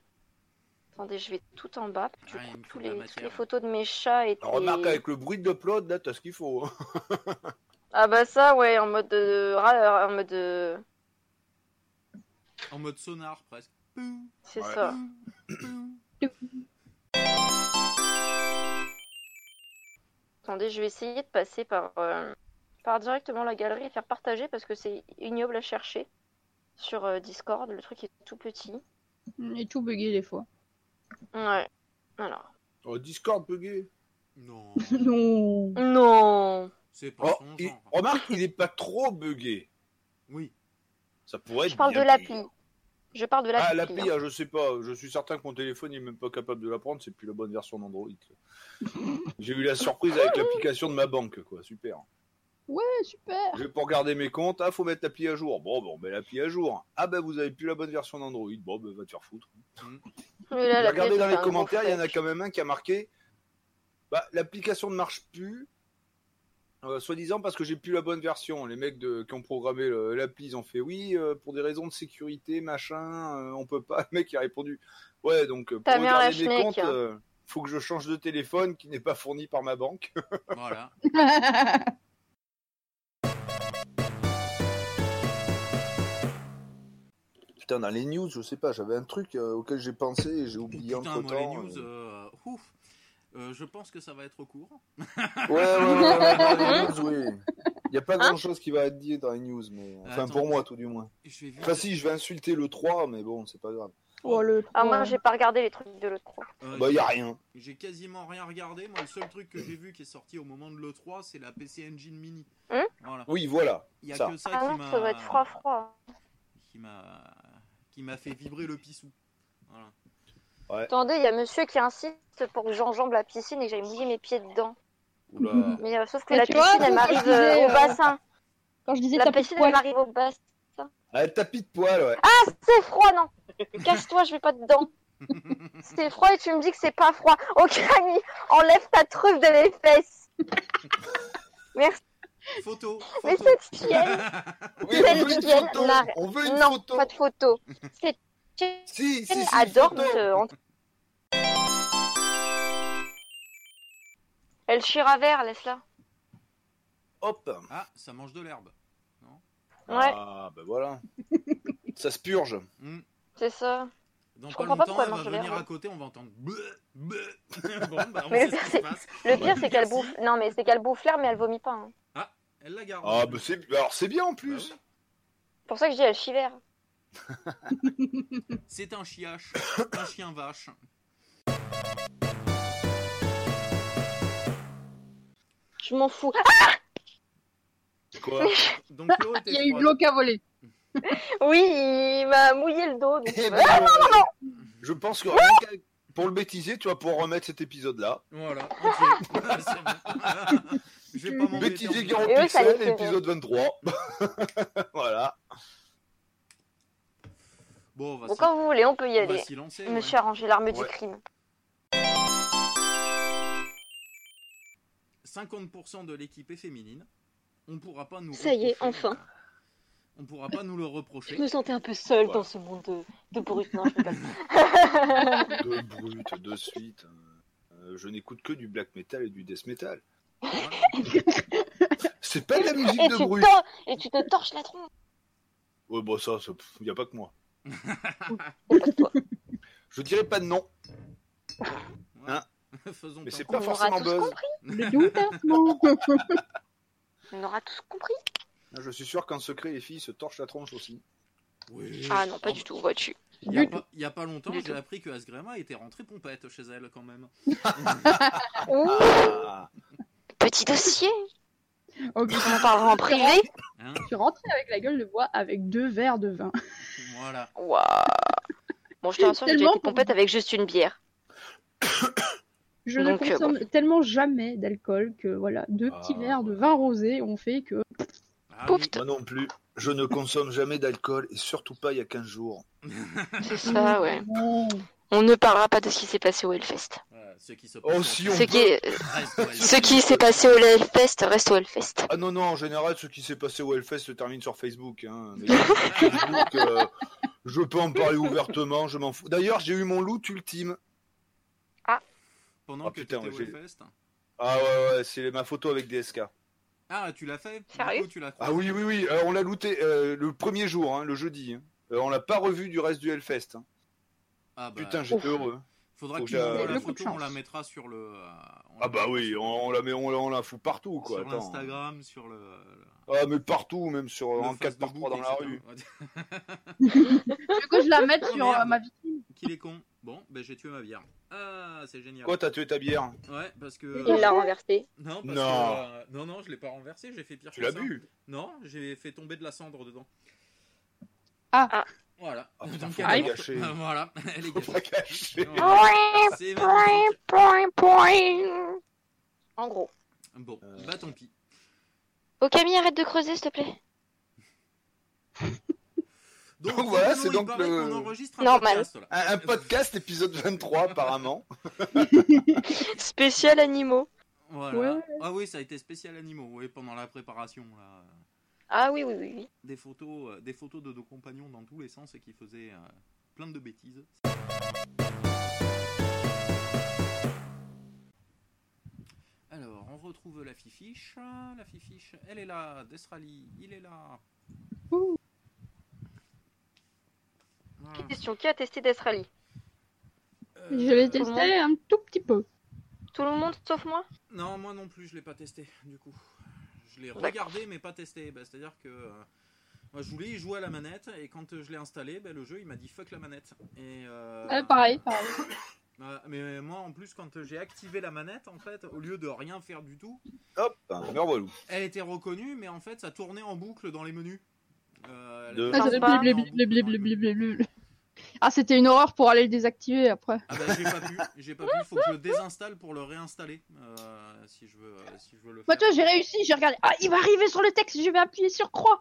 Speaker 11: Attendez, je vais tout en bas. Je prends tous les- toutes les photos de mes chats et
Speaker 7: Remarque
Speaker 11: des-
Speaker 7: avec le bruit de l'upload, là, t'as ce qu'il faut. hein.
Speaker 11: Ah bah ça, ouais, en mode de... ra- En mode euh, de...
Speaker 3: En mode sonar, presque.
Speaker 11: C'est
Speaker 7: Ouais.
Speaker 11: ça. Attendez, je vais essayer de passer par, euh, par directement la galerie et faire partager parce que c'est ignoble à chercher sur euh, Discord. Le truc est tout petit.
Speaker 8: Il est tout bugué des fois.
Speaker 11: Ouais. Alors.
Speaker 7: Oh, Discord bugué.
Speaker 3: Non,
Speaker 8: non.
Speaker 11: Non
Speaker 3: c'est pas
Speaker 7: Oh,
Speaker 3: son
Speaker 7: il-
Speaker 3: genre.
Speaker 7: Remarque, il est pas trop bugué.
Speaker 3: Oui.
Speaker 7: Ça pourrait
Speaker 11: Je
Speaker 7: être
Speaker 11: parle de
Speaker 7: bien
Speaker 11: l'appli.
Speaker 7: bugué.
Speaker 11: Je parle de l'appli.
Speaker 7: Ah, l'appli,
Speaker 11: hein.
Speaker 7: ah, je sais pas. Je suis certain que mon téléphone il est même pas capable de la prendre. C'est plus la bonne version d'Android. J'ai eu la surprise avec l'application de ma banque, quoi. Super.
Speaker 8: Ouais, super.
Speaker 7: Je vais pour regarder mes comptes. Ah, faut mettre l'appli à jour. Bon, bon, met l'appli à jour. Ah, ben vous avez plus la bonne version d'Android. Bon, ben va te faire foutre.
Speaker 11: Mais là,
Speaker 7: J'ai
Speaker 11: l'appli,
Speaker 7: regardé
Speaker 11: elle
Speaker 7: dans
Speaker 11: fait
Speaker 7: les
Speaker 11: un gros
Speaker 7: commentaires, il y en a
Speaker 11: fake.
Speaker 7: quand même un qui a marqué bah, l'application ne marche plus. euh, Soi-disant parce que j'ai plus la bonne version. Les mecs de- qui ont programmé le- l'appli, ils ont fait oui euh, pour des raisons de sécurité, machin. euh, on peut pas. Le mec il a répondu ouais donc euh, pour
Speaker 11: Ta mère la
Speaker 7: regarder mes
Speaker 11: schneck,
Speaker 7: comptes,
Speaker 11: hein.
Speaker 7: euh, faut que je change de téléphone qui n'est pas fourni par ma banque.
Speaker 3: Voilà.
Speaker 7: Putain dans les news, je sais pas, j'avais un truc euh, auquel j'ai pensé et j'ai oublié
Speaker 3: Putain,
Speaker 7: entre
Speaker 3: moi, les
Speaker 7: temps.
Speaker 3: news, euh, ouf. Euh, je pense que ça va être court.
Speaker 7: Ouais, ouais, ouais, ouais, ouais, dans les news, oui. Il y a pas
Speaker 11: Hein
Speaker 7: grand chose qui va être dit dans les news, mais enfin
Speaker 3: Attends.
Speaker 7: pour moi tout du moins.
Speaker 3: Je vais vite-
Speaker 7: Enfin si, je vais insulter le 3, mais bon, c'est pas grave.
Speaker 8: Oh, le
Speaker 11: Ah, moi, j'ai pas regardé les trucs de l'autre.
Speaker 3: Euh,
Speaker 7: Bah y
Speaker 3: j'ai-
Speaker 7: a rien.
Speaker 3: J'ai quasiment rien regardé. Moi, le seul truc que j'ai vu qui est sorti au moment de l'E3, c'est la PC Engine Mini.
Speaker 11: Hein
Speaker 3: voilà.
Speaker 7: Oui, voilà.
Speaker 3: Il y a
Speaker 7: ça.
Speaker 3: que ça
Speaker 11: Ah
Speaker 3: qui
Speaker 11: non, ça doit être froid,
Speaker 3: m'a
Speaker 11: froid.
Speaker 3: qui m'a qui m'a fait vibrer le pissou. Voilà.
Speaker 11: Attendez, il y a monsieur qui insiste pour que j'enjambe la piscine et que j'aille mouiller mes pieds dedans.
Speaker 7: Oula.
Speaker 11: Mais euh, sauf que
Speaker 8: Mais
Speaker 11: la
Speaker 8: tu
Speaker 11: piscine,
Speaker 8: vois,
Speaker 11: elle
Speaker 8: c'est ce que je
Speaker 11: m'arrive
Speaker 8: disais,
Speaker 11: euh, au
Speaker 8: euh,
Speaker 11: bassin.
Speaker 8: Quand je disais
Speaker 11: La
Speaker 8: tapis de
Speaker 11: piscine,
Speaker 8: poil.
Speaker 11: elle m'arrive au bassin.
Speaker 7: Ah, tapis de poil, ouais.
Speaker 11: C'est froid, non Cache-toi, je vais pas dedans. C'est froid et tu me dis que c'est pas froid. Ok, ami, enlève ta truffe de mes fesses. Merci.
Speaker 3: Photo.
Speaker 11: Mais
Speaker 3: photo.
Speaker 11: cette chienne,
Speaker 7: Oui,
Speaker 11: Celle
Speaker 7: on veut une
Speaker 11: qui vient
Speaker 7: photo.
Speaker 11: là.
Speaker 7: On veut une
Speaker 11: non,
Speaker 7: photo.
Speaker 11: pas de photo. Cette chienne
Speaker 7: Si, si, si. une
Speaker 11: adore
Speaker 7: photo.
Speaker 11: te- en- Elle chire à verre, laisse-la.
Speaker 7: Hop.
Speaker 3: Ah, ça mange de l'herbe.
Speaker 11: Ouais,
Speaker 7: Ah, bah voilà. Ça se purge.
Speaker 3: Hmm.
Speaker 11: c'est ça.
Speaker 3: Dans
Speaker 11: Je
Speaker 3: pas
Speaker 11: comprends pas
Speaker 3: longtemps,
Speaker 11: pourquoi elle
Speaker 3: elle va
Speaker 11: mange de l'herbe.
Speaker 3: venir à côté, on va entendre. bleu, bleu. bon, bah, on
Speaker 11: Mais le
Speaker 3: sait
Speaker 11: pire,
Speaker 3: ce qui
Speaker 11: c'est-
Speaker 3: se passe.
Speaker 11: Le pire,
Speaker 3: Ouais,
Speaker 11: c'est qu'elle
Speaker 3: merci.
Speaker 11: bouffe. Non, mais c'est qu'elle bouffe l'air, mais elle vomit pas. hein.
Speaker 3: Elle la garde.
Speaker 7: Ah, bah c'est alors c'est bien en plus.
Speaker 3: Bah
Speaker 11: C'est pour ça que je dis elle chivère.
Speaker 3: oui. C'est un chiache, un chien vache.
Speaker 11: Je m'en fous.
Speaker 7: Quoi
Speaker 3: Donc l'eau était
Speaker 8: Il y a eu de
Speaker 3: froide.
Speaker 8: l'eau qui a volé.
Speaker 11: Ah, oui, il m'a mouillé le dos. donc-
Speaker 7: Eh ben, euh, Je pense que rien qu'avec- pour le bêtiser, tu vas pouvoir remettre cet épisode-là.
Speaker 3: Voilà, entier. C'est bon. Je vais pas m'embêter.
Speaker 7: Bêtiser
Speaker 3: en
Speaker 7: Garant
Speaker 11: Et oui, ça
Speaker 7: Pixel,
Speaker 11: les fait
Speaker 7: épisode 23. voilà.
Speaker 3: plus. Bon, on va
Speaker 11: Bon,
Speaker 3: s'y-
Speaker 11: quand vous voulez, on peut y
Speaker 3: on va
Speaker 11: aller.
Speaker 3: s'y lancer.
Speaker 11: Je
Speaker 3: ouais.
Speaker 11: me suis arrangé l'arme du
Speaker 7: Bah, Ouais.
Speaker 11: crime.
Speaker 3: 50% de l'équipe est féminine. On pourra pas nous.
Speaker 11: Ça y est,
Speaker 3: reprocher,
Speaker 11: enfin.
Speaker 3: euh, On pourra pas nous le reprocher.
Speaker 11: Je me sentais un peu seule
Speaker 7: Ouais.
Speaker 11: dans ce monde de, de brut. Non, je
Speaker 7: Deux
Speaker 11: rigole.
Speaker 7: brutes, de suite. Euh, je n'écoute que du black metal et du death metal.
Speaker 3: Voilà.
Speaker 7: C'est pas de la musique
Speaker 11: et,
Speaker 7: de
Speaker 11: tu
Speaker 7: brute.
Speaker 11: tor- et tu te torches la tronche.
Speaker 7: Ouais, bah ça, il n'y a pas que moi.
Speaker 11: C'est pas de toi.
Speaker 7: Je dirais pas de nom,
Speaker 3: Voilà. Faisons
Speaker 7: mais c'est
Speaker 3: pas.
Speaker 7: pas
Speaker 11: On
Speaker 7: forcément
Speaker 11: aura tous
Speaker 7: buzz.
Speaker 11: compris.
Speaker 8: Le doute, hein, non.
Speaker 11: On aura tous compris.
Speaker 7: Je suis sûr qu'en secret, les filles se torchent la tronche aussi.
Speaker 3: Oui.
Speaker 11: Ah non, pas du tout, vois-tu.
Speaker 3: Il y a
Speaker 8: Du
Speaker 3: pas, il y a pas longtemps,
Speaker 11: Du
Speaker 3: j'ai
Speaker 11: tout.
Speaker 3: appris que Asgrima était rentrée pompette chez elle quand même.
Speaker 11: Ouh,
Speaker 7: Ah,
Speaker 11: petit dossier.
Speaker 8: Ok.
Speaker 11: On en parlera en privé.
Speaker 3: Hein
Speaker 8: Je suis rentrée avec la gueule de bois avec deux verres de vin.
Speaker 3: Voilà.
Speaker 11: Waouh. Bon, je te rassure, j'ai déjà
Speaker 8: Tellement
Speaker 11: été pompette avec juste une bière.
Speaker 8: Je ne
Speaker 11: Donc, euh,
Speaker 8: consomme tellement jamais d'alcool que voilà, deux petits verres de vin rosé ont fait que.
Speaker 3: Ah
Speaker 11: Pouf.
Speaker 7: Moi non plus. Je ne consomme jamais d'alcool et surtout pas il y a 15 jours.
Speaker 11: C'est ça, ouais. On ne parlera pas de ce qui s'est passé au Hellfest.
Speaker 3: Voilà, ceux Euh, qui se
Speaker 7: Oh, si, on
Speaker 11: Ce qui, est-
Speaker 3: Reste, ouais.
Speaker 11: ce qui s'est passé au Hellfest reste au Hellfest.
Speaker 7: Ah non, non, en général, ce qui s'est passé au Hellfest se termine sur Facebook. hein. Mais sur Facebook, euh, je peux en parler ouvertement, je m'en fous. D'ailleurs, j'ai eu mon loot ultime.
Speaker 3: Pendant
Speaker 7: Ah,
Speaker 3: que
Speaker 7: putain,
Speaker 3: t'étais au
Speaker 7: ouais, j'ai-
Speaker 3: Hellfest.
Speaker 7: Ah ouais, ouais, c'est ma photo avec DSK.
Speaker 3: Ah, tu l'as fait Du
Speaker 11: Sérieux
Speaker 3: coup, tu l'as
Speaker 7: Ah oui, oui, oui, euh, on l'a looté euh, le premier jour, hein, le jeudi. hein. Euh, on l'a pas revu du reste du Hellfest. hein.
Speaker 3: Ah, bah,
Speaker 7: Putain, j'étais
Speaker 8: Ouf.
Speaker 7: heureux.
Speaker 3: Faudra
Speaker 7: Faut
Speaker 3: que tu
Speaker 7: que
Speaker 3: nous
Speaker 7: j'a-
Speaker 3: envoies la
Speaker 8: Le coup de
Speaker 3: photo, on
Speaker 8: chance.
Speaker 3: la mettra sur le. euh, on la
Speaker 7: Ah bah
Speaker 3: mettra
Speaker 7: oui,
Speaker 3: sur-
Speaker 7: on, on la, met, on, la- on la fout partout, quoi.
Speaker 3: Sur
Speaker 7: attends.
Speaker 3: l'Instagram, sur le. le-
Speaker 7: Ah, mais partout, même sur
Speaker 3: le
Speaker 7: en 4 par
Speaker 3: Facebook,
Speaker 7: 3 dans la
Speaker 3: etc.
Speaker 7: rue.
Speaker 8: Du coup, je la mets sur
Speaker 3: merde.
Speaker 8: euh, ma vitrine.
Speaker 3: Qu'il est con. Bon, ben j'ai tué ma bière. Ah, c'est génial.
Speaker 7: Quoi, t'as tué ta bière
Speaker 3: Ouais, parce que.
Speaker 7: Euh.
Speaker 8: Il l'a
Speaker 11: renversé.
Speaker 3: Non, parce
Speaker 7: Non.
Speaker 3: que, euh, non, non, je l'ai pas renversé, j'ai fait pire
Speaker 7: Tu
Speaker 3: que
Speaker 7: l'as
Speaker 3: ça.
Speaker 7: bu
Speaker 3: Non, j'ai fait tomber de la cendre dedans.
Speaker 8: Ah.
Speaker 11: Ah.
Speaker 3: Voilà.
Speaker 7: Ah, putain,
Speaker 3: Donc,
Speaker 7: faut
Speaker 3: elle
Speaker 7: pas
Speaker 3: est morte.
Speaker 7: gâcher.
Speaker 3: voilà, elle est
Speaker 7: Faut pas
Speaker 3: gâchée.
Speaker 7: gâcher.
Speaker 3: Voilà. C'est magnifique.
Speaker 11: En gros.
Speaker 3: Bon,
Speaker 7: Euh.
Speaker 3: bah tant pis.
Speaker 11: Oh Camille, arrête de creuser, s'il te plaît.
Speaker 3: Donc,
Speaker 7: Donc, voilà, c'est
Speaker 3: il
Speaker 7: donc
Speaker 3: paraît
Speaker 7: le-
Speaker 3: qu'on enregistre un
Speaker 11: Normal.
Speaker 3: podcast, là.
Speaker 7: Un, un podcast épisode 23 apparemment.
Speaker 11: Spécial animaux.
Speaker 3: Voilà.
Speaker 8: Ouais.
Speaker 3: Ah oui, ça a été spécial animaux, oui, pendant la préparation là.
Speaker 11: Ah oui, oui, oui. oui.
Speaker 3: Des photos, euh, des photos de nos compagnons dans tous les sens et qui faisaient euh, plein de bêtises. Alors, on retrouve la fifiche. Ah, La fifiche, elle est là. Destrali, il est là.
Speaker 8: Ouh.
Speaker 3: Voilà.
Speaker 13: Hmm.
Speaker 11: Question, qui a testé Destrali
Speaker 8: Je l'ai
Speaker 11: tout le monde.
Speaker 8: testé un tout petit peu.
Speaker 11: Tout le monde sauf moi
Speaker 3: Non, moi non plus, je l'ai pas testé, du coup. Je l'ai
Speaker 11: D'accord.
Speaker 3: regardé, mais pas testé. Bah, C'est-à-dire que euh, moi, je voulais y jouer à la manette, et quand euh, je l'ai installé, bah, le jeu, il m'a dit fuck la manette. Et, euh,
Speaker 8: Euh, pareil, pareil.
Speaker 3: euh, mais moi, en plus, quand euh, j'ai activé la manette, en fait, au lieu de rien faire du tout,
Speaker 7: Hop, un revoilà.
Speaker 3: elle était reconnue, mais en fait, ça tournait en boucle dans les menus. Euh, elle
Speaker 7: De-
Speaker 3: était
Speaker 8: Ah,
Speaker 3: tournée
Speaker 8: c'est
Speaker 3: en
Speaker 11: Sympa.
Speaker 8: blibli,
Speaker 3: boucle dans les
Speaker 8: blibli,
Speaker 3: menus.
Speaker 8: blibli, blibli, blibli. Ah, c'était une horreur pour aller le désactiver après.
Speaker 3: Ah bah j'ai pas pu, j'ai pas pu, faut que je le désinstalle pour le réinstaller euh, si je veux euh, si je veux le
Speaker 8: Bah,
Speaker 3: faire.
Speaker 8: tu vois, j'ai réussi, j'ai regardé. Ah, il va arriver sur le texte, je vais appuyer sur croix.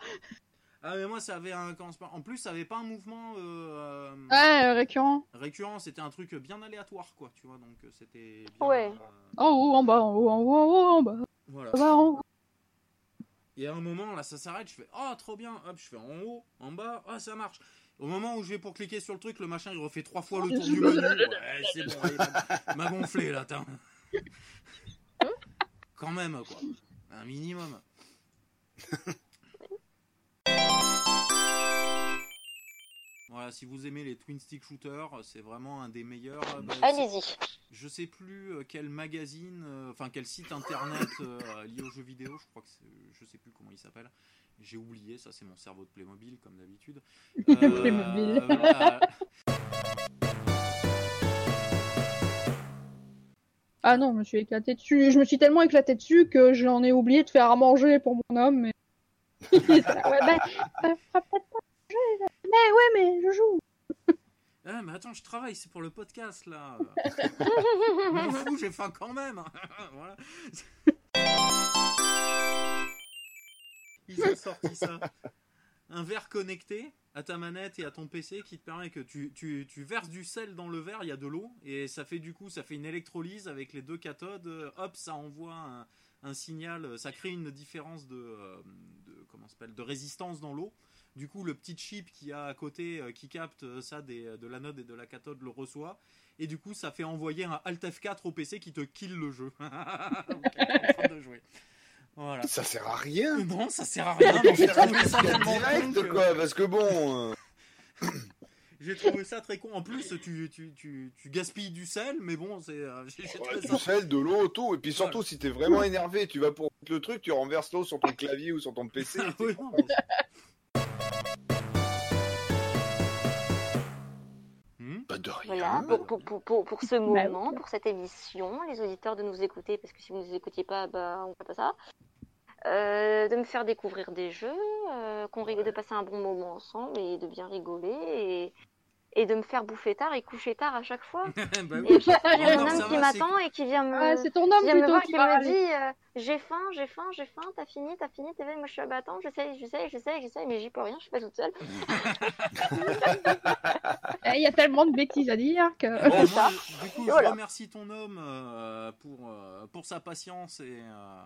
Speaker 3: Ah mais moi ça avait un comment ça s'appelle en plus ça avait pas un mouvement euh, euh,
Speaker 8: Ouais, euh, récurrent.
Speaker 3: récurrent, c'était un truc bien aléatoire quoi, tu vois donc euh, c'était bien,
Speaker 11: Ouais.
Speaker 3: euh,
Speaker 8: En haut, en bas, en haut, en haut, en haut, en bas.
Speaker 3: voilà.
Speaker 8: En bas, en haut.
Speaker 3: Et à un moment là ça s'arrête, je fais oh trop bien, hop je fais en haut, en bas, ah ça marche. Au moment où je vais pour cliquer sur le truc, le machin il refait trois fois le tour du menu. Ouais c'est bon, allez, m'a- m'a gonflé là, t'as. Quand même quoi, un minimum. Voilà, si vous aimez les twin stick shooters, c'est vraiment un des meilleurs. Bah, c'est-
Speaker 11: Allez-y.
Speaker 3: je sais plus euh, quel magazine, euh, enfin quel site internet euh, lié aux jeux vidéo, je crois que c'est- je sais plus comment il s'appelle. J'ai oublié, ça c'est mon cerveau de Playmobil comme d'habitude. Euh,
Speaker 8: Playmobil.
Speaker 3: voilà.
Speaker 8: Ah non, je me suis éclaté dessus. Je me suis tellement éclaté dessus que j'en ai oublié de faire à manger pour mon homme. Mais... ouais, bah, bah, fera peut-être pas manger, là. Mais ouais, mais je joue.
Speaker 3: Ah, mais attends, je travaille, c'est pour le podcast là. Je M'en fous, j'ai faim quand même. voilà. Ils ont sorti ça. Un verre connecté à ta manette et à ton PC qui te permet que tu, tu, tu verses du sel dans le verre, il y a de l'eau, et ça fait du coup, ça fait une électrolyse avec les deux cathodes, euh, hop, ça envoie un, un signal, euh, ça crée une différence de, euh, de, comment ça s'appelle, de résistance dans l'eau. Du coup, le petit chip qu'il y a à côté euh, qui capte euh, ça des, de l'anode et de la cathode le reçoit. Et du coup, ça fait envoyer un Alt F4 au PC qui te kill le jeu. Donc, elle est en train de jouer. Voilà.
Speaker 7: Ça sert à rien.
Speaker 3: Non, ça sert à rien, mais j'ai trouvé ça tellement con
Speaker 7: Direct
Speaker 3: que-
Speaker 7: quoi, parce que bon, euh,
Speaker 3: J'ai trouvé ça très con. En plus, tu, tu, tu, tu gaspilles du sel, mais bon, c'est. euh, j'ai- j'ai trouvé
Speaker 7: ouais,
Speaker 3: ça-
Speaker 7: du sel, de l'eau, tout, et puis surtout si t'es vraiment énervé, tu vas pour le truc, tu renverses l'eau sur ton clavier ou sur ton PC.
Speaker 3: Ah oui, non, mais- Hmm
Speaker 7: Pas de rien.
Speaker 11: Voilà, pour, pour, pour, pour, pour ce
Speaker 8: oui.
Speaker 11: moment, bah, pour cette émission, les auditeurs de nous écouter, parce que si vous ne nous écoutiez pas, bah, on ne fait pas ça. euh, de me faire découvrir des jeux, euh, qu'on rigole, de passer un bon moment ensemble et de bien rigoler et, et de me faire bouffer tard et coucher tard à chaque fois.
Speaker 13: Bah
Speaker 11: Et
Speaker 13: oui.
Speaker 11: à chaque fois, j'ai
Speaker 13: Oh,
Speaker 11: mon
Speaker 13: ça va,
Speaker 11: homme qui
Speaker 13: c'est-
Speaker 11: m'attend et qui vient me,
Speaker 8: Ouais, Ah, c'est ton homme
Speaker 11: qui vient me
Speaker 8: plutôt
Speaker 11: voir,
Speaker 8: qui
Speaker 11: qui me
Speaker 8: parle.
Speaker 11: dit euh, j'ai faim, j'ai faim, j'ai faim, t'as fini, t'as fini, t'es belle, moi je suis à battant, j'essaye, j'essaye, j'essaye, j'essaye, mais j'y peux rien, je suis pas toute seule.
Speaker 8: Eh, Il y a tellement de bêtises à dire que.
Speaker 3: Bon, moi, du coup, je
Speaker 8: Voilà.
Speaker 3: remercie ton homme euh, pour, euh, pour sa patience et, euh,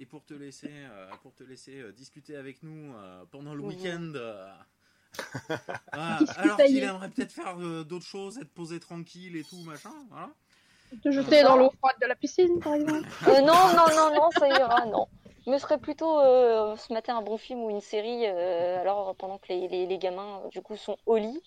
Speaker 3: et pour te laisser, euh, pour te laisser euh, discuter avec nous euh, pendant le
Speaker 7: Mmh.
Speaker 1: Mhm.
Speaker 3: week-end. euh. Ah,
Speaker 8: Discutailler.
Speaker 3: alors qu'il aimerait peut-être faire euh, d'autres choses, être posé tranquille et tout, machin. Voilà.
Speaker 8: Te jeter dans l'eau froide de la piscine, par exemple.
Speaker 11: Euh, non, non, non, non, ça ira, non. Me serait plutôt euh, ce matin un bon film ou une série, euh, alors pendant que les, les- les gamins du coup sont au lit.